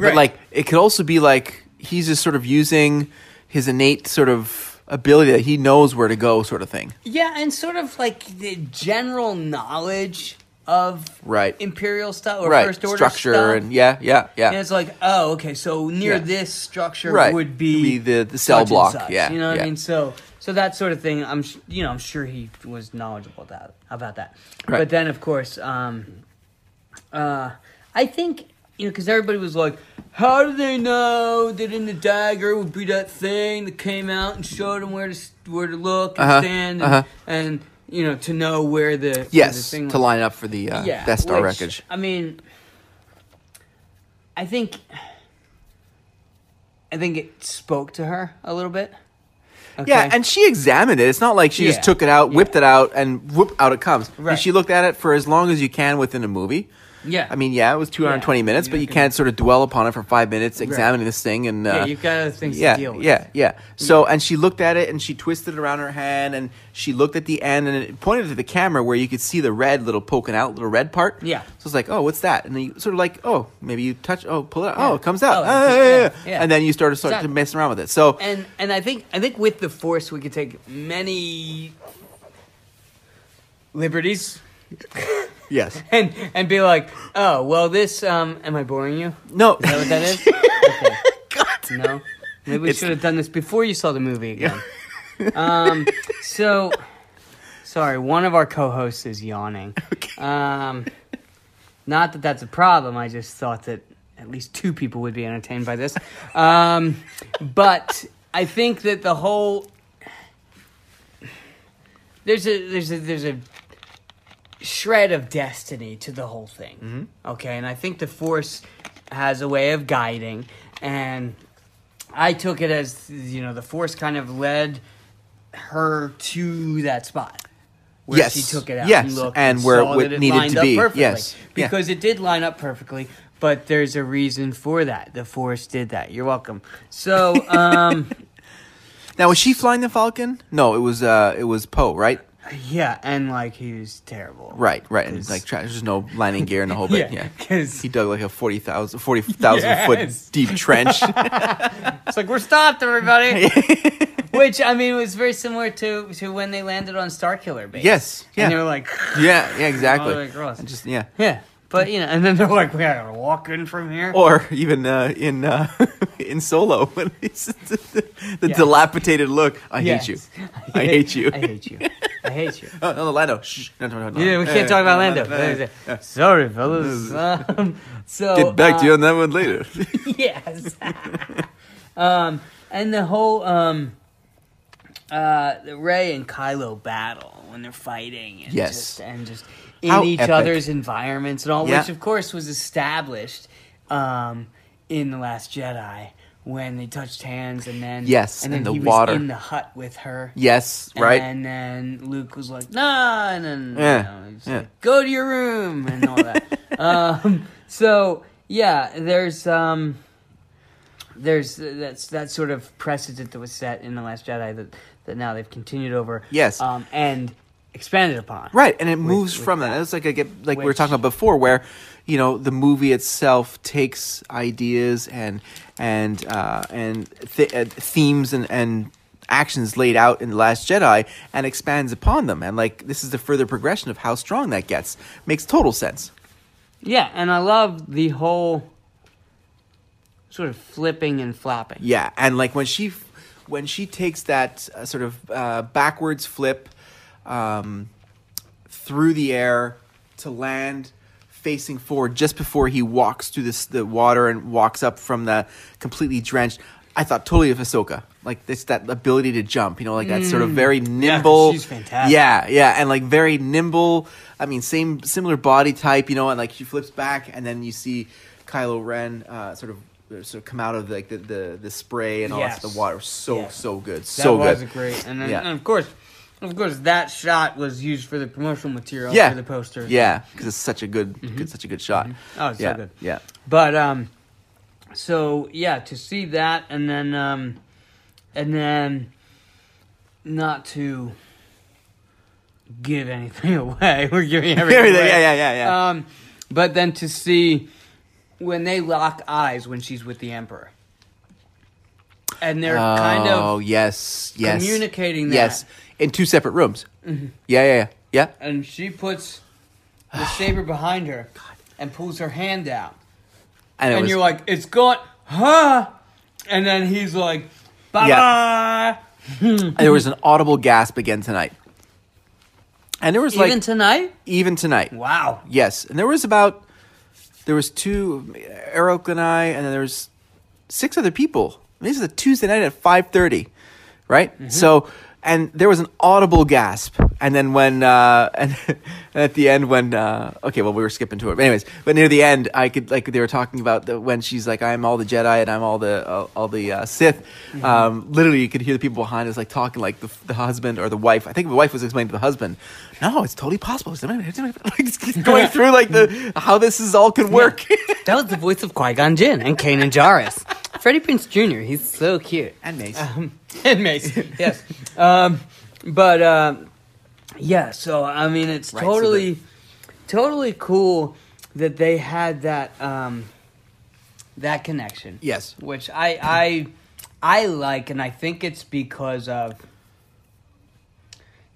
Speaker 4: But like, it could also be like he's just sort of using his innate sort of ability that he knows where to go, sort of thing.
Speaker 5: yeah, and sort of like the general knowledge of
Speaker 4: Right.
Speaker 5: imperial stuff or
Speaker 4: right.
Speaker 5: first order
Speaker 4: Structure
Speaker 5: stuff.
Speaker 4: and yeah, yeah, yeah.
Speaker 5: And it's like, oh, okay, so near
Speaker 4: Yeah.
Speaker 5: this structure
Speaker 4: Right.
Speaker 5: would be,
Speaker 4: Would be the- the cell
Speaker 5: such and
Speaker 4: block.
Speaker 5: such.
Speaker 4: Yeah,
Speaker 5: you know what
Speaker 4: yeah.
Speaker 5: I mean. So, so that sort of thing. I'm, sh- you know, I'm sure he was knowledgeable that about that.
Speaker 4: Right.
Speaker 5: But then, of course, um, uh, I think you know because everybody was like, how do they know that in the dagger would be that thing that came out and showed them where to s- where to look and
Speaker 4: Uh-huh,
Speaker 5: stand and,
Speaker 4: uh-huh.
Speaker 5: and you know to know where the where the
Speaker 4: yes,
Speaker 5: thing
Speaker 4: to
Speaker 5: was
Speaker 4: line up for the uh,
Speaker 5: yeah,
Speaker 4: Death Star
Speaker 5: which,
Speaker 4: wreckage.
Speaker 5: I mean, I think, I think it spoke to her a little bit. Okay.
Speaker 4: Yeah, and she examined it. It's not like she
Speaker 5: Yeah,
Speaker 4: just took it out, whipped it out, and whoop, out it comes.
Speaker 5: Right.
Speaker 4: And she looked at it for as long as you can within a movie.
Speaker 5: yeah,
Speaker 4: I mean, yeah, it was 220
Speaker 5: Yeah,
Speaker 4: minutes,
Speaker 5: you're
Speaker 4: but
Speaker 5: not
Speaker 4: you
Speaker 5: gonna-
Speaker 4: can't sort of dwell upon it for five minutes, examining this thing, and uh,
Speaker 5: yeah, you've got other things
Speaker 4: yeah,
Speaker 5: to deal with.
Speaker 4: yeah, yeah. So, and she looked at it, and she twisted it around her hand, and she looked at the end, and it pointed to the camera where you could see the red little poking out, little red part.
Speaker 5: Yeah.
Speaker 4: So it's like, oh, what's that? And then you sort of like, oh, maybe you touch, oh, pull it, out. oh,
Speaker 5: Yeah.
Speaker 4: it comes out,
Speaker 5: Oh,
Speaker 4: Ah,
Speaker 5: yeah,
Speaker 4: yeah, yeah,
Speaker 5: yeah, yeah.
Speaker 4: and then you started start
Speaker 5: Exactly.
Speaker 4: to mess around with it. So,
Speaker 5: and and I think I think with the force we could take many liberties [LAUGHS]
Speaker 4: yes,
Speaker 5: and and be like, oh well, this um, am I boring you?
Speaker 4: [LAUGHS] no,
Speaker 5: Is that what that
Speaker 4: [LAUGHS]
Speaker 5: is? Okay. No. Maybe we
Speaker 4: It's-
Speaker 5: should have done this before you saw the movie again. um, so, sorry, one of our co-hosts is yawning. Um, not that that's a problem. I just thought that at least two people would be entertained by this. Um, but I think that the whole there's a there's a there's a shred of destiny to the whole thing. Okay, and I think the force has a way of guiding, and I took it as you know the force kind of led her to that spot. Where
Speaker 4: Yes.
Speaker 5: she took it out
Speaker 4: Yes,
Speaker 5: and looked
Speaker 4: and where
Speaker 5: saw
Speaker 4: it
Speaker 5: that
Speaker 4: needed
Speaker 5: lined
Speaker 4: to
Speaker 5: up
Speaker 4: be.
Speaker 5: perfectly.
Speaker 4: Yes. Yeah.
Speaker 5: because it did line up perfectly. But there's a reason for that. The force did that. You're welcome. So,
Speaker 4: [LAUGHS]
Speaker 5: um,
Speaker 4: Now was she flying the Falcon? No, it was uh it was Poe, right?
Speaker 5: yeah, and like he was terrible.
Speaker 4: Right, right. And
Speaker 5: Cause-
Speaker 4: like tra- there's no landing gear and the whole bit.
Speaker 5: [LAUGHS] Yeah,
Speaker 4: Yeah.
Speaker 5: 'cause-
Speaker 4: he dug like a 40,000 40,000
Speaker 5: Yes.
Speaker 4: foot deep
Speaker 5: [LAUGHS]
Speaker 4: trench. [LAUGHS]
Speaker 5: It's like we're stopped, everybody. Which I mean was very similar to to when they landed on Starkiller Base.
Speaker 4: Yes, yeah.
Speaker 5: and they were like, [LAUGHS]
Speaker 4: yeah, yeah, exactly.
Speaker 5: All the way across.
Speaker 4: And just yeah.
Speaker 5: yeah, but you know, and then they're like, we gotta walk in from here.
Speaker 4: Or even uh, in uh, [LAUGHS] in Solo [LAUGHS] when he's the, the dilapidated look. I hate you.
Speaker 5: Yes.
Speaker 4: I hate you.
Speaker 5: [LAUGHS] I hate you. I hate you.
Speaker 4: Oh, no, Lando. Shh. No, no, no, no.
Speaker 5: Yeah, we can't talk about Lando. Sorry, fellas. Um, so
Speaker 4: Get back
Speaker 5: uh,
Speaker 4: to you on that one later.
Speaker 5: [LAUGHS] yes. [LAUGHS] um, and the whole um, uh, the Ray and Kylo battle when they're fighting, and
Speaker 4: Yes.
Speaker 5: just, and just in
Speaker 4: How
Speaker 5: each
Speaker 4: epic.
Speaker 5: other's environments and all,
Speaker 4: Yeah.
Speaker 5: which of course was established um, in the Last Jedi. when they touched hands, and then
Speaker 4: Yes,
Speaker 5: and then
Speaker 4: and the
Speaker 5: he
Speaker 4: water.
Speaker 5: was in the hut with her.
Speaker 4: [LAUGHS] Yes, right.
Speaker 5: And then Luke was like, nah, and then you
Speaker 4: Yeah,
Speaker 5: know, he's
Speaker 4: yeah.
Speaker 5: like, go to your room and
Speaker 4: [LAUGHS]
Speaker 5: all that. um, so yeah, there's um, there's uh, that's that sort of precedent that was set in the Last Jedi that that now they've continued over.
Speaker 4: Yes.
Speaker 5: um, and expanded upon.
Speaker 4: Right, and it moves from that. It's like I get like we were
Speaker 5: Which-
Speaker 4: talking about before, where you know the movie itself takes ideas and and uh, and th- uh, themes and and actions laid out in the Last Jedi and expands upon them. And like this is the further progression of how strong that gets. Makes total sense.
Speaker 5: Yeah, and I love the whole sort of flipping and flapping.
Speaker 4: Yeah, and like when she when she takes that uh, sort of uh, backwards flip um, through the air to land facing forward just before he walks through this the water and walks up from the completely drenched. I thought totally of Ahsoka, like this that ability to jump, you know, like that sort of very nimble.
Speaker 5: she's fantastic.
Speaker 4: Yeah, yeah, and like very nimble. I mean, same similar body type, you know, and like she flips back, and then you see Kylo Ren uh, sort of sort of come out of like the the, the spray and all that
Speaker 5: Yes.
Speaker 4: the water. So
Speaker 5: Yeah.
Speaker 4: so good,
Speaker 5: That
Speaker 4: so
Speaker 5: was
Speaker 4: good.
Speaker 5: great. And, then,
Speaker 4: Yeah.
Speaker 5: and of course, of course, that shot was used for the promotional material
Speaker 4: yeah,
Speaker 5: for the poster. Mm-hmm.
Speaker 4: Yeah, because it's such a good, good, such a good shot.
Speaker 5: Oh, it's so
Speaker 4: yeah,
Speaker 5: good.
Speaker 4: Yeah.
Speaker 5: But um, so yeah, to see that, and then um, and then not to give anything [LAUGHS] away. We're giving everything.
Speaker 4: Everything,
Speaker 5: away.
Speaker 4: yeah, yeah, yeah, yeah.
Speaker 5: Um, but then to see when they lock eyes when she's with the emperor, and they're kind
Speaker 4: oh
Speaker 5: of
Speaker 4: yes, yes.
Speaker 5: communicating that. Mm-hmm.
Speaker 4: Yes, in two separate rooms. Yeah, yeah, yeah. yeah.
Speaker 5: and she puts the saber behind
Speaker 4: [SIGHS]
Speaker 5: her and pulls her hand out.
Speaker 4: And, it
Speaker 5: and
Speaker 4: was,
Speaker 5: you're like, it's gone, huh? And then he's like, bye bye.
Speaker 4: and there was an audible gasp again tonight. And there was like
Speaker 5: Even tonight?
Speaker 4: even tonight.
Speaker 5: Wow.
Speaker 4: Yes, and there was about there was two Eric and I, and then there was six other people. And this is a Tuesday night at five thirty, right? So, and there was an audible gasp, and then when uh, [LAUGHS] and, and at the end when uh, okay, well we were skipping to it, but anyways, but near the end I could like they were talking about the, when she's like I'm all the Jedi and I'm all the all, all the uh, Sith. Um, literally, you could hear the people behind us like talking like the, the husband or the wife. I think the wife was explaining to the husband, no, it's totally possible. It's [LAUGHS] like just going through like the how this is all could work. [LAUGHS]
Speaker 5: That was the voice of Qui Gon Jinn and Kanan Jarrus. Freddie Prince Jr., he's so cute. Um,
Speaker 4: and Mace.
Speaker 5: and Mace, yes. Um, but uh, yeah, so I mean, it's
Speaker 4: Right, so
Speaker 5: totally, totally cool that they had that um, that connection.
Speaker 4: Yes.
Speaker 5: which I I I like, and I think it's because of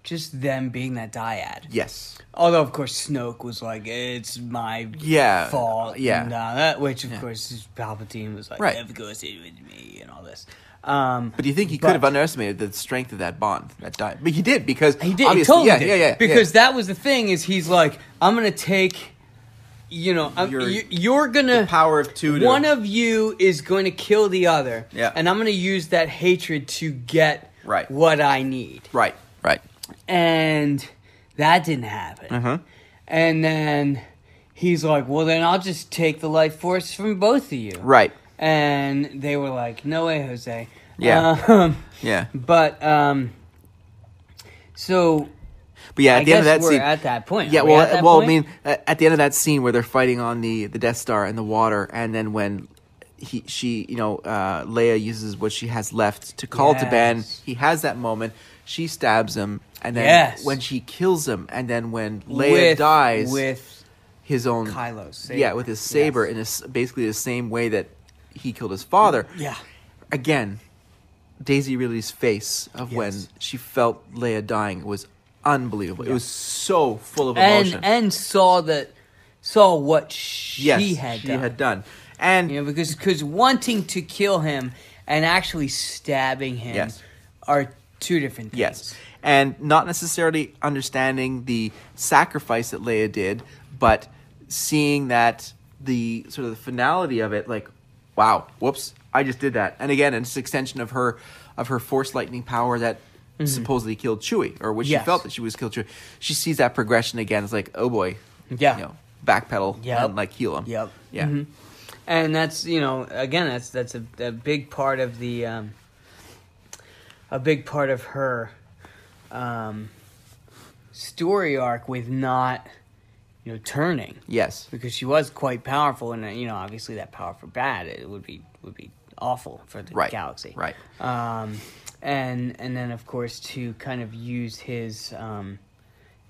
Speaker 5: just them being that dyad.
Speaker 4: Yes.
Speaker 5: Although, of course, Snoke was like, "It's my
Speaker 4: Yeah,
Speaker 5: fault."
Speaker 4: yeah.
Speaker 5: and all that, which of course is Palpatine was like,
Speaker 4: Right.
Speaker 5: "Of course, it was me," and all this. Um,
Speaker 4: But do you think he
Speaker 5: But-
Speaker 4: could have underestimated the strength of that bond, that di But he did because
Speaker 5: He did. He
Speaker 4: obviously-
Speaker 5: totally
Speaker 4: yeah,
Speaker 5: did.
Speaker 4: yeah, yeah, yeah.
Speaker 5: Because that was the thing is he's like, I'm gonna take, you know, I'm,
Speaker 4: Your-
Speaker 5: you, you're gonna
Speaker 4: the power of two to-
Speaker 5: One of you is going to kill the other.
Speaker 4: Yeah.
Speaker 5: And I'm gonna use that hatred to get
Speaker 4: Right.
Speaker 5: what I need.
Speaker 4: right, right.
Speaker 5: And that didn't happen.
Speaker 4: Uh-huh.
Speaker 5: And then he's like, well, then I'll just take the life force from both of you.
Speaker 4: Right.
Speaker 5: And they were like, no way, Jose.
Speaker 4: Yeah.
Speaker 5: Um, [LAUGHS]
Speaker 4: Yeah.
Speaker 5: but um, so
Speaker 4: But yeah, at
Speaker 5: I
Speaker 4: the end of
Speaker 5: guess
Speaker 4: that
Speaker 5: we're
Speaker 4: scene,
Speaker 5: at that point.
Speaker 4: Yeah,
Speaker 5: Are we
Speaker 4: well,
Speaker 5: at that
Speaker 4: well,
Speaker 5: point?
Speaker 4: I mean, a- at the end of that scene where they're fighting on the the Death Star and the water, and then when he she you know uh, Leia uses what she has left to call to Ben,
Speaker 5: Yes.
Speaker 4: he has that moment. She stabs him, and then
Speaker 5: Yes.
Speaker 4: when she kills him, and then when Leia
Speaker 5: With-
Speaker 4: dies
Speaker 5: with
Speaker 4: his own
Speaker 5: Kylo's saber.
Speaker 4: yeah, with his saber in his, basically the same way that he killed his father.
Speaker 5: Yeah.
Speaker 4: Again, Daisy Ridley's face of when
Speaker 5: Yes.
Speaker 4: she felt Leia dying was unbelievable. It was so full of
Speaker 5: and
Speaker 4: emotion.
Speaker 5: and saw that saw what she
Speaker 4: yes,
Speaker 5: had
Speaker 4: she
Speaker 5: done.
Speaker 4: had done. And
Speaker 5: You know, because because wanting to kill him and actually stabbing him
Speaker 4: Yes.
Speaker 5: are two different things.
Speaker 4: yes, and not necessarily understanding the sacrifice that Leia did, but seeing that the sort of the finality of it, like, wow, whoops, I just did that. And again, it's an extension of her of her force lightning power that supposedly killed Chewie, or which
Speaker 5: Mm-hmm. Yes.
Speaker 4: she felt that she was killed Chewie. She sees that progression again. It's like, oh boy,
Speaker 5: Yeah.
Speaker 4: you know, backpedal
Speaker 5: Yep.
Speaker 4: and like heal him.
Speaker 5: Yep.
Speaker 4: yeah.
Speaker 5: Mhm. and that's you know again that's that's a, a big part of the um, a big part of her um, story arc with not you know turning
Speaker 4: Yes.
Speaker 5: because she was quite powerful and uh, you know obviously that power for bad it would be would be awful for the
Speaker 4: Right.
Speaker 5: galaxy
Speaker 4: Right.
Speaker 5: um, and and then of course to kind of use his um,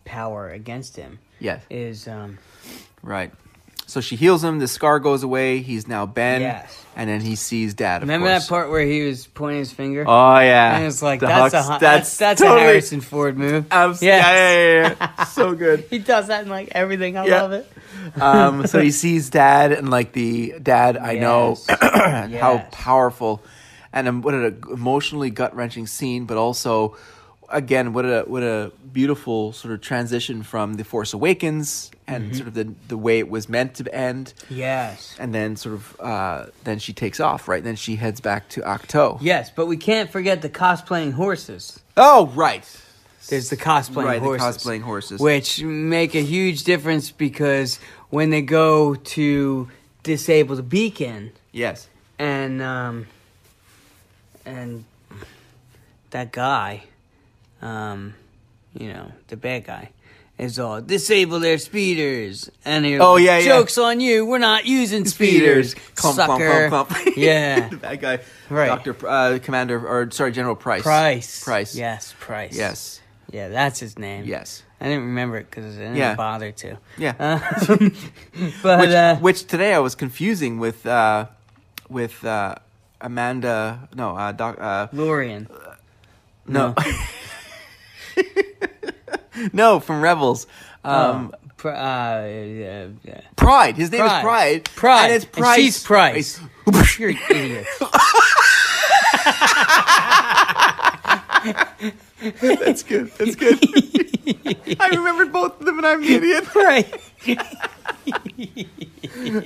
Speaker 5: power against him
Speaker 4: Yes.
Speaker 5: is um,
Speaker 4: Right. So she heals him. The scar goes away. He's now Ben.
Speaker 5: Yes.
Speaker 4: And then he sees Dad. Of
Speaker 5: remember
Speaker 4: course.
Speaker 5: that part where he was pointing his finger
Speaker 4: Oh yeah. [LAUGHS]
Speaker 5: and it's like
Speaker 4: The
Speaker 5: that's a
Speaker 4: Hux-
Speaker 5: Hun- that's, that's a Harrison Ford move
Speaker 4: [LAUGHS] abs-
Speaker 5: Yes.
Speaker 4: Yeah, yeah,
Speaker 5: [LAUGHS]
Speaker 4: yeah, yeah. so good.
Speaker 5: he does that in like everything I
Speaker 4: Yeah.
Speaker 5: love it
Speaker 4: Um, so he sees Dad and like the Dad. I know
Speaker 5: Yes.
Speaker 4: [CLEARS THROAT] how
Speaker 5: Yes.
Speaker 4: powerful and um, what an emotionally gut wrenching scene, but also again what a what a beautiful sort of transition from the Force Awakens and
Speaker 5: Mm-hmm.
Speaker 4: sort of the the way it was meant to end.
Speaker 5: yes
Speaker 4: and then sort of uh, then she takes off, right? Then she heads back to Octo.
Speaker 5: yes but we can't forget the cosplaying horses
Speaker 4: Oh, right.
Speaker 5: There's the cosplaying
Speaker 4: Right, the
Speaker 5: horses.
Speaker 4: cosplaying horses.
Speaker 5: Which make a huge difference because when they go to disable the beacon
Speaker 4: Yes.
Speaker 5: and um and that guy, um, you know, the bad guy, is all disable their speeders and they're
Speaker 4: Oh,
Speaker 5: like,
Speaker 4: yeah, yeah.
Speaker 5: jokes on you, we're
Speaker 4: [LAUGHS]
Speaker 5: not using speeders.
Speaker 4: Clump, clump,
Speaker 5: sucker.
Speaker 4: clump, clump. [LAUGHS]
Speaker 5: Yeah.
Speaker 4: the bad guy.
Speaker 5: Right.
Speaker 4: Doctor uh, Commander or sorry, General Price.
Speaker 5: Price.
Speaker 4: Price.
Speaker 5: Yes, Price.
Speaker 4: Yes.
Speaker 5: Yeah, that's his name.
Speaker 4: Yes.
Speaker 5: I didn't remember it because I didn't
Speaker 4: Yeah.
Speaker 5: bother
Speaker 4: [LAUGHS]
Speaker 5: to.
Speaker 4: Yeah.
Speaker 5: Um, but
Speaker 4: [LAUGHS] which,
Speaker 5: uh,
Speaker 4: which today I was confusing with uh, with uh, Amanda. No, uh, doc, uh,
Speaker 5: Lorian.
Speaker 4: no. [LAUGHS] no, from Rebels. Um,
Speaker 5: Um, pr- uh, uh,
Speaker 4: [LAUGHS]
Speaker 5: uh,
Speaker 4: Pride. His name is
Speaker 5: Pride.
Speaker 4: Pride.
Speaker 5: Pride.
Speaker 4: And it's
Speaker 5: And
Speaker 4: Price.
Speaker 5: she's Price.
Speaker 4: Price.
Speaker 5: you're an
Speaker 4: [LAUGHS]
Speaker 5: idiot.
Speaker 4: That's good. That's good. [LAUGHS] I remembered both of them, and I'm the
Speaker 5: [LAUGHS]
Speaker 4: idiot.
Speaker 5: right.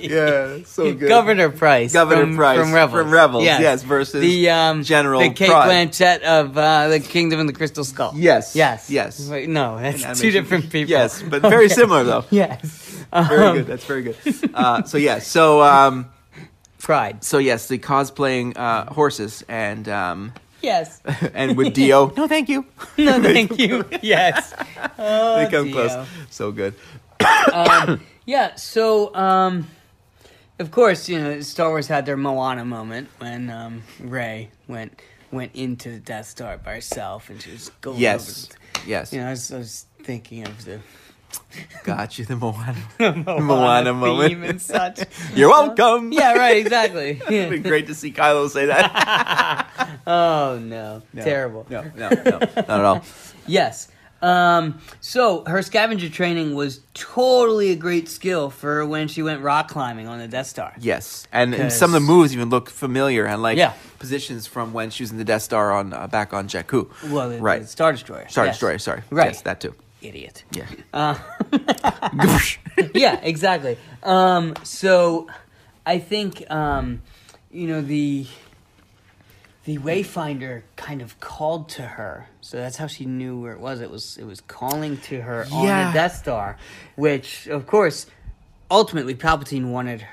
Speaker 4: Yeah, so good.
Speaker 5: Governor Price.
Speaker 4: Governor
Speaker 5: from,
Speaker 4: Price
Speaker 5: from Rebels.
Speaker 4: from Rebels, yes, versus
Speaker 5: the um,
Speaker 4: General
Speaker 5: the Kate
Speaker 4: Pride.
Speaker 5: Blanchett of uh, the Kingdom and the Crystal Skull.
Speaker 4: Yes,
Speaker 5: yes,
Speaker 4: yes.
Speaker 5: Wait, no, that's two
Speaker 4: Animation. [LAUGHS]
Speaker 5: different people.
Speaker 4: Yes, but very similar though.
Speaker 5: [LAUGHS] yes. Um,
Speaker 4: Very good. That's very good. Uh, so yeah, so um,
Speaker 5: Pride.
Speaker 4: so yes, the cosplaying uh, horses and um, [LAUGHS]
Speaker 5: Yes.
Speaker 4: and
Speaker 5: [LAUGHS]
Speaker 4: with Dio. No, thank [LAUGHS] you.
Speaker 5: No, thank you. [LAUGHS] Yes.
Speaker 4: [LAUGHS]
Speaker 5: Oh,
Speaker 4: they come
Speaker 5: Dio. Oh,
Speaker 4: close. So good.
Speaker 5: Yeah, so um of course, you know, Star Wars had their Moana moment when um Ray went went into the Death Star by herself and she was going
Speaker 4: Yes,
Speaker 5: over
Speaker 4: yes.
Speaker 5: you know, I was, I was thinking of the
Speaker 4: Got you the Moana.
Speaker 5: [LAUGHS] Moana,
Speaker 4: Moana
Speaker 5: theme
Speaker 4: moment.
Speaker 5: and such.
Speaker 4: You're welcome.
Speaker 5: [LAUGHS] yeah, right, exactly.
Speaker 4: [LAUGHS] It'd been great to see Kylo say that.
Speaker 5: [LAUGHS] Oh no. [LAUGHS] Terrible.
Speaker 4: No, no, no, not at all.
Speaker 5: Yes. Um, so her scavenger training was totally a great skill for when she went rock climbing on the Death Star.
Speaker 4: Yes, and, and some of the
Speaker 5: 'Cause-
Speaker 4: moves even look familiar and like
Speaker 5: Yeah.
Speaker 4: positions from when she was in the Death Star on uh, back on Jakku.
Speaker 5: Well, the,
Speaker 4: right.
Speaker 5: the Star Destroyer.
Speaker 4: Star
Speaker 5: yes.
Speaker 4: Destroyer. Sorry,
Speaker 5: Right.
Speaker 4: Yes, that too.
Speaker 5: Idiot.
Speaker 4: Yeah.
Speaker 5: Uh,
Speaker 4: Goosh.
Speaker 5: yeah, exactly. Um, so I think um, you know the the wayfinder kind of called to her. So that's how she knew where it was. It was it was calling to her on
Speaker 4: Yeah.
Speaker 5: the Death Star, which of course ultimately Palpatine wanted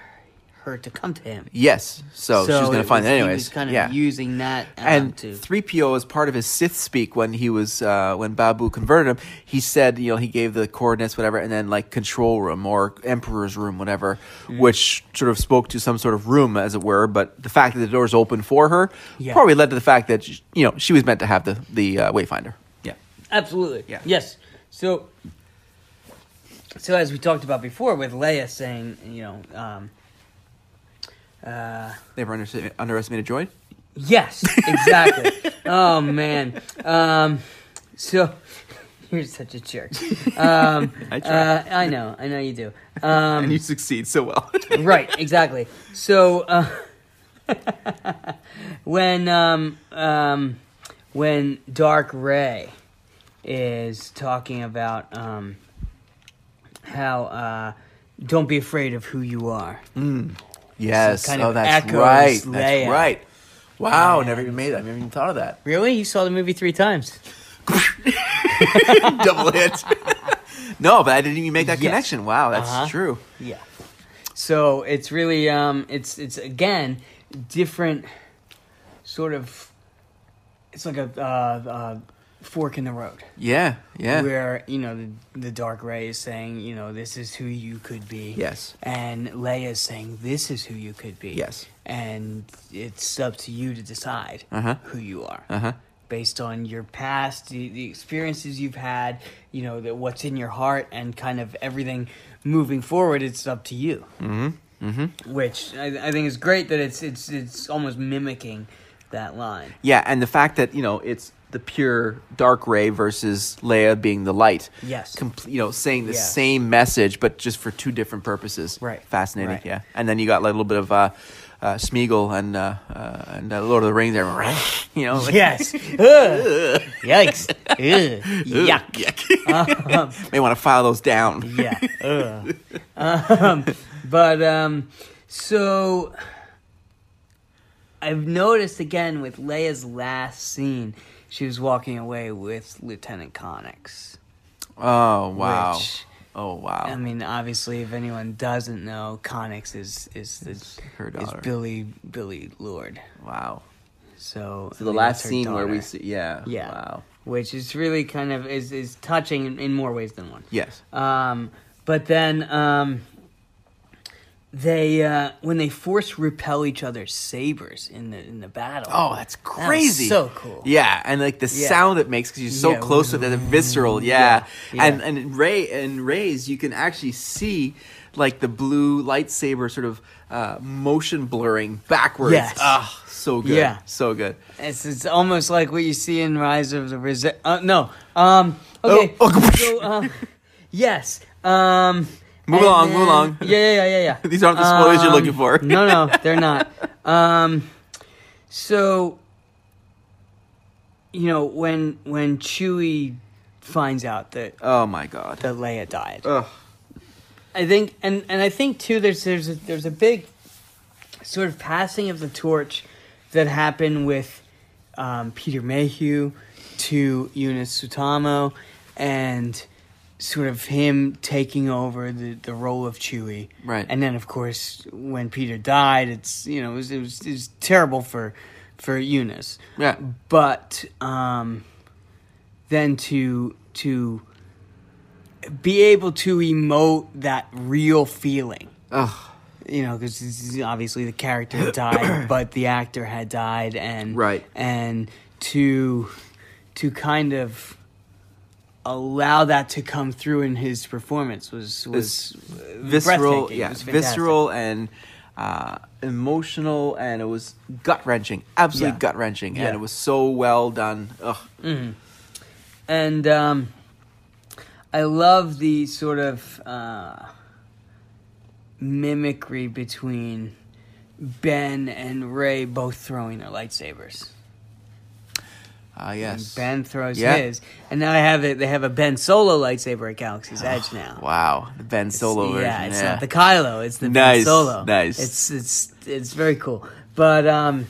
Speaker 5: her to come to him.
Speaker 4: yes. So, she was going to
Speaker 5: it
Speaker 4: find it
Speaker 5: was- he
Speaker 4: anyways.
Speaker 5: was kind of
Speaker 4: yeah.
Speaker 5: using that um,
Speaker 4: and
Speaker 5: to
Speaker 4: three PO as part of his Sith speak when he was uh, when Babu converted him. He said, you know, he gave the coordinates, whatever, and then like control room or Emperor's room, whatever,
Speaker 5: Mm.
Speaker 4: which sort of spoke to some sort of room, as it were. But the fact that the doors open for her
Speaker 5: Yeah.
Speaker 4: probably led to the fact that you know she was meant to have the the uh, Wayfinder. Yeah.
Speaker 5: Absolutely.
Speaker 4: Yeah.
Speaker 5: Yes. So, so as we talked about before, with Leia saying, you know, um,
Speaker 4: Never underestimated, underestimated droid.
Speaker 5: yes, exactly. [LAUGHS] oh man. Um, so [LAUGHS] you're such a jerk. Um,
Speaker 4: I try.
Speaker 5: uh, [LAUGHS] I know. I know you do. Um,
Speaker 4: and you succeed so well.
Speaker 5: right exactly so uh, [LAUGHS] when um, um, when dark ray is talking about um, how uh, don't be afraid of who you are
Speaker 4: [LAUGHS] yes.
Speaker 5: kind
Speaker 4: oh,
Speaker 5: of
Speaker 4: that's
Speaker 5: echoes
Speaker 4: right. That's
Speaker 5: Leia.
Speaker 4: right. Wow.
Speaker 5: Yeah.
Speaker 4: Never even made that. Never even thought of that.
Speaker 5: really you saw the movie three times
Speaker 4: [LAUGHS] double hit. no, but I didn't even make that
Speaker 5: Yes.
Speaker 4: connection. Wow, that's
Speaker 5: Uh-huh.
Speaker 4: true.
Speaker 5: yeah So it's really um, it's it's again different sort of. It's like a uh, uh, fork in the road
Speaker 4: Yeah, yeah.
Speaker 5: where you know the, the dark ray is saying you know this is who you could be
Speaker 4: Yes.
Speaker 5: and leia is saying this is who you could be
Speaker 4: Yes.
Speaker 5: and it's up to you to decide
Speaker 4: Uh-huh.
Speaker 5: who you are
Speaker 4: Uh-huh.
Speaker 5: based on your past the, the experiences you've had you know that what's in your heart and kind of everything moving forward it's up to you mm-hmm. Mm-hmm. which I, I think is great that it's it's it's almost mimicking that line
Speaker 4: Yeah, and the fact that you know it's the pure dark ray versus Leia being the light.
Speaker 5: Yes.
Speaker 4: Compl- you know, saying the
Speaker 5: Yeah.
Speaker 4: same message but just for two different purposes.
Speaker 5: Right.
Speaker 4: Fascinating.
Speaker 5: Right.
Speaker 4: Yeah, and then you got a little bit of. Uh, uh, Smeagol and uh, uh, and uh, Lord of the Rings, there, [LAUGHS] you know, like, [LAUGHS]
Speaker 5: yes [LAUGHS] Ugh. yikes Ugh. yuck
Speaker 4: may want to file those down.
Speaker 5: yeah.
Speaker 4: [LAUGHS]
Speaker 5: um, but um, so I've noticed again with Leia's last scene, she was walking away with Lieutenant Connix.
Speaker 4: Oh wow!
Speaker 5: Which-
Speaker 4: oh wow!
Speaker 5: I mean, obviously, if anyone doesn't know, Connix is is the
Speaker 4: her
Speaker 5: is
Speaker 4: daughter.
Speaker 5: Billy Billy Lord.
Speaker 4: wow!
Speaker 5: So, I
Speaker 4: So the
Speaker 5: mean,
Speaker 4: last
Speaker 5: that's her
Speaker 4: scene where we
Speaker 5: daughter.
Speaker 4: see, yeah,
Speaker 5: yeah,
Speaker 4: wow,
Speaker 5: which is really kind of is is touching in, in more ways than one.
Speaker 4: yes,
Speaker 5: Um, but then um, they uh, when they force repel each other's sabers in the in the battle.
Speaker 4: Oh, that's
Speaker 5: That was
Speaker 4: crazy.
Speaker 5: so cool.
Speaker 4: Yeah, and like the
Speaker 5: Yeah.
Speaker 4: sound it makes because you're so
Speaker 5: Yeah.
Speaker 4: close to that visceral. Yeah,
Speaker 5: Yeah.
Speaker 4: and and Ray and Ray's you can actually see like the blue lightsaber sort of uh, motion blurring backwards.
Speaker 5: Yes.
Speaker 4: Ah, so good.
Speaker 5: Yeah.
Speaker 4: so good.
Speaker 5: It's it's almost like what you see in Rise of the Resist. Uh, no, um, okay.
Speaker 4: Oh, oh,
Speaker 5: so, uh, yes. Um,
Speaker 4: Move
Speaker 5: and
Speaker 4: along, move
Speaker 5: then-
Speaker 4: along.
Speaker 5: Yeah, yeah, yeah, yeah. yeah.
Speaker 4: [LAUGHS] These aren't the spoilers you're looking for.
Speaker 5: no, no, they're not.
Speaker 4: [LAUGHS]
Speaker 5: Um, so you know when when Chewie finds out that
Speaker 4: Oh my god.
Speaker 5: that Leia died.
Speaker 4: Ugh.
Speaker 5: I think, and and I think too, there's there's a, there's a big sort of passing of the torch that happened with um, Peter Mayhew to Eunice Sutamo, and sort of him taking over the, the role of Chewie.
Speaker 4: Right.
Speaker 5: And then of course when Peter died, it's you know it was it was, it was terrible for for Eunice.
Speaker 4: Yeah.
Speaker 5: But um, then to to be able to emote that real feeling.
Speaker 4: Ugh.
Speaker 5: You know, because obviously the character
Speaker 4: [COUGHS]
Speaker 5: had died, but the actor had died, and
Speaker 4: Right.
Speaker 5: and to to kind of allow that to come through in his performance was was
Speaker 4: visceral,
Speaker 5: breathtaking. It
Speaker 4: yeah,
Speaker 5: was fantastic.
Speaker 4: visceral and uh, emotional, and it was gut wrenching, absolutely
Speaker 5: Yeah.
Speaker 4: gut wrenching,
Speaker 5: Yeah.
Speaker 4: and it was so well done. Ugh.
Speaker 5: and um, I love the sort of uh, mimicry between Ben and Ray both throwing their lightsabers.
Speaker 4: Ah, yes.
Speaker 5: Ben throws
Speaker 4: Yeah.
Speaker 5: his, and now I have it. They have a Ben Solo lightsaber at
Speaker 4: [SIGHS]
Speaker 5: Galaxy's Edge now.
Speaker 4: Wow, the Ben Solo version.
Speaker 5: Yeah, it's
Speaker 4: yeah.
Speaker 5: not the Kylo. It's the
Speaker 4: Nice,
Speaker 5: Ben Solo.
Speaker 4: nice.
Speaker 5: It's it's it's very cool. But um,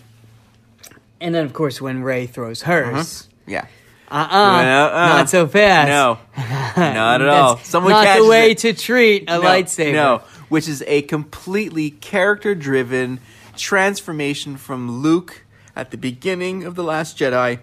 Speaker 5: and then of course when Ray throws hers,
Speaker 4: Yeah.
Speaker 5: uh uh
Speaker 4: Well, uh,
Speaker 5: not so fast. [LAUGHS]
Speaker 4: No, not at all.
Speaker 5: That's
Speaker 4: Someone
Speaker 5: not
Speaker 4: catches
Speaker 5: the way
Speaker 4: it.
Speaker 5: to treat a
Speaker 4: No,
Speaker 5: lightsaber.
Speaker 4: No, which is a completely character-driven transformation from Luke at the beginning of the Last Jedi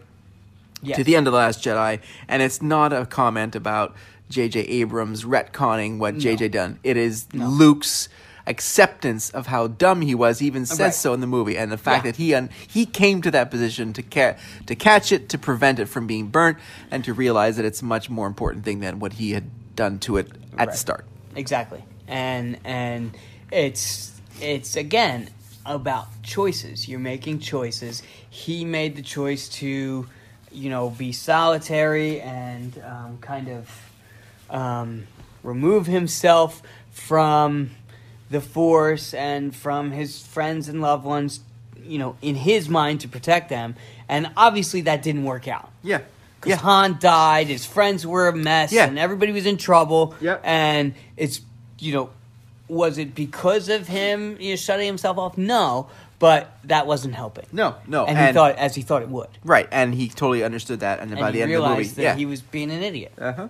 Speaker 5: Yeah.
Speaker 4: to the end of the Last Jedi, and it's not a comment about J.J. Abrams retconning what J.J. done. It is Luke's acceptance of how dumb he was. He even says
Speaker 5: Right.
Speaker 4: so in the movie, and the fact
Speaker 5: Yeah.
Speaker 4: that he un- he came to that position to ca- to catch it, to prevent it from being burnt, and to realize that it's a much more important thing than what he had done to it at the
Speaker 5: Right.
Speaker 4: start.
Speaker 5: Exactly. And and it's it's again about choices. You're making choices. He made the choice to, you know, be solitary and um, kind of um, remove himself from the force and from his friends and loved ones, you know, in his mind to protect them. And obviously that didn't work out.
Speaker 4: Yeah.
Speaker 5: Because
Speaker 4: Yeah.
Speaker 5: Han died, his friends were a mess,
Speaker 4: Yeah.
Speaker 5: and everybody was in trouble.
Speaker 4: Yep.
Speaker 5: And it's, you know, was it because of him you know, shutting himself off? No, but that wasn't helping.
Speaker 4: No, no,
Speaker 5: And, he
Speaker 4: and-
Speaker 5: thought, as he thought it would.
Speaker 4: Right, and he totally understood that, and,
Speaker 5: And
Speaker 4: by
Speaker 5: he
Speaker 4: the end of the
Speaker 5: realized
Speaker 4: movie,
Speaker 5: that
Speaker 4: yeah.
Speaker 5: he was being an idiot.
Speaker 4: uh-huh.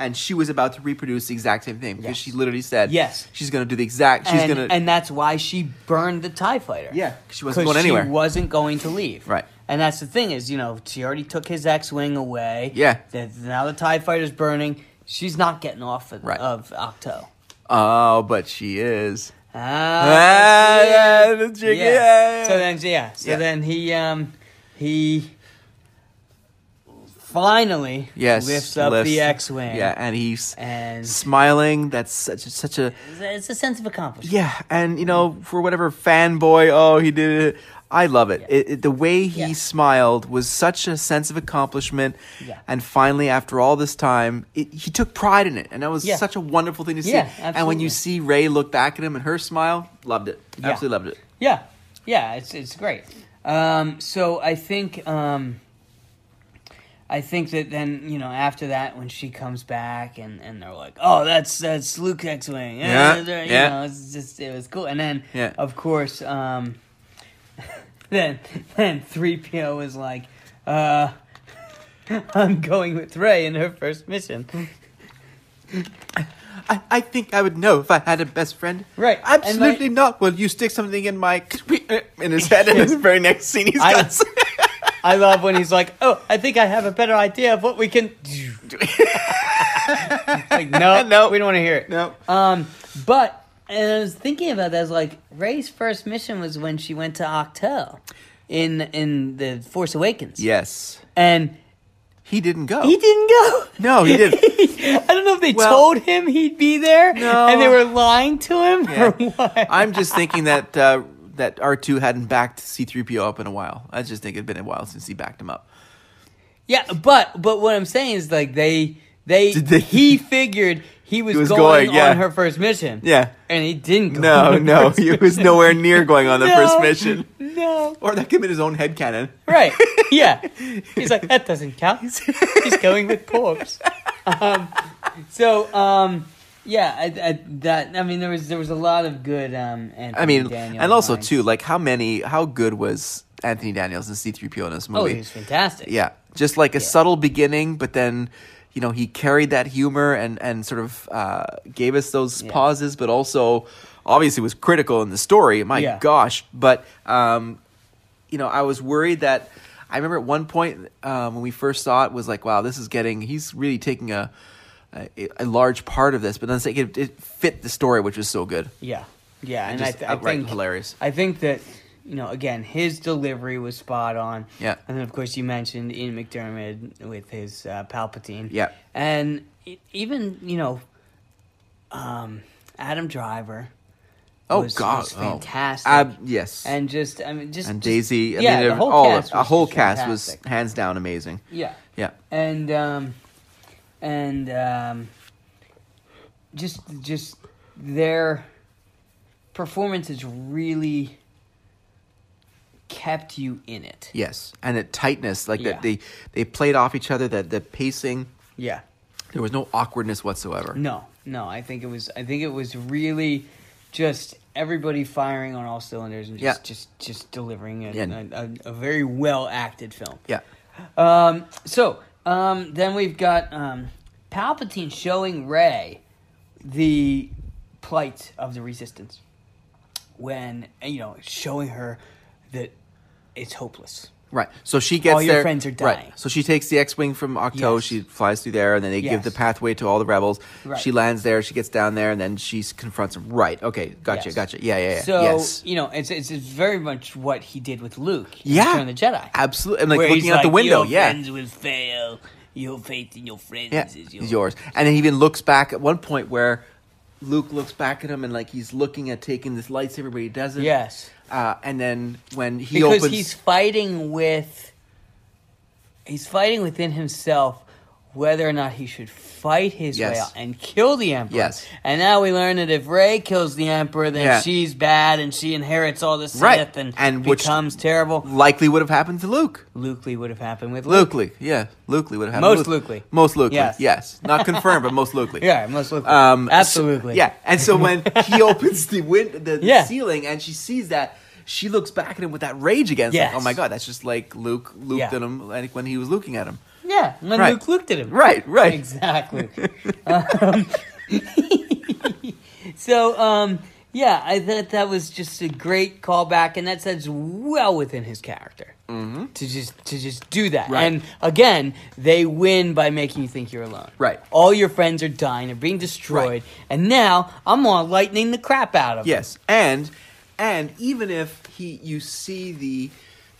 Speaker 4: and she was about to reproduce the exact same thing because
Speaker 5: Yes.
Speaker 4: she literally said
Speaker 5: Yes.
Speaker 4: she's going to do the exact. She's
Speaker 5: and,
Speaker 4: going to
Speaker 5: and that's why she burned the Tie Fighter.
Speaker 4: Yeah, 'cause she wasn't
Speaker 5: 'Cause
Speaker 4: going anywhere.
Speaker 5: She wasn't going to leave.
Speaker 4: Right.
Speaker 5: And that's the thing is, you know, she already took his X-wing away.
Speaker 4: Yeah.
Speaker 5: That- now the Tie Fighter's burning. She's not getting off of,
Speaker 4: Right.
Speaker 5: of Octo.
Speaker 4: oh, but she is.
Speaker 5: Ah,
Speaker 4: Ah, yeah, the chick- yeah, yeah.
Speaker 5: So then, yeah. So
Speaker 4: Yeah.
Speaker 5: then he, um, he finally
Speaker 4: Yes,
Speaker 5: lifts up
Speaker 4: lifts-
Speaker 5: the X-wing.
Speaker 4: Yeah, and he's
Speaker 5: And
Speaker 4: smiling. That's such a, such a
Speaker 5: it's a sense of accomplishment.
Speaker 4: yeah. And you know, for whatever fanboy, oh, he did it. I love it. it, it the way he
Speaker 5: Yeah.
Speaker 4: smiled was such a sense of accomplishment.
Speaker 5: Yeah.
Speaker 4: And finally, after all this time, it, he took pride in it, and that was
Speaker 5: Yeah.
Speaker 4: such a wonderful thing to see.
Speaker 5: Yeah,
Speaker 4: and when
Speaker 5: absolutely.
Speaker 4: you see Ray look back at him and her smile, loved it.
Speaker 5: Yeah.
Speaker 4: Absolutely loved it.
Speaker 5: Yeah, yeah, it's it's great. Um, so I think um, I think that then you know after that when she comes back and, and they're like, oh, that's that's Luke X-wing.
Speaker 4: Yeah,
Speaker 5: you
Speaker 4: yeah.
Speaker 5: know, it's just it was cool. And then
Speaker 4: Yeah.
Speaker 5: of course, um, [LAUGHS] then then three PO is like, uh, [LAUGHS] I'm going with Ray in her first mission.
Speaker 4: I, I think I would know if I had a best friend.
Speaker 5: Right, and
Speaker 4: Absolutely not. Well, you stick something in
Speaker 5: [LAUGHS]
Speaker 4: my in his head, and his very next scene, he's
Speaker 5: I-
Speaker 4: got. [LAUGHS]
Speaker 5: I love when he's like, oh, I think I have a better idea of what we can. [LAUGHS] do.
Speaker 4: [LAUGHS]
Speaker 5: like
Speaker 4: No.
Speaker 5: no, no, we don't want to hear it.
Speaker 4: no.
Speaker 5: Um, but and I was thinking about that. I was like, Ray's first mission was when she went to Octo in in the Force Awakens.
Speaker 4: Yes,
Speaker 5: and
Speaker 4: he didn't go.
Speaker 5: he didn't go.
Speaker 4: No, he didn't.
Speaker 5: [LAUGHS] I don't know if they
Speaker 4: Well-
Speaker 5: told him he'd be there,
Speaker 4: No.
Speaker 5: and they were lying to him or
Speaker 4: Yeah.
Speaker 5: what.
Speaker 4: I'm just thinking that uh, that R two hadn't backed C three PO up in a while. I just think it'd been a while since he backed him up.
Speaker 5: Yeah, but but what I'm saying is like they they,
Speaker 4: Did they-
Speaker 5: he figured he was,
Speaker 4: He was
Speaker 5: going,
Speaker 4: going, yeah.
Speaker 5: on her first mission.
Speaker 4: Yeah.
Speaker 5: And he didn't go.
Speaker 4: [LAUGHS]
Speaker 5: on
Speaker 4: No,
Speaker 5: her
Speaker 4: no,
Speaker 5: first
Speaker 4: he was
Speaker 5: mission.
Speaker 4: nowhere near going [LAUGHS] on the
Speaker 5: No,
Speaker 4: first mission.
Speaker 5: No.
Speaker 4: Or that could be his own head cannon.
Speaker 5: Right. Yeah. He's like, that
Speaker 4: [LAUGHS]
Speaker 5: doesn't count. He's going with corpse. Um, so, um, yeah, I, I, that I mean, there was there was a lot of good. Um, Anthony
Speaker 4: I mean,
Speaker 5: Daniel
Speaker 4: and also
Speaker 5: lines.
Speaker 4: too, like how many, how good was Anthony Daniels and C three PO in this
Speaker 5: Oh,
Speaker 4: movie?
Speaker 5: he was fantastic.
Speaker 4: Yeah, just like a subtle beginning, but then you know he carried that humor and and sort of uh, gave us those pauses, but also obviously was critical in the story. My
Speaker 5: Yeah.
Speaker 4: gosh, but um, you know I was worried that I remember at one point um, when we first saw it was like, wow, this is getting he's really taking a a, a large part of this, but then it's like it, it fit the story, which was so good.
Speaker 5: Yeah, yeah, and,
Speaker 4: just
Speaker 5: I, th- I
Speaker 4: outright
Speaker 5: think
Speaker 4: hilarious.
Speaker 5: I think that you know, again, his delivery was spot on.
Speaker 4: Yeah.
Speaker 5: and then of course you mentioned Ian McDermott with his uh, Palpatine.
Speaker 4: Yeah.
Speaker 5: and e- even you know, um, Adam Driver.
Speaker 4: Oh
Speaker 5: was,
Speaker 4: God,
Speaker 5: was
Speaker 4: oh.
Speaker 5: fantastic.
Speaker 4: Ab- yes, and,
Speaker 5: and just I mean, just just-
Speaker 4: Daisy. I
Speaker 5: yeah,
Speaker 4: mean,
Speaker 5: the whole
Speaker 4: all
Speaker 5: cast
Speaker 4: of- a
Speaker 5: was
Speaker 4: whole
Speaker 5: just
Speaker 4: cast
Speaker 5: fantastic.
Speaker 4: was hands down amazing.
Speaker 5: yeah,
Speaker 4: Yeah.
Speaker 5: and um, and um, just just their performances really kept you in it.
Speaker 4: Yes, and the tightness, like
Speaker 5: Yeah.
Speaker 4: that they they played off each other. That the pacing,
Speaker 5: Yeah.
Speaker 4: there was no awkwardness whatsoever.
Speaker 5: No, no, I think it was I think it was really just everybody firing on all cylinders and just
Speaker 4: Yeah.
Speaker 5: just just delivering a,
Speaker 4: Yeah.
Speaker 5: a, a, a very well acted film.
Speaker 4: Yeah,
Speaker 5: Um, so um, then we've got um, Palpatine showing Ray the plight of the Resistance when you know showing her that it's hopeless.
Speaker 4: right. So she gets
Speaker 5: All your
Speaker 4: there-
Speaker 5: friends are dying.
Speaker 4: Right. So she takes the X-wing from Octo.
Speaker 5: Yes.
Speaker 4: She flies through there, and then they give
Speaker 5: Yes.
Speaker 4: the pathway to all the rebels.
Speaker 5: Right.
Speaker 4: She lands there. She gets down there, and then she s- confronts them. Right. Okay. Gotcha.
Speaker 5: Yes.
Speaker 4: Gotcha. Yeah. Yeah. yeah.
Speaker 5: So
Speaker 4: yes.
Speaker 5: you know it's, it's it's very much what he did with Luke. in
Speaker 4: Yeah.
Speaker 5: Return of the Jedi.
Speaker 4: Absolutely. And like
Speaker 5: Where
Speaker 4: looking
Speaker 5: he's
Speaker 4: out the
Speaker 5: like,
Speaker 4: window.
Speaker 5: Your
Speaker 4: yeah.
Speaker 5: friends will fail. Your faith in your friends
Speaker 4: yeah,
Speaker 5: is
Speaker 4: is
Speaker 5: yours.
Speaker 4: yours. And then he even looks back at one point where Luke looks back at him and like he's looking at taking this lightsaber, but he doesn't.
Speaker 5: Yes.
Speaker 4: Uh, and then when he
Speaker 5: because
Speaker 4: opens,
Speaker 5: he's fighting with he's fighting within himself whether or not he should fight his way
Speaker 4: Yes.
Speaker 5: out and kill the emperor.
Speaker 4: Yes.
Speaker 5: And now we learn that if Ray kills the emperor, then
Speaker 4: Yeah.
Speaker 5: she's bad and she inherits all the Sith
Speaker 4: Right.
Speaker 5: and,
Speaker 4: And which-
Speaker 5: becomes terrible.
Speaker 4: likely would have happened to Luke.
Speaker 5: Luke Lee would have happened with Luke.
Speaker 4: Lukely, yeah, Lukely would have happened.
Speaker 5: Most
Speaker 4: to Luke.
Speaker 5: Lukely.
Speaker 4: most Lukely, yes.
Speaker 5: Yes.
Speaker 4: not confirmed, but most Lukely.
Speaker 5: [LAUGHS] Yeah, most Luke.
Speaker 4: Um, so-
Speaker 5: Absolutely.
Speaker 4: yeah, and so when
Speaker 5: [LAUGHS]
Speaker 4: he opens the wind, the, the
Speaker 5: Yeah.
Speaker 4: ceiling, and she sees that, she looks back at him with that rage again. It's like,
Speaker 5: Yes.
Speaker 4: oh my god, that's just like Luke looked
Speaker 5: Yeah.
Speaker 4: at him like when he was looking at him.
Speaker 5: Yeah, when
Speaker 4: Right.
Speaker 5: Luke looked at him.
Speaker 4: Right, right.
Speaker 5: [LAUGHS] Exactly. um, [LAUGHS] so, um, yeah, I thought that was just a great callback, and that sets well within his character mm-hmm. to just to just do that.
Speaker 4: Right.
Speaker 5: And again, they win by making you think you're alone.
Speaker 4: Right.
Speaker 5: All your friends are dying, are being
Speaker 4: Right.
Speaker 5: destroyed, and now I'm on lightning the crap out of them.
Speaker 4: Yes, and and even if he, you see the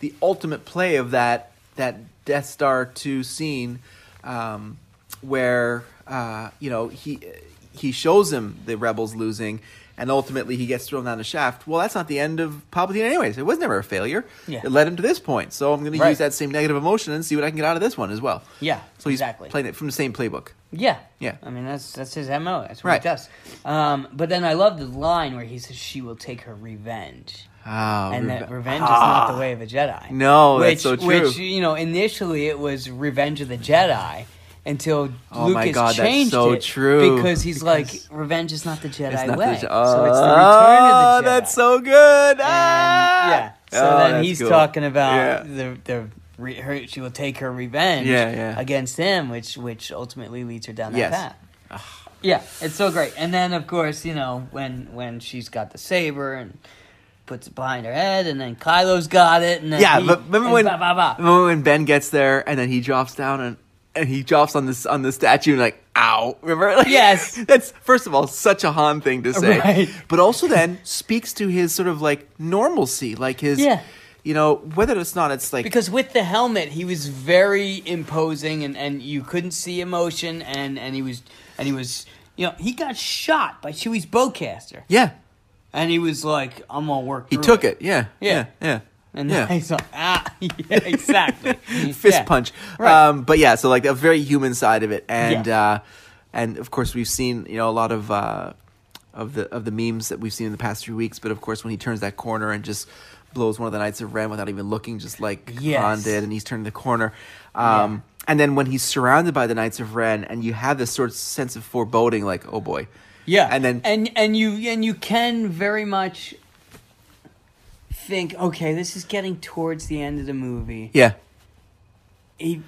Speaker 4: the ultimate play of that that Death Star two scene, um, where uh, you know he he shows him the rebels losing. And ultimately, he gets thrown down the shaft. Well, that's not the end of Palpatine, anyways. It was never a failure.
Speaker 5: Yeah.
Speaker 4: It led him to this point. So I'm going to
Speaker 5: Right.
Speaker 4: use that same negative emotion and see what I can get out of this one as well.
Speaker 5: Yeah,
Speaker 4: So he's
Speaker 5: exactly.
Speaker 4: playing it from the same playbook.
Speaker 5: Yeah.
Speaker 4: Yeah.
Speaker 5: I mean, that's that's his MO. That's what
Speaker 4: Right.
Speaker 5: he does. Um, but then I love the line where he says, she will take her revenge.
Speaker 4: Oh,
Speaker 5: and
Speaker 4: reve- Ah.
Speaker 5: that revenge is not the way of a Jedi.
Speaker 4: No, that's so true.
Speaker 5: Which, you know, initially it was Revenge of the Jedi until
Speaker 4: Oh
Speaker 5: Lucas
Speaker 4: my God, that's
Speaker 5: changed
Speaker 4: so
Speaker 5: it
Speaker 4: true.
Speaker 5: because
Speaker 4: Because-
Speaker 5: he's like, revenge is not the Jedi
Speaker 4: It's not the
Speaker 5: way.
Speaker 4: Je-
Speaker 5: so it's the return
Speaker 4: Oh,
Speaker 5: of the Jedi.
Speaker 4: that's so good.
Speaker 5: And,
Speaker 4: Ah!
Speaker 5: yeah. So
Speaker 4: Oh,
Speaker 5: then
Speaker 4: that's
Speaker 5: he's
Speaker 4: cool.
Speaker 5: talking about
Speaker 4: Yeah.
Speaker 5: the the re, her, she will take her revenge
Speaker 4: Yeah, yeah.
Speaker 5: against him, which which ultimately leads her down that
Speaker 4: Yes.
Speaker 5: path. Yeah, it's so great. And then of course you know when when she's got the saber and puts it behind her head, and then Kylo's got it, and then
Speaker 4: Yeah,
Speaker 5: he-
Speaker 4: but remember
Speaker 5: and
Speaker 4: when
Speaker 5: blah, blah, blah.
Speaker 4: remember when Ben gets there and then he drops down and and he drops on this on the statue and like ow remember [LAUGHS] Like,
Speaker 5: Yes.
Speaker 4: that's first of all such a Han thing to say
Speaker 5: Right.
Speaker 4: but also then speaks to his sort of like normalcy like his
Speaker 5: Yeah.
Speaker 4: you know whether it's not it's like
Speaker 5: because with the helmet he was very imposing and, and you couldn't see emotion and, and he was and he was you know he got shot by Chewie's bowcaster
Speaker 4: yeah
Speaker 5: and he was like I'm gonna work
Speaker 4: he
Speaker 5: through
Speaker 4: took it yeah
Speaker 5: Yeah.
Speaker 4: yeah yeah
Speaker 5: and
Speaker 4: yeah.
Speaker 5: then [LAUGHS] he's like ah yeah, exactly
Speaker 4: [LAUGHS]
Speaker 5: [LAUGHS]
Speaker 4: fist
Speaker 5: Yeah.
Speaker 4: punch.
Speaker 5: Right.
Speaker 4: Um, but yeah, so like a very human side of it, and
Speaker 5: Yeah.
Speaker 4: uh, and of course we've seen you know a lot of uh, of the of the memes that we've seen in the past few weeks. But of course, when he turns that corner and just blows one of the Knights of Ren without even looking, just like
Speaker 5: Yes.
Speaker 4: Han did, and he's turning the corner. Um, And then when he's surrounded by the Knights of Ren, and you have this sort of sense of foreboding, like oh boy,
Speaker 5: yeah
Speaker 4: and then
Speaker 5: and and you and you can very much think okay this is getting towards the end of the movie
Speaker 4: yeah,
Speaker 5: he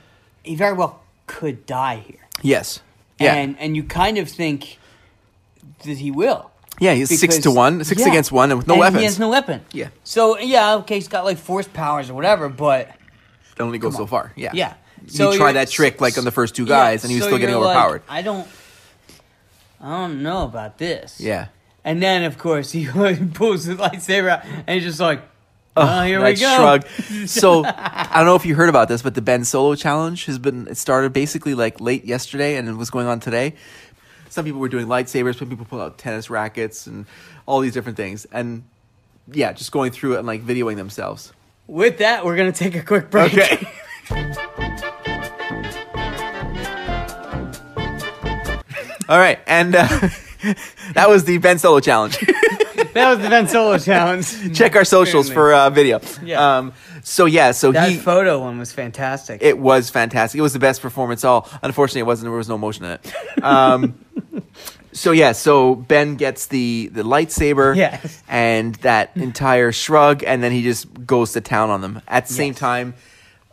Speaker 5: he very well could die here
Speaker 4: yes, yeah,
Speaker 5: and and you kind of think that he will
Speaker 4: yeah. He's six to
Speaker 5: because-
Speaker 4: one, six
Speaker 5: yeah.
Speaker 4: against one, and with no
Speaker 5: And
Speaker 4: weapons.
Speaker 5: He has no weapon.
Speaker 4: Yeah.
Speaker 5: So yeah, okay, he's got like force powers or whatever, but
Speaker 4: It only goes so far. Yeah.
Speaker 5: yeah.
Speaker 4: So you try
Speaker 5: you're-
Speaker 4: that trick like on the first two
Speaker 5: yeah,
Speaker 4: guys, and he was
Speaker 5: so
Speaker 4: still getting
Speaker 5: you're like,
Speaker 4: overpowered.
Speaker 5: I don't, I don't know about this.
Speaker 4: yeah.
Speaker 5: And then of course [LAUGHS] he pulls the lightsaber out, and he's just like, oh, here
Speaker 4: that
Speaker 5: we go. [LAUGHS]
Speaker 4: Shrug. So I don't know if you heard about this, but the Ben Solo challenge has been it started basically like late yesterday and it was going on today. Some people were doing lightsabers, some people pulled out tennis rackets and all these different things. And yeah, just going through it and like videoing themselves.
Speaker 5: With that, we're gonna take a quick break.
Speaker 4: Okay. all right, and uh, [LAUGHS] that was the Ben Solo challenge.
Speaker 5: [LAUGHS]
Speaker 4: [LAUGHS]
Speaker 5: that was the Ben Solo challenge.
Speaker 4: check our socials for uh, video.
Speaker 5: Yeah.
Speaker 4: Um, so yeah, so
Speaker 5: That
Speaker 4: he.
Speaker 5: photo one was fantastic.
Speaker 4: it was fantastic. It was the best performance all. Unfortunately, it wasn't. There was no motion in it.
Speaker 5: [LAUGHS]
Speaker 4: Um, so yeah, so Ben gets the the lightsaber,
Speaker 5: Yes.
Speaker 4: and that entire shrug, and then he just goes to town on them. At the same
Speaker 5: Yes.
Speaker 4: time,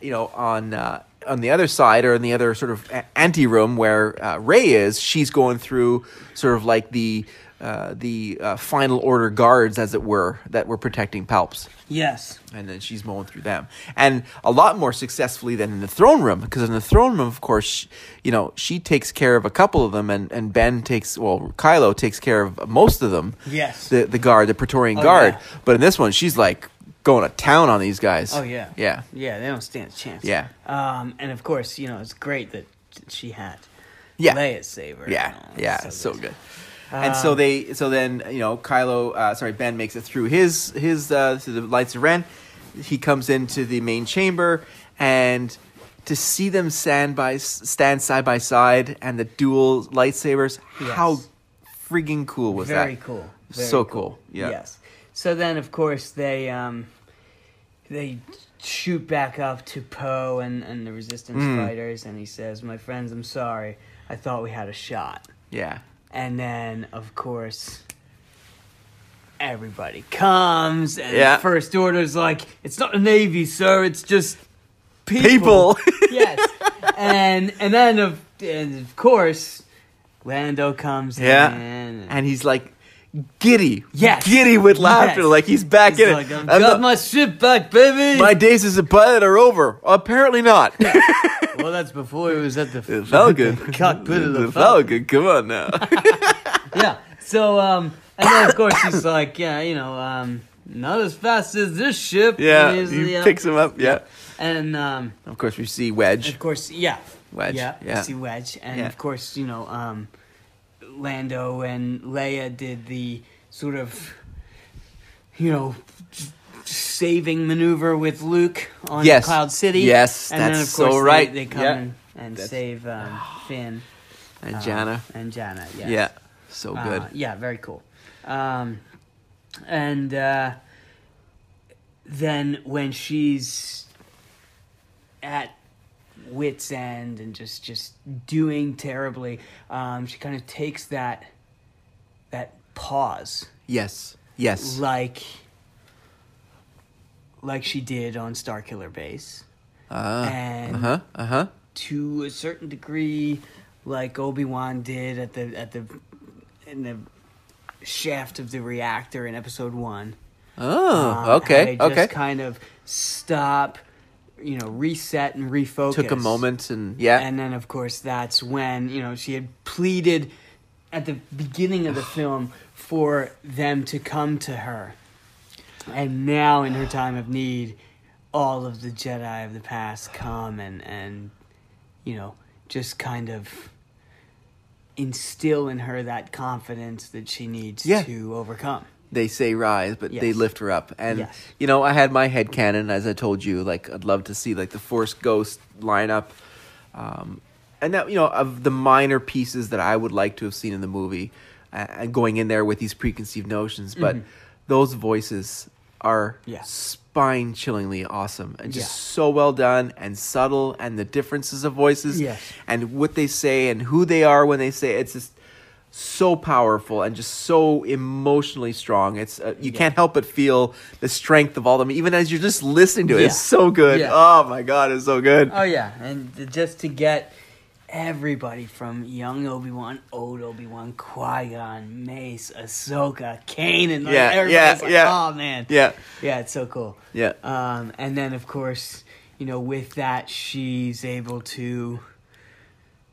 Speaker 4: you know, on uh, on the other side or in the other sort of anti room where uh, Ray is, she's going through sort of like the. Uh, the uh, final order guards, as it were, that were protecting Palps
Speaker 5: yes.
Speaker 4: and then she's mowing through them and a lot more successfully than in the throne room because in the throne room of course she, you know she takes care of a couple of them and, and ben takes well kylo takes care of most of them
Speaker 5: Yes. Oh,
Speaker 4: the, the guard the praetorian guard
Speaker 5: yeah.
Speaker 4: but in this one she's like going to town on these guys
Speaker 5: Oh yeah.
Speaker 4: yeah
Speaker 5: Yeah, they don't stand a chance.
Speaker 4: Yeah.
Speaker 5: Um, and of course, you know, it's great that she had
Speaker 4: Yeah.
Speaker 5: Leia's saber. and
Speaker 4: yeah
Speaker 5: all.
Speaker 4: yeah so good and so
Speaker 5: Um,
Speaker 4: they so then you know kylo uh, sorry ben makes it through his his uh, through the lights of ren he comes into the main chamber and to see them stand by stand side by side and the dual lightsabers how
Speaker 5: Yes.
Speaker 4: frigging cool was
Speaker 5: very
Speaker 4: that
Speaker 5: cool. Very
Speaker 4: so cool, yeah
Speaker 5: Yes. So then, of course, they um, they shoot back up to Poe and and the Resistance
Speaker 4: Hmm.
Speaker 5: fighters, and he says, "My friends, I'm sorry. I thought we had a shot."
Speaker 4: yeah
Speaker 5: And then, of course, everybody comes, and
Speaker 4: Yeah.
Speaker 5: the First Order's like, it's not the Navy, sir, it's just people.
Speaker 4: people [LAUGHS]
Speaker 5: yes. and and then of and of course, Lando comes
Speaker 4: Yeah.
Speaker 5: in.
Speaker 4: And he's like giddy.
Speaker 5: Yes.
Speaker 4: Giddy with laughter.
Speaker 5: Yes.
Speaker 4: Like he's back
Speaker 5: He's
Speaker 4: in
Speaker 5: like,
Speaker 4: it.
Speaker 5: "I've
Speaker 4: I'm
Speaker 5: got
Speaker 4: the-
Speaker 5: my shit back, baby.
Speaker 4: my days as a pilot are over. Apparently not.
Speaker 5: [LAUGHS] well, that's before he was at the
Speaker 4: [LAUGHS] It
Speaker 5: [LAUGHS]
Speaker 4: felt good.
Speaker 5: cockpit of the
Speaker 4: It felt good. Come on [LAUGHS] now.
Speaker 5: [LAUGHS] yeah. So, um, and then of course
Speaker 4: [LAUGHS]
Speaker 5: he's like, yeah, you know, um, not as fast as this ship.
Speaker 4: Yeah.
Speaker 5: And he's-
Speaker 4: He
Speaker 5: yeah.
Speaker 4: picks him up. uh, Yeah.
Speaker 5: and um,
Speaker 4: Of course, we see Wedge.
Speaker 5: of course, yeah,
Speaker 4: Wedge,
Speaker 5: yeah,
Speaker 4: yeah.
Speaker 5: you see Wedge, and
Speaker 4: Yeah.
Speaker 5: of course, you know, um, Lando and Leia did the sort of, you know. Saving maneuver with Luke on
Speaker 4: Yes.
Speaker 5: Cloud City.
Speaker 4: Yes,
Speaker 5: and then,
Speaker 4: that's
Speaker 5: of course,
Speaker 4: so
Speaker 5: they-
Speaker 4: right.
Speaker 5: They, come
Speaker 4: Yeah.
Speaker 5: in and
Speaker 4: That's- [SIGHS]
Speaker 5: save um, Finn
Speaker 4: And
Speaker 5: um,
Speaker 4: Jana.
Speaker 5: and Jana. Yes.
Speaker 4: Uh, Yeah. So
Speaker 5: Uh,
Speaker 4: good.
Speaker 5: yeah, very cool. Um, and uh, then when she's at wit's end and just just doing terribly, um, she kind of takes that that pause,
Speaker 4: Yes. Yes.
Speaker 5: like like she did on Starkiller Base, and
Speaker 4: Uh huh. Uh huh.
Speaker 5: to a certain degree, like Obi Wan did at the at the in the shaft of the reactor in Episode One. Um,
Speaker 4: Oh.
Speaker 5: how
Speaker 4: Okay.
Speaker 5: they just
Speaker 4: Okay.
Speaker 5: Kind of stop, you know, reset and refocus.
Speaker 4: Took a moment and yeah.
Speaker 5: and then of course that's when you know she had pleaded at the
Speaker 4: [SIGHS]
Speaker 5: beginning of the film for them to come to her, and now in her time of need, all of the Jedi of the past come and and you know just kind of instill in her that confidence that she needs
Speaker 4: Yeah.
Speaker 5: to overcome.
Speaker 4: they say rise, but they
Speaker 5: Yes.
Speaker 4: lift her up. And
Speaker 5: Yes.
Speaker 4: you know, I had my head cannon as I told you. Like I'd love to see like the Force Ghost lineup, um, and that you know of the minor pieces that I would like to have seen in the movie, uh, and going in there with these preconceived notions. But
Speaker 5: Mm-hmm.
Speaker 4: those voices are
Speaker 5: Yeah.
Speaker 4: spine chillingly awesome and just
Speaker 5: Yeah.
Speaker 4: so well done and subtle and the differences of voices
Speaker 5: Yes.
Speaker 4: and what they say and who they are when they say it. it's just so powerful and just so emotionally strong. It's uh, you can't help but feel the strength of all of them, even as you're just listening to it. It's
Speaker 5: Yeah.
Speaker 4: so good.
Speaker 5: Yeah.
Speaker 4: Oh my god, it's so good.
Speaker 5: Oh yeah, and th- just to get everybody from young Obi Wan, old Obi Wan, Qui Gon, Mace, Ahsoka, Kanan, like,
Speaker 4: Yeah,
Speaker 5: everybody's
Speaker 4: yeah,
Speaker 5: like,
Speaker 4: yeah.
Speaker 5: oh man,
Speaker 4: yeah,
Speaker 5: yeah, it's so cool.
Speaker 4: yeah,
Speaker 5: Um, and then of course, you know, with that she's able to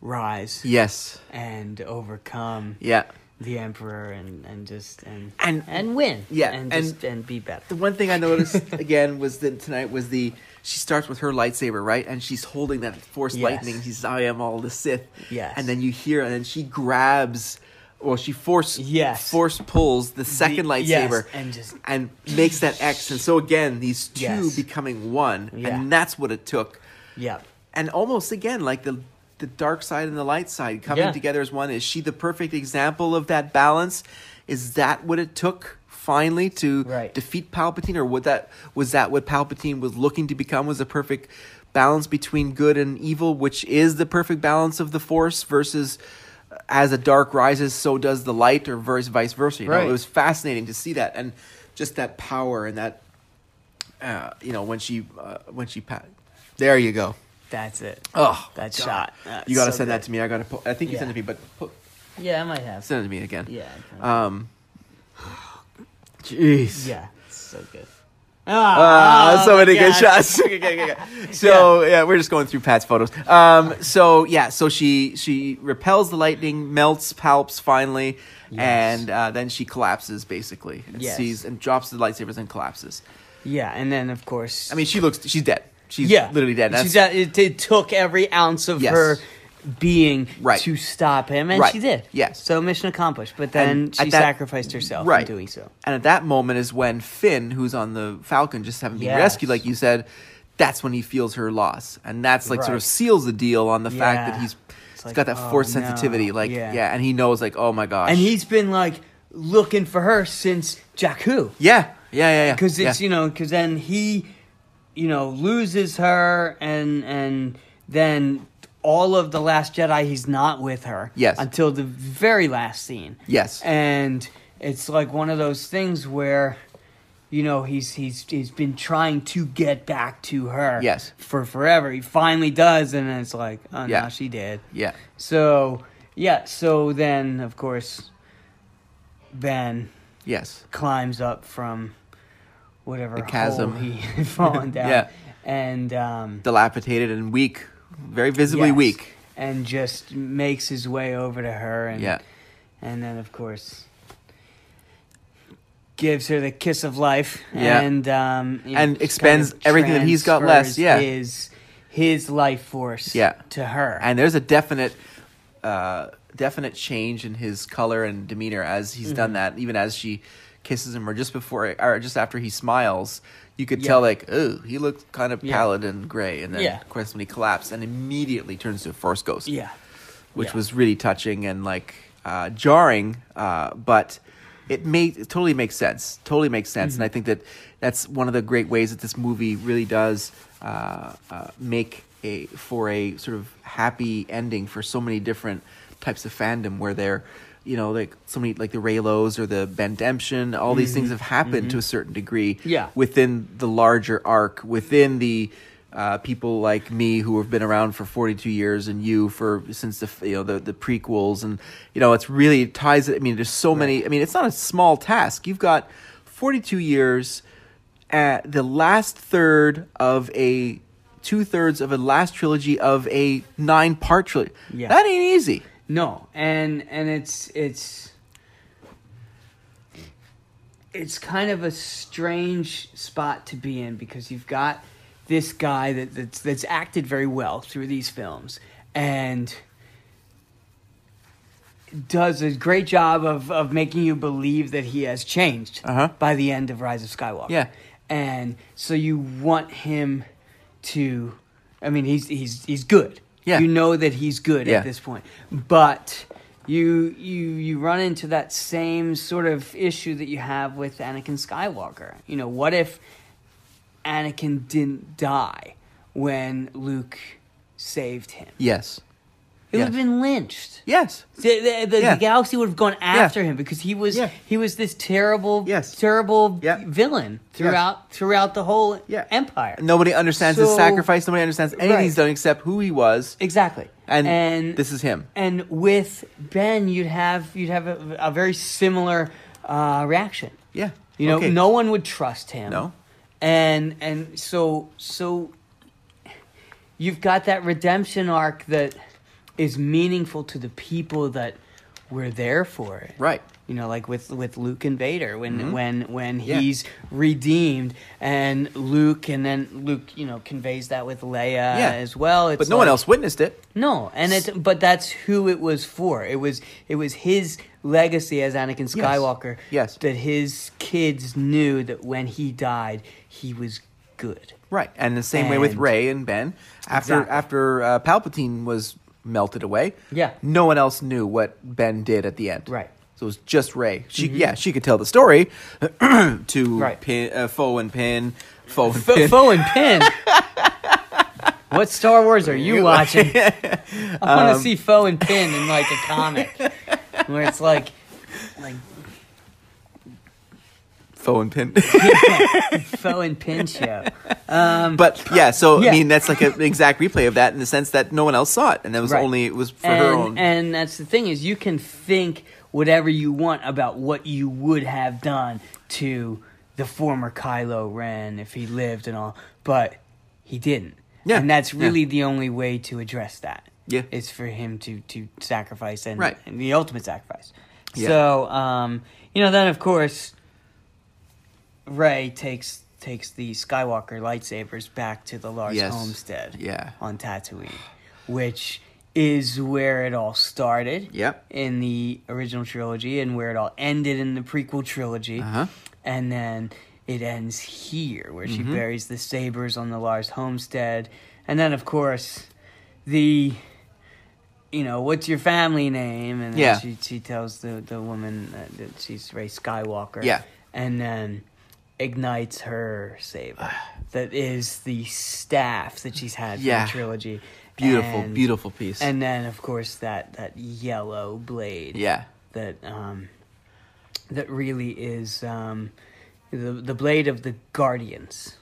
Speaker 5: rise
Speaker 4: yes,
Speaker 5: and overcome
Speaker 4: yeah.
Speaker 5: the Emperor and and just and
Speaker 4: And-
Speaker 5: and win,
Speaker 4: yeah,
Speaker 5: and
Speaker 4: and-
Speaker 5: just, and be better.
Speaker 4: The one thing I noticed [LAUGHS] again was that tonight was the she starts with her lightsaber right, and she's holding that force
Speaker 5: Yes.
Speaker 4: lightning. She says, "I am all the Sith."
Speaker 5: Yes.
Speaker 4: and then you hear, and then she grabs. Well, she force
Speaker 5: Yes.
Speaker 4: force pulls the second
Speaker 5: The-
Speaker 4: lightsaber
Speaker 5: yes, and just
Speaker 4: and makes that X. And so again, these two
Speaker 5: Yes.
Speaker 4: becoming one,
Speaker 5: Yeah.
Speaker 4: and that's what it took.
Speaker 5: yeah,
Speaker 4: And almost again, like the the dark side and the light side coming
Speaker 5: Yeah.
Speaker 4: together as one. Is she the perfect example of that balance? Is that what it took finally to
Speaker 5: Right.
Speaker 4: defeat Palpatine, or what that was that what Palpatine was looking to become was a perfect balance between good and evil, which is the perfect balance of the Force versus. uh, As a dark rises, so does the light, or vers- vice versa. You know,
Speaker 5: Right.
Speaker 4: it was fascinating to see that, and just that power and that uh, you know when she uh, when she pa- there you go
Speaker 5: that's it.
Speaker 4: oh
Speaker 5: That
Speaker 4: God.
Speaker 5: shot. That's
Speaker 4: you got to
Speaker 5: so
Speaker 4: send that
Speaker 5: good.
Speaker 4: to me I got to po- I think you sent it to
Speaker 5: Yeah.
Speaker 4: me but po-
Speaker 5: Yeah, I might have.
Speaker 4: send it to me again
Speaker 5: yeah, I kinda-
Speaker 4: um jeez
Speaker 5: yeah, it's so good.
Speaker 4: Ah,
Speaker 5: Ah,
Speaker 4: so
Speaker 5: my
Speaker 4: many good
Speaker 5: God. [LAUGHS]
Speaker 4: shots. Okay, okay, okay, okay. [LAUGHS] So yeah. we're just going through Pat's photos. Um, so yeah, so she she repels the lightning, melts Palps finally, and uh, then she collapses basically. And
Speaker 5: Yes.
Speaker 4: sees and drops the lightsabers and collapses.
Speaker 5: Yeah, and then of course,
Speaker 4: I mean, she looks she's dead. She's
Speaker 5: yeah,
Speaker 4: literally dead. That's-
Speaker 5: She's at, it, it took every ounce of
Speaker 4: Yes.
Speaker 5: her being
Speaker 4: Right.
Speaker 5: to stop him, and
Speaker 4: Right.
Speaker 5: she did.
Speaker 4: Yes.
Speaker 5: So mission accomplished. But then
Speaker 4: And
Speaker 5: she
Speaker 4: at that-
Speaker 5: sacrificed herself
Speaker 4: Right.
Speaker 5: in doing so.
Speaker 4: And at that moment is when Finn, who's on the Falcon, just having been
Speaker 5: Yes.
Speaker 4: rescued, like you said, that's when he feels her loss. And that's like sort of
Speaker 5: Right.
Speaker 4: seals the deal on the fact that
Speaker 5: Yeah.
Speaker 4: he's
Speaker 5: It's
Speaker 4: he's
Speaker 5: like,
Speaker 4: got that
Speaker 5: oh,
Speaker 4: force
Speaker 5: no.
Speaker 4: sensitivity. Like, yeah.
Speaker 5: Yeah.
Speaker 4: And he knows, like, oh my gosh.
Speaker 5: And he's been like looking for her since Jakku,
Speaker 4: Yeah. Yeah. Yeah. Yeah.
Speaker 5: because it's
Speaker 4: yeah.
Speaker 5: you know, because then he, you know, loses her, and and then all of the Last Jedi, he's not with her.
Speaker 4: Yes.
Speaker 5: Until the very last scene.
Speaker 4: Yes.
Speaker 5: And it's like one of those things where you know, he's he's he's been trying to get back to her.
Speaker 4: Yes.
Speaker 5: For forever. He finally does, and it's like, oh
Speaker 4: Yeah.
Speaker 5: no, she did.
Speaker 4: Yeah.
Speaker 5: So yeah, so then of course Ben
Speaker 4: Yes.
Speaker 5: climbs up from whatever
Speaker 4: chasm. [LAUGHS]
Speaker 5: hole he had fallen down.
Speaker 4: Yeah.
Speaker 5: And um
Speaker 4: Dilapidated and weak, very visibly
Speaker 5: yes,
Speaker 4: weak.
Speaker 5: And just makes his way over to her and
Speaker 4: Yeah.
Speaker 5: and then of course gives her the kiss of life
Speaker 4: Yeah.
Speaker 5: and um you
Speaker 4: And
Speaker 5: just
Speaker 4: expends everything that he's got left,
Speaker 5: transfers
Speaker 4: yeah.
Speaker 5: his his life force
Speaker 4: Yeah.
Speaker 5: to her
Speaker 4: and there's a definite uh, definite change in his color and demeanor as he's done
Speaker 5: Mm-hmm.
Speaker 4: that even as she kisses him or just before or just after he smiles you could tell
Speaker 5: Yeah.
Speaker 4: like oh he looks kind of
Speaker 5: Yeah.
Speaker 4: pallid and gray and then
Speaker 5: Yeah.
Speaker 4: of course when he collapsed and immediately turns to a force ghost
Speaker 5: yeah
Speaker 4: which
Speaker 5: yeah.
Speaker 4: was really touching and like uh, jarring uh, but it made it totally makes sense totally makes sense
Speaker 5: Mm-hmm.
Speaker 4: and i think that that's one of the great ways that this movie really does uh, uh, make a for a sort of happy ending for so many different types of fandom where they're you know like so many like the raylos or the ben demption all these things have happened to a certain degree
Speaker 5: Mm-hmm. Yeah.
Speaker 4: within the larger arc, within the uh, people like me who have been around for 42 years and you for since the you know the, the prequels and you know it's really ties. I mean, there's so many. I mean, it's not a small task. You've got 42 years at the last third of a two thirds of a last trilogy of a nine part trilogy.
Speaker 5: Yeah.
Speaker 4: That ain't easy.
Speaker 5: No, and and it's it's it's kind of a strange spot to be in because you've got this guy that that's, that's acted very well through these films and does a great job of, of making you believe that he has changed
Speaker 4: Uh-huh.
Speaker 5: by the end of Rise of Skywalker.
Speaker 4: Yeah.
Speaker 5: And so you want him to I mean he's he's he's good.
Speaker 4: Yeah.
Speaker 5: You know that he's good
Speaker 4: Yeah.
Speaker 5: at this point. But you you you run into that same sort of issue that you have with Anakin Skywalker. You know, what if Anakin didn't die when Luke saved him?
Speaker 4: Yes.
Speaker 5: He would have
Speaker 4: Yes.
Speaker 5: been lynched.
Speaker 4: Yes.
Speaker 5: The, the, the,
Speaker 4: Yeah.
Speaker 5: the galaxy would have gone after him because he was
Speaker 4: Yeah.
Speaker 5: he was this terrible
Speaker 4: Yes.
Speaker 5: terrible
Speaker 4: Yeah.
Speaker 5: villain throughout throughout the whole
Speaker 4: Yeah.
Speaker 5: empire.
Speaker 4: Nobody understands his
Speaker 5: So-
Speaker 4: sacrifice. Nobody understands anything
Speaker 5: Right.
Speaker 4: he's done except who he was.
Speaker 5: Exactly.
Speaker 4: And this is him.
Speaker 5: And with Ben, you'd have you'd have a, a very similar uh, reaction.
Speaker 4: Yeah.
Speaker 5: You know,
Speaker 4: Okay.
Speaker 5: no one would trust him.
Speaker 4: No.
Speaker 5: And and so so you've got that redemption arc that is meaningful to the people that were there for it.
Speaker 4: Right. Mm-hmm.
Speaker 5: You know, like with with Luke and Vader when when when
Speaker 4: Yeah.
Speaker 5: he's redeemed and Luke and then Luke, you know, conveys that with Leia
Speaker 4: Yeah.
Speaker 5: as well. It's
Speaker 4: but no one
Speaker 5: like-
Speaker 4: else witnessed it.
Speaker 5: no, and it's but that's who it was for. It was it was his legacy as Anakin Skywalker.
Speaker 4: Yes.
Speaker 5: that his kids knew that when he died, he was good.
Speaker 4: Right, and the same way with
Speaker 5: And-
Speaker 4: Ray and Ben. After
Speaker 5: Exactly.
Speaker 4: after uh, Palpatine was melted away,
Speaker 5: Yeah.
Speaker 4: no one else knew what Ben did at the end.
Speaker 5: Right. Mm-hmm.
Speaker 4: so it was just Ray. She yeah, she could tell the story [CLEARS THROAT] to
Speaker 5: Right.
Speaker 4: Pin, uh, Foe and Pin, Foe and
Speaker 5: Fo
Speaker 4: Pin.
Speaker 5: Foe and
Speaker 4: [LAUGHS]
Speaker 5: Pin. what Star Wars are you watching? I want
Speaker 4: Um,
Speaker 5: to see Foe and Pin in like a comic where it's like like
Speaker 4: Foe and Pin.
Speaker 5: Foe and Pin show.
Speaker 4: [LAUGHS] but yeah, so
Speaker 5: Yeah.
Speaker 4: I mean that's like an exact replay of that in the sense that no one else saw it, and that was
Speaker 5: Right.
Speaker 4: only it was for
Speaker 5: and,
Speaker 4: her own.
Speaker 5: And that's the thing is you can think whatever you want about what you would have done to the former Kylo Ren if he lived and all, but he didn't.
Speaker 4: Yeah,
Speaker 5: And that's
Speaker 4: yeah.
Speaker 5: really the only way to address that.
Speaker 4: Yeah.
Speaker 5: Is for him to to sacrifice and,
Speaker 4: Right.
Speaker 5: and the ultimate sacrifice.
Speaker 4: Yeah.
Speaker 5: So, um, you know, then of course Ray takes takes the Skywalker lightsabers back to the Lars
Speaker 4: Yes.
Speaker 5: homestead
Speaker 4: Yeah.
Speaker 5: on Tatooine, which is where it all started.
Speaker 4: Yep.
Speaker 5: In the original trilogy, and where it all ended in the prequel trilogy,
Speaker 4: Uh-huh.
Speaker 5: and then it ends here, where
Speaker 4: Mm-hmm.
Speaker 5: she buries the sabers on the Lars homestead, and then of course, the. You know what's your family name, and then
Speaker 4: Yeah.
Speaker 5: she she tells the the woman that, that she's Ray Skywalker.
Speaker 4: Yeah.
Speaker 5: and then ignites her
Speaker 4: [SIGHS]
Speaker 5: saber that is the staff that she's had
Speaker 4: Yeah.
Speaker 5: from the trilogy.
Speaker 4: beautiful,
Speaker 5: And-
Speaker 4: beautiful piece.
Speaker 5: And then of course that that yellow blade.
Speaker 4: yeah,
Speaker 5: That um that really is um the, the blade of the guardians,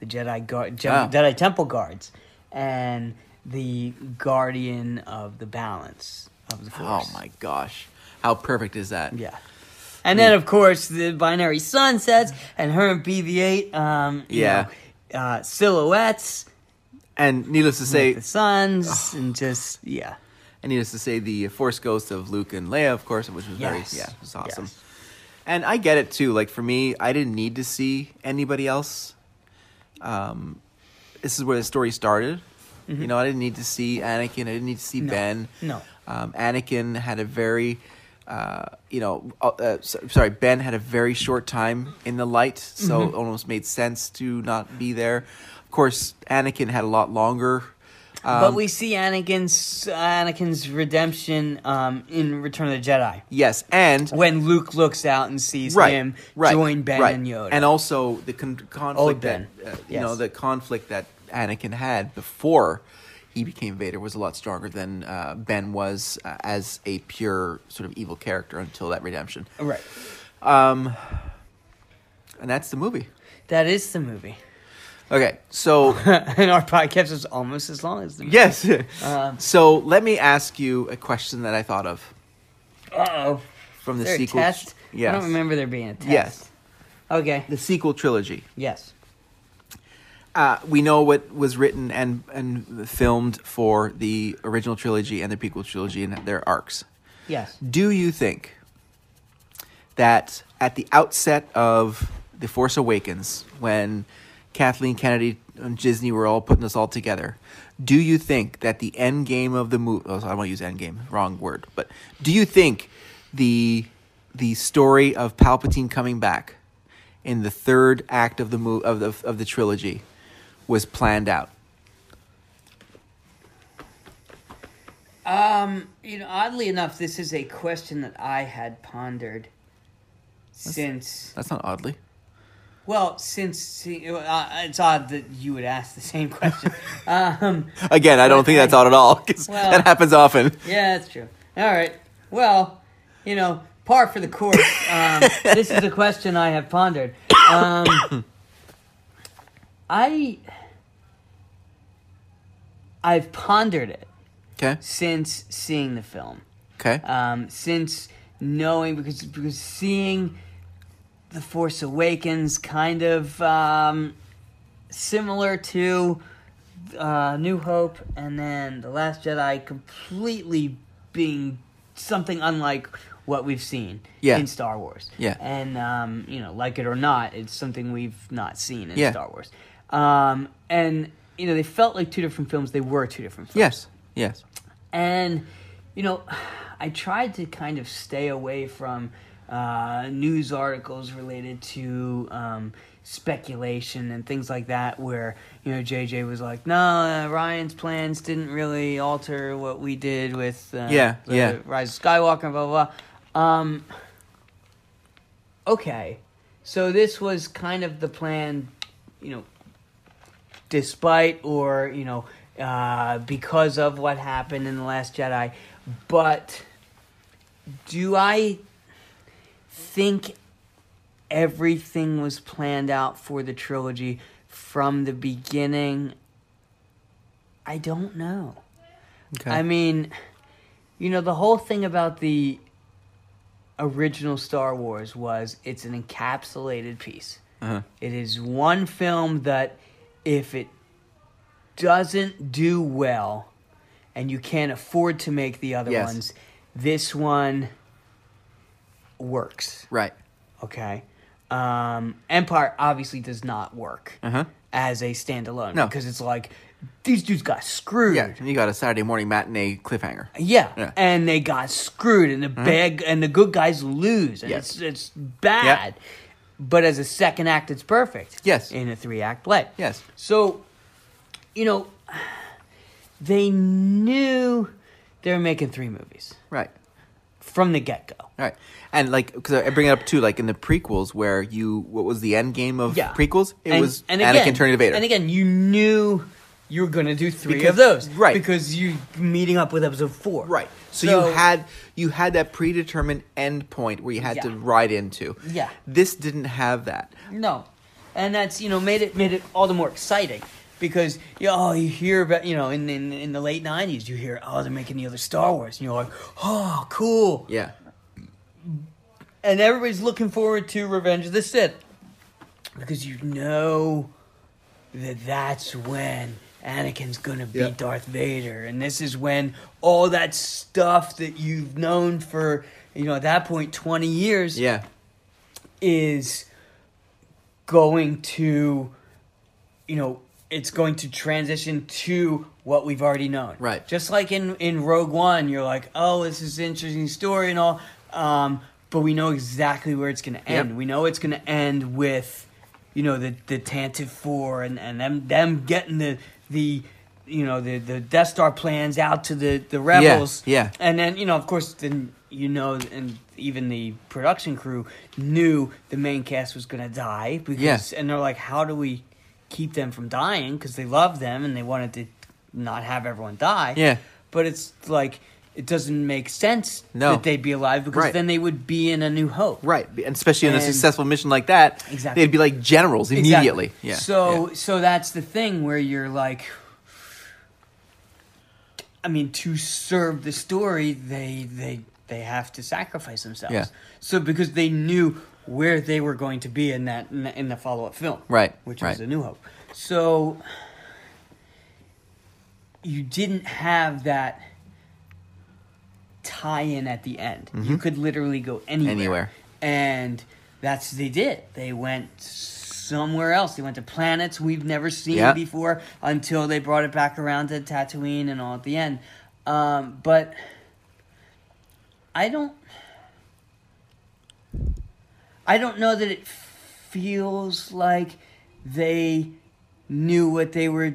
Speaker 5: the Jedi guard, Je-
Speaker 4: Ah.
Speaker 5: Jedi temple guards, and the guardian of the balance of the
Speaker 4: Oh
Speaker 5: force.
Speaker 4: my gosh. How perfect is that?
Speaker 5: Yeah. And then, of course, the binary sunsets and her and BB-8, um, you
Speaker 4: Yeah.
Speaker 5: know, uh, silhouettes,
Speaker 4: And needless to say,
Speaker 5: the suns, and just yeah,
Speaker 4: and needless to say, the Force Ghost of Luke and Leia, of course, which was very,
Speaker 5: Yes.
Speaker 4: yeah, it was awesome.
Speaker 5: Yes.
Speaker 4: And I get it too. Like for me, I didn't need to see anybody else. Um, this is where the story started. You know, I didn't need to see Anakin. I didn't need to see Ben.
Speaker 5: Mm-hmm. no.
Speaker 4: Um, Anakin had a very, uh, you know, uh, uh, s- sorry, Ben had a very short time in the light, so
Speaker 5: Mm-hmm.
Speaker 4: it almost made sense to not be there. Of course, Anakin had a lot longer. Um,
Speaker 5: but we see Anakin's Anakin's redemption um, in Return of the Jedi
Speaker 4: yes, and
Speaker 5: when Luke looks out and sees
Speaker 4: right,
Speaker 5: him
Speaker 4: right,
Speaker 5: join Ben
Speaker 4: right.
Speaker 5: and Yoda.
Speaker 4: and also the con- conflict
Speaker 5: Ben.
Speaker 4: that uh, you
Speaker 5: Yes.
Speaker 4: know the conflict that Anakin had before he became Vader was a lot stronger than uh, Ben was uh, as a pure sort of evil character until that redemption,
Speaker 5: right,
Speaker 4: and that's the movie.
Speaker 5: that is the movie. [LAUGHS]
Speaker 4: Okay, so [LAUGHS]
Speaker 5: and our podcast is almost as long as the movie.
Speaker 4: yes,
Speaker 5: Um,
Speaker 4: so let me ask you a question that I thought of
Speaker 5: Uh oh,
Speaker 4: from the
Speaker 5: there a
Speaker 4: sequel.
Speaker 5: test?
Speaker 4: Yes,
Speaker 5: I don't remember there being a test.
Speaker 4: Yes.
Speaker 5: Okay.
Speaker 4: the sequel trilogy.
Speaker 5: Yes.
Speaker 4: uh, we know what was written and and filmed for the original trilogy and the prequel trilogy and their arcs.
Speaker 5: Yes.
Speaker 4: Do you think that at the outset of The Force Awakens, when Kathleen Kennedy and Disney were all putting this all together, do you think that the end game of the movie? Oh, sorry, I won't use end game, wrong word. But do you think the the story of Palpatine coming back in the third act of the mo- of the of the trilogy was planned out?
Speaker 5: You know, oddly enough, this is a question that I had pondered since.
Speaker 4: That's not oddly.
Speaker 5: Well, since see, uh, it's odd that you would ask the same question. um,
Speaker 4: Again, I don't think that's odd at all 'cause
Speaker 5: Well-
Speaker 4: that happens often.
Speaker 5: yeah, that's true. All right. Well, you know, par for the course. Um, this is a question I have pondered. Um, I I've pondered it
Speaker 4: Okay.
Speaker 5: since seeing the film.
Speaker 4: Okay.
Speaker 5: um, since knowing because because seeing the Force Awakens kind of um, similar to uh, New Hope, and then the Last Jedi completely being something unlike what we've seen
Speaker 4: Yeah.
Speaker 5: in Star Wars.
Speaker 4: Yeah.
Speaker 5: and um, you know, like it or not, it's something we've not seen in
Speaker 4: Yeah.
Speaker 5: Star Wars. Um, and you know, they felt like two different films. They were two different films.
Speaker 4: yes. Yes.
Speaker 5: And, you know, I tried to kind of stay away from uh, news articles related to um, speculation and things like that, where, you know, JJ was like, no, uh, Ryan's plans didn't really alter what we did with uh,
Speaker 4: Yeah,
Speaker 5: the
Speaker 4: yeah.
Speaker 5: Rise of Skywalker, blah, blah, blah. Um, okay. So this was kind of the plan, you know, despite or you know uh, because of what happened in the last jedi but do i think everything was planned out for the trilogy from the beginning i don't know
Speaker 4: Okay.
Speaker 5: I mean, you know, the whole thing about the original Star Wars was it's an encapsulated piece.
Speaker 4: Uh-huh.
Speaker 5: It is one film that if it doesn't do well and you can't afford to make the other
Speaker 4: Yes.
Speaker 5: ones, this one works
Speaker 4: right.
Speaker 5: okay um empire obviously does not work
Speaker 4: Uh-huh.
Speaker 5: as a standalone
Speaker 4: No.
Speaker 5: because it's like these dudes got screwed
Speaker 4: Yeah. And you got a Saturday morning matinee cliffhanger.
Speaker 5: yeah.
Speaker 4: Yeah. Mm-hmm.
Speaker 5: and they got screwed, and the bad and the good guys lose, and
Speaker 4: Yes.
Speaker 5: it's it's bad. But as a second act, it's perfect.
Speaker 4: Yes.
Speaker 5: in a three act play.
Speaker 4: Yes.
Speaker 5: So, you know, they knew they were making three movies
Speaker 4: Right.
Speaker 5: from the get go.
Speaker 4: Right. And like, because I bring it up too, like in the prequels, where you, what was the end game of
Speaker 5: Yeah,
Speaker 4: prequels? It was
Speaker 5: and
Speaker 4: Anakin
Speaker 5: again-
Speaker 4: turning to Vader.
Speaker 5: And again, you knew you're gonna do three
Speaker 4: Because-
Speaker 5: of those,
Speaker 4: right.
Speaker 5: Because you're meeting up with episode four,
Speaker 4: Right. So, you had you had that predetermined end point where you had to
Speaker 5: Yeah.
Speaker 4: ride into.
Speaker 5: Yeah.
Speaker 4: This didn't have that.
Speaker 5: No, and that's you know made it made it all the more exciting because you know, oh you hear about you know in in, in the late nineties you hear oh they're making the other Star Wars and you're like oh cool
Speaker 4: Yeah.
Speaker 5: and everybody's looking forward to Revenge of the Sith because you know that that's when Anakin's gonna beat
Speaker 4: Yeah.
Speaker 5: Darth Vader, and this is when all that stuff that you've known for you know at that point twenty years
Speaker 4: Yeah.
Speaker 5: is going to you know it's going to transition to what we've already known
Speaker 4: Right.
Speaker 5: just like in in rogue one you're like oh this is an interesting story and all um but we know exactly where it's going to end we know it's going to end with you know the the tantive four and and them them getting the the you know the the death star plans out to the the rebels
Speaker 4: yeah.
Speaker 5: and then you know, of course, then you know, and even the production crew knew the main cast was going to die because,
Speaker 4: Yeah.
Speaker 5: and they're like, how do we keep them from dying? Because they love them and they wanted to not have everyone die.
Speaker 4: Yeah.
Speaker 5: but it's like it doesn't make sense
Speaker 4: No.
Speaker 5: that they'd be alive because
Speaker 4: Right.
Speaker 5: then they would be in a new hope.
Speaker 4: Right. And especially in a
Speaker 5: And-
Speaker 4: successful mission like that,
Speaker 5: Exactly.
Speaker 4: they'd be like generals
Speaker 5: Exactly.
Speaker 4: immediately. Yeah.
Speaker 5: So
Speaker 4: Yeah.
Speaker 5: so that's the thing where you're like I mean to serve the story they they they have to sacrifice themselves.
Speaker 4: Yeah.
Speaker 5: So because they knew where they were going to be in that in the, in the follow-up film.
Speaker 4: Right,
Speaker 5: Which
Speaker 4: right.
Speaker 5: was A New Hope. So you didn't have that tie-in at the end. You could literally go anywhere.
Speaker 4: Mm-hmm. Anywhere.
Speaker 5: And that's they did. They went somewhere else. They went to planets we've never seen
Speaker 4: Yeah.
Speaker 5: before until they brought it back around to Tatooine and all at the end. Um, but I don't I don't know that it feels like they knew what they were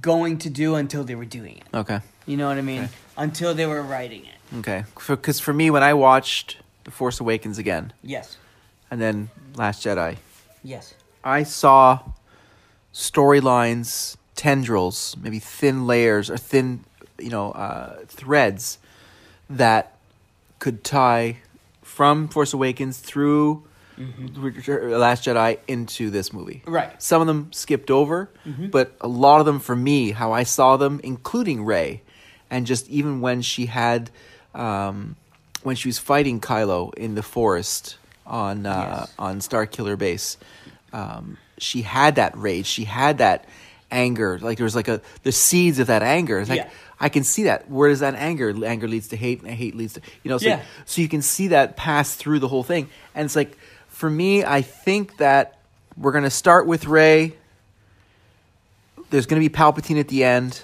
Speaker 5: going to do until they were doing it.
Speaker 4: Okay.
Speaker 5: You know what I mean? Until they were writing it.
Speaker 4: Okay. Because for me, when I watched The Force Awakens again
Speaker 5: Yes.
Speaker 4: and then Last Jedi,
Speaker 5: Yes.
Speaker 4: I saw storylines, tendrils, maybe thin layers or thin, you know, uh, threads that could tie from Force Awakens through Return- Last Jedi into this movie.
Speaker 5: Right.
Speaker 4: Some of them skipped over,
Speaker 5: Mm-hmm.
Speaker 4: but a lot of them for me, how I saw them, including Rey, and just even when she had, um, when she was fighting Kylo in the forest on uh,
Speaker 5: Yes.
Speaker 4: on Star Killer Base, um, she had that rage. She had that anger. Like there was like a the seeds of that anger. It's like
Speaker 5: Yeah.
Speaker 4: I can see that. Where does that anger? Anger leads to hate, and hate leads to you know. So,
Speaker 5: Yeah.
Speaker 4: so you can see that pass through the whole thing, and it's like for me, I think that we're gonna start with Ray. There's gonna be Palpatine at the end.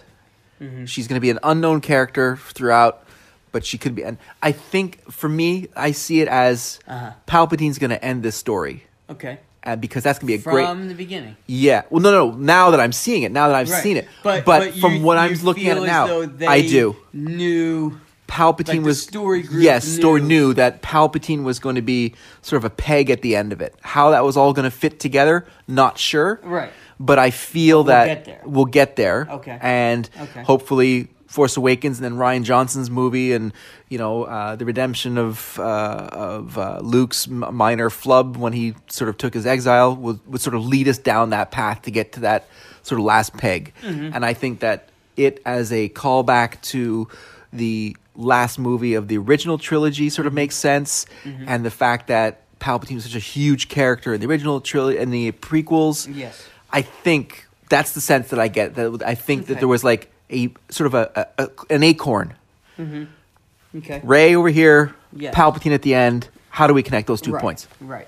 Speaker 5: Mm-hmm.
Speaker 4: She's gonna be an unknown character throughout, but she could be. And I think for me, I see it as
Speaker 5: Uh-huh.
Speaker 4: Palpatine's gonna end this story,
Speaker 5: Okay.
Speaker 4: uh, because that's gonna be a
Speaker 5: From
Speaker 4: great.
Speaker 5: the beginning.
Speaker 4: Yeah. Well, no, no. Now that I'm seeing it, now that I've
Speaker 5: Right.
Speaker 4: seen it,
Speaker 5: But,
Speaker 4: but,
Speaker 5: you-
Speaker 4: from what I'm
Speaker 5: you
Speaker 4: looking at
Speaker 5: feel
Speaker 4: it
Speaker 5: as
Speaker 4: now,
Speaker 5: though they
Speaker 4: I do.
Speaker 5: Knew.
Speaker 4: Palpatine
Speaker 5: like the
Speaker 4: was
Speaker 5: story group
Speaker 4: yes, story
Speaker 5: knew-
Speaker 4: knew that Palpatine was going to be sort of a peg at the end of it. How that was all going to fit together, not sure.
Speaker 5: Right.
Speaker 4: But I feel that
Speaker 5: get there.
Speaker 4: we'll get there.
Speaker 5: Okay.
Speaker 4: And
Speaker 5: Okay.
Speaker 4: hopefully, Force Awakens, and then Ryan Johnson's movie, and you know, uh, the redemption of uh, of uh, Luke's m- minor flub when he sort of took his exile would, would sort of lead us down that path to get to that sort of last peg.
Speaker 5: Mm-hmm.
Speaker 4: And I think that it as a callback to the last movie of the original trilogy
Speaker 5: Mm-hmm.
Speaker 4: sort of makes sense, and the fact that Palpatine was such a huge character in the original trilogy and the prequels.
Speaker 5: Yes.
Speaker 4: I think that's the sense that I get. That I think that
Speaker 5: Okay.
Speaker 4: there was like a sort of a, a, a- an acorn.
Speaker 5: Okay.
Speaker 4: Ray over here,
Speaker 5: Yes.
Speaker 4: Palpatine at the end. How do we connect those two
Speaker 5: right.
Speaker 4: points?
Speaker 5: Right.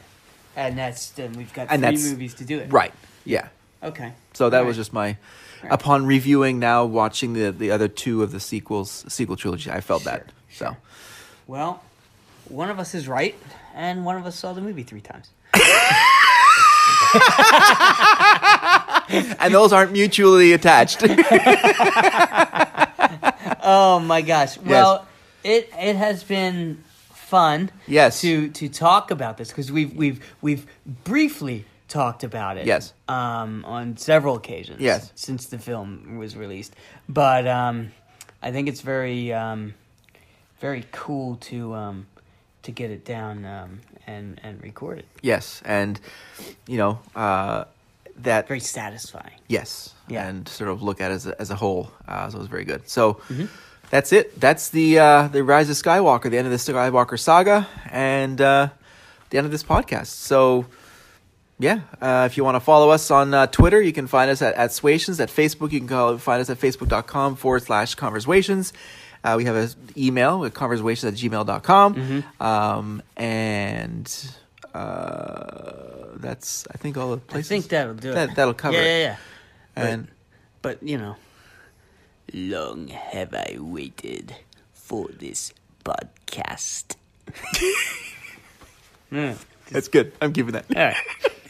Speaker 5: And that's then we've got
Speaker 4: And
Speaker 5: three
Speaker 4: that's-
Speaker 5: movies to do it.
Speaker 4: Right. Yeah.
Speaker 5: Okay.
Speaker 4: So that
Speaker 5: All
Speaker 4: was
Speaker 5: right.
Speaker 4: just my. Upon reviewing now, watching the the other two of the sequels, sequel trilogy, I felt that. So
Speaker 5: Well, one of us is right, and one of us saw the movie three times.
Speaker 4: and those aren't mutually
Speaker 5: [LAUGHS]
Speaker 4: attached.
Speaker 5: Oh my gosh! Well, it it has been fun.
Speaker 4: Yes.
Speaker 5: To to talk about this because we've we've we've briefly talked about it.
Speaker 4: Yes.
Speaker 5: Um, on several occasions.
Speaker 4: Yes.
Speaker 5: Since the film was released, but um, I think it's very, um, very cool to um, to get it down um, and and record it.
Speaker 4: Yes, and you know uh, that
Speaker 5: Very satisfying.
Speaker 4: yes,
Speaker 5: Yeah.
Speaker 4: and sort of look at it as a, as a whole. Uh, so it was very good. So
Speaker 5: Mm-hmm.
Speaker 4: that's it. That's the uh, the rise of Skywalker, the end of the Skywalker saga, and uh, the end of this podcast. So. Yeah, uh, if you want to follow us on uh, Twitter, you can find us at, at Swations. At Facebook, you can call, find us at facebook.com forward slash conversations. Uh, we have an email at conversations at gmail.com.
Speaker 5: Mm-hmm.
Speaker 4: Um, and uh, that's, I think, all the
Speaker 5: I
Speaker 4: places.
Speaker 5: think that'll do
Speaker 4: That-
Speaker 5: it.
Speaker 4: that'll cover
Speaker 5: Yeah,
Speaker 4: it.
Speaker 5: yeah, yeah.
Speaker 4: And
Speaker 5: But you know, long have I waited for this podcast.
Speaker 4: that's good. I'm keeping that.
Speaker 5: All right.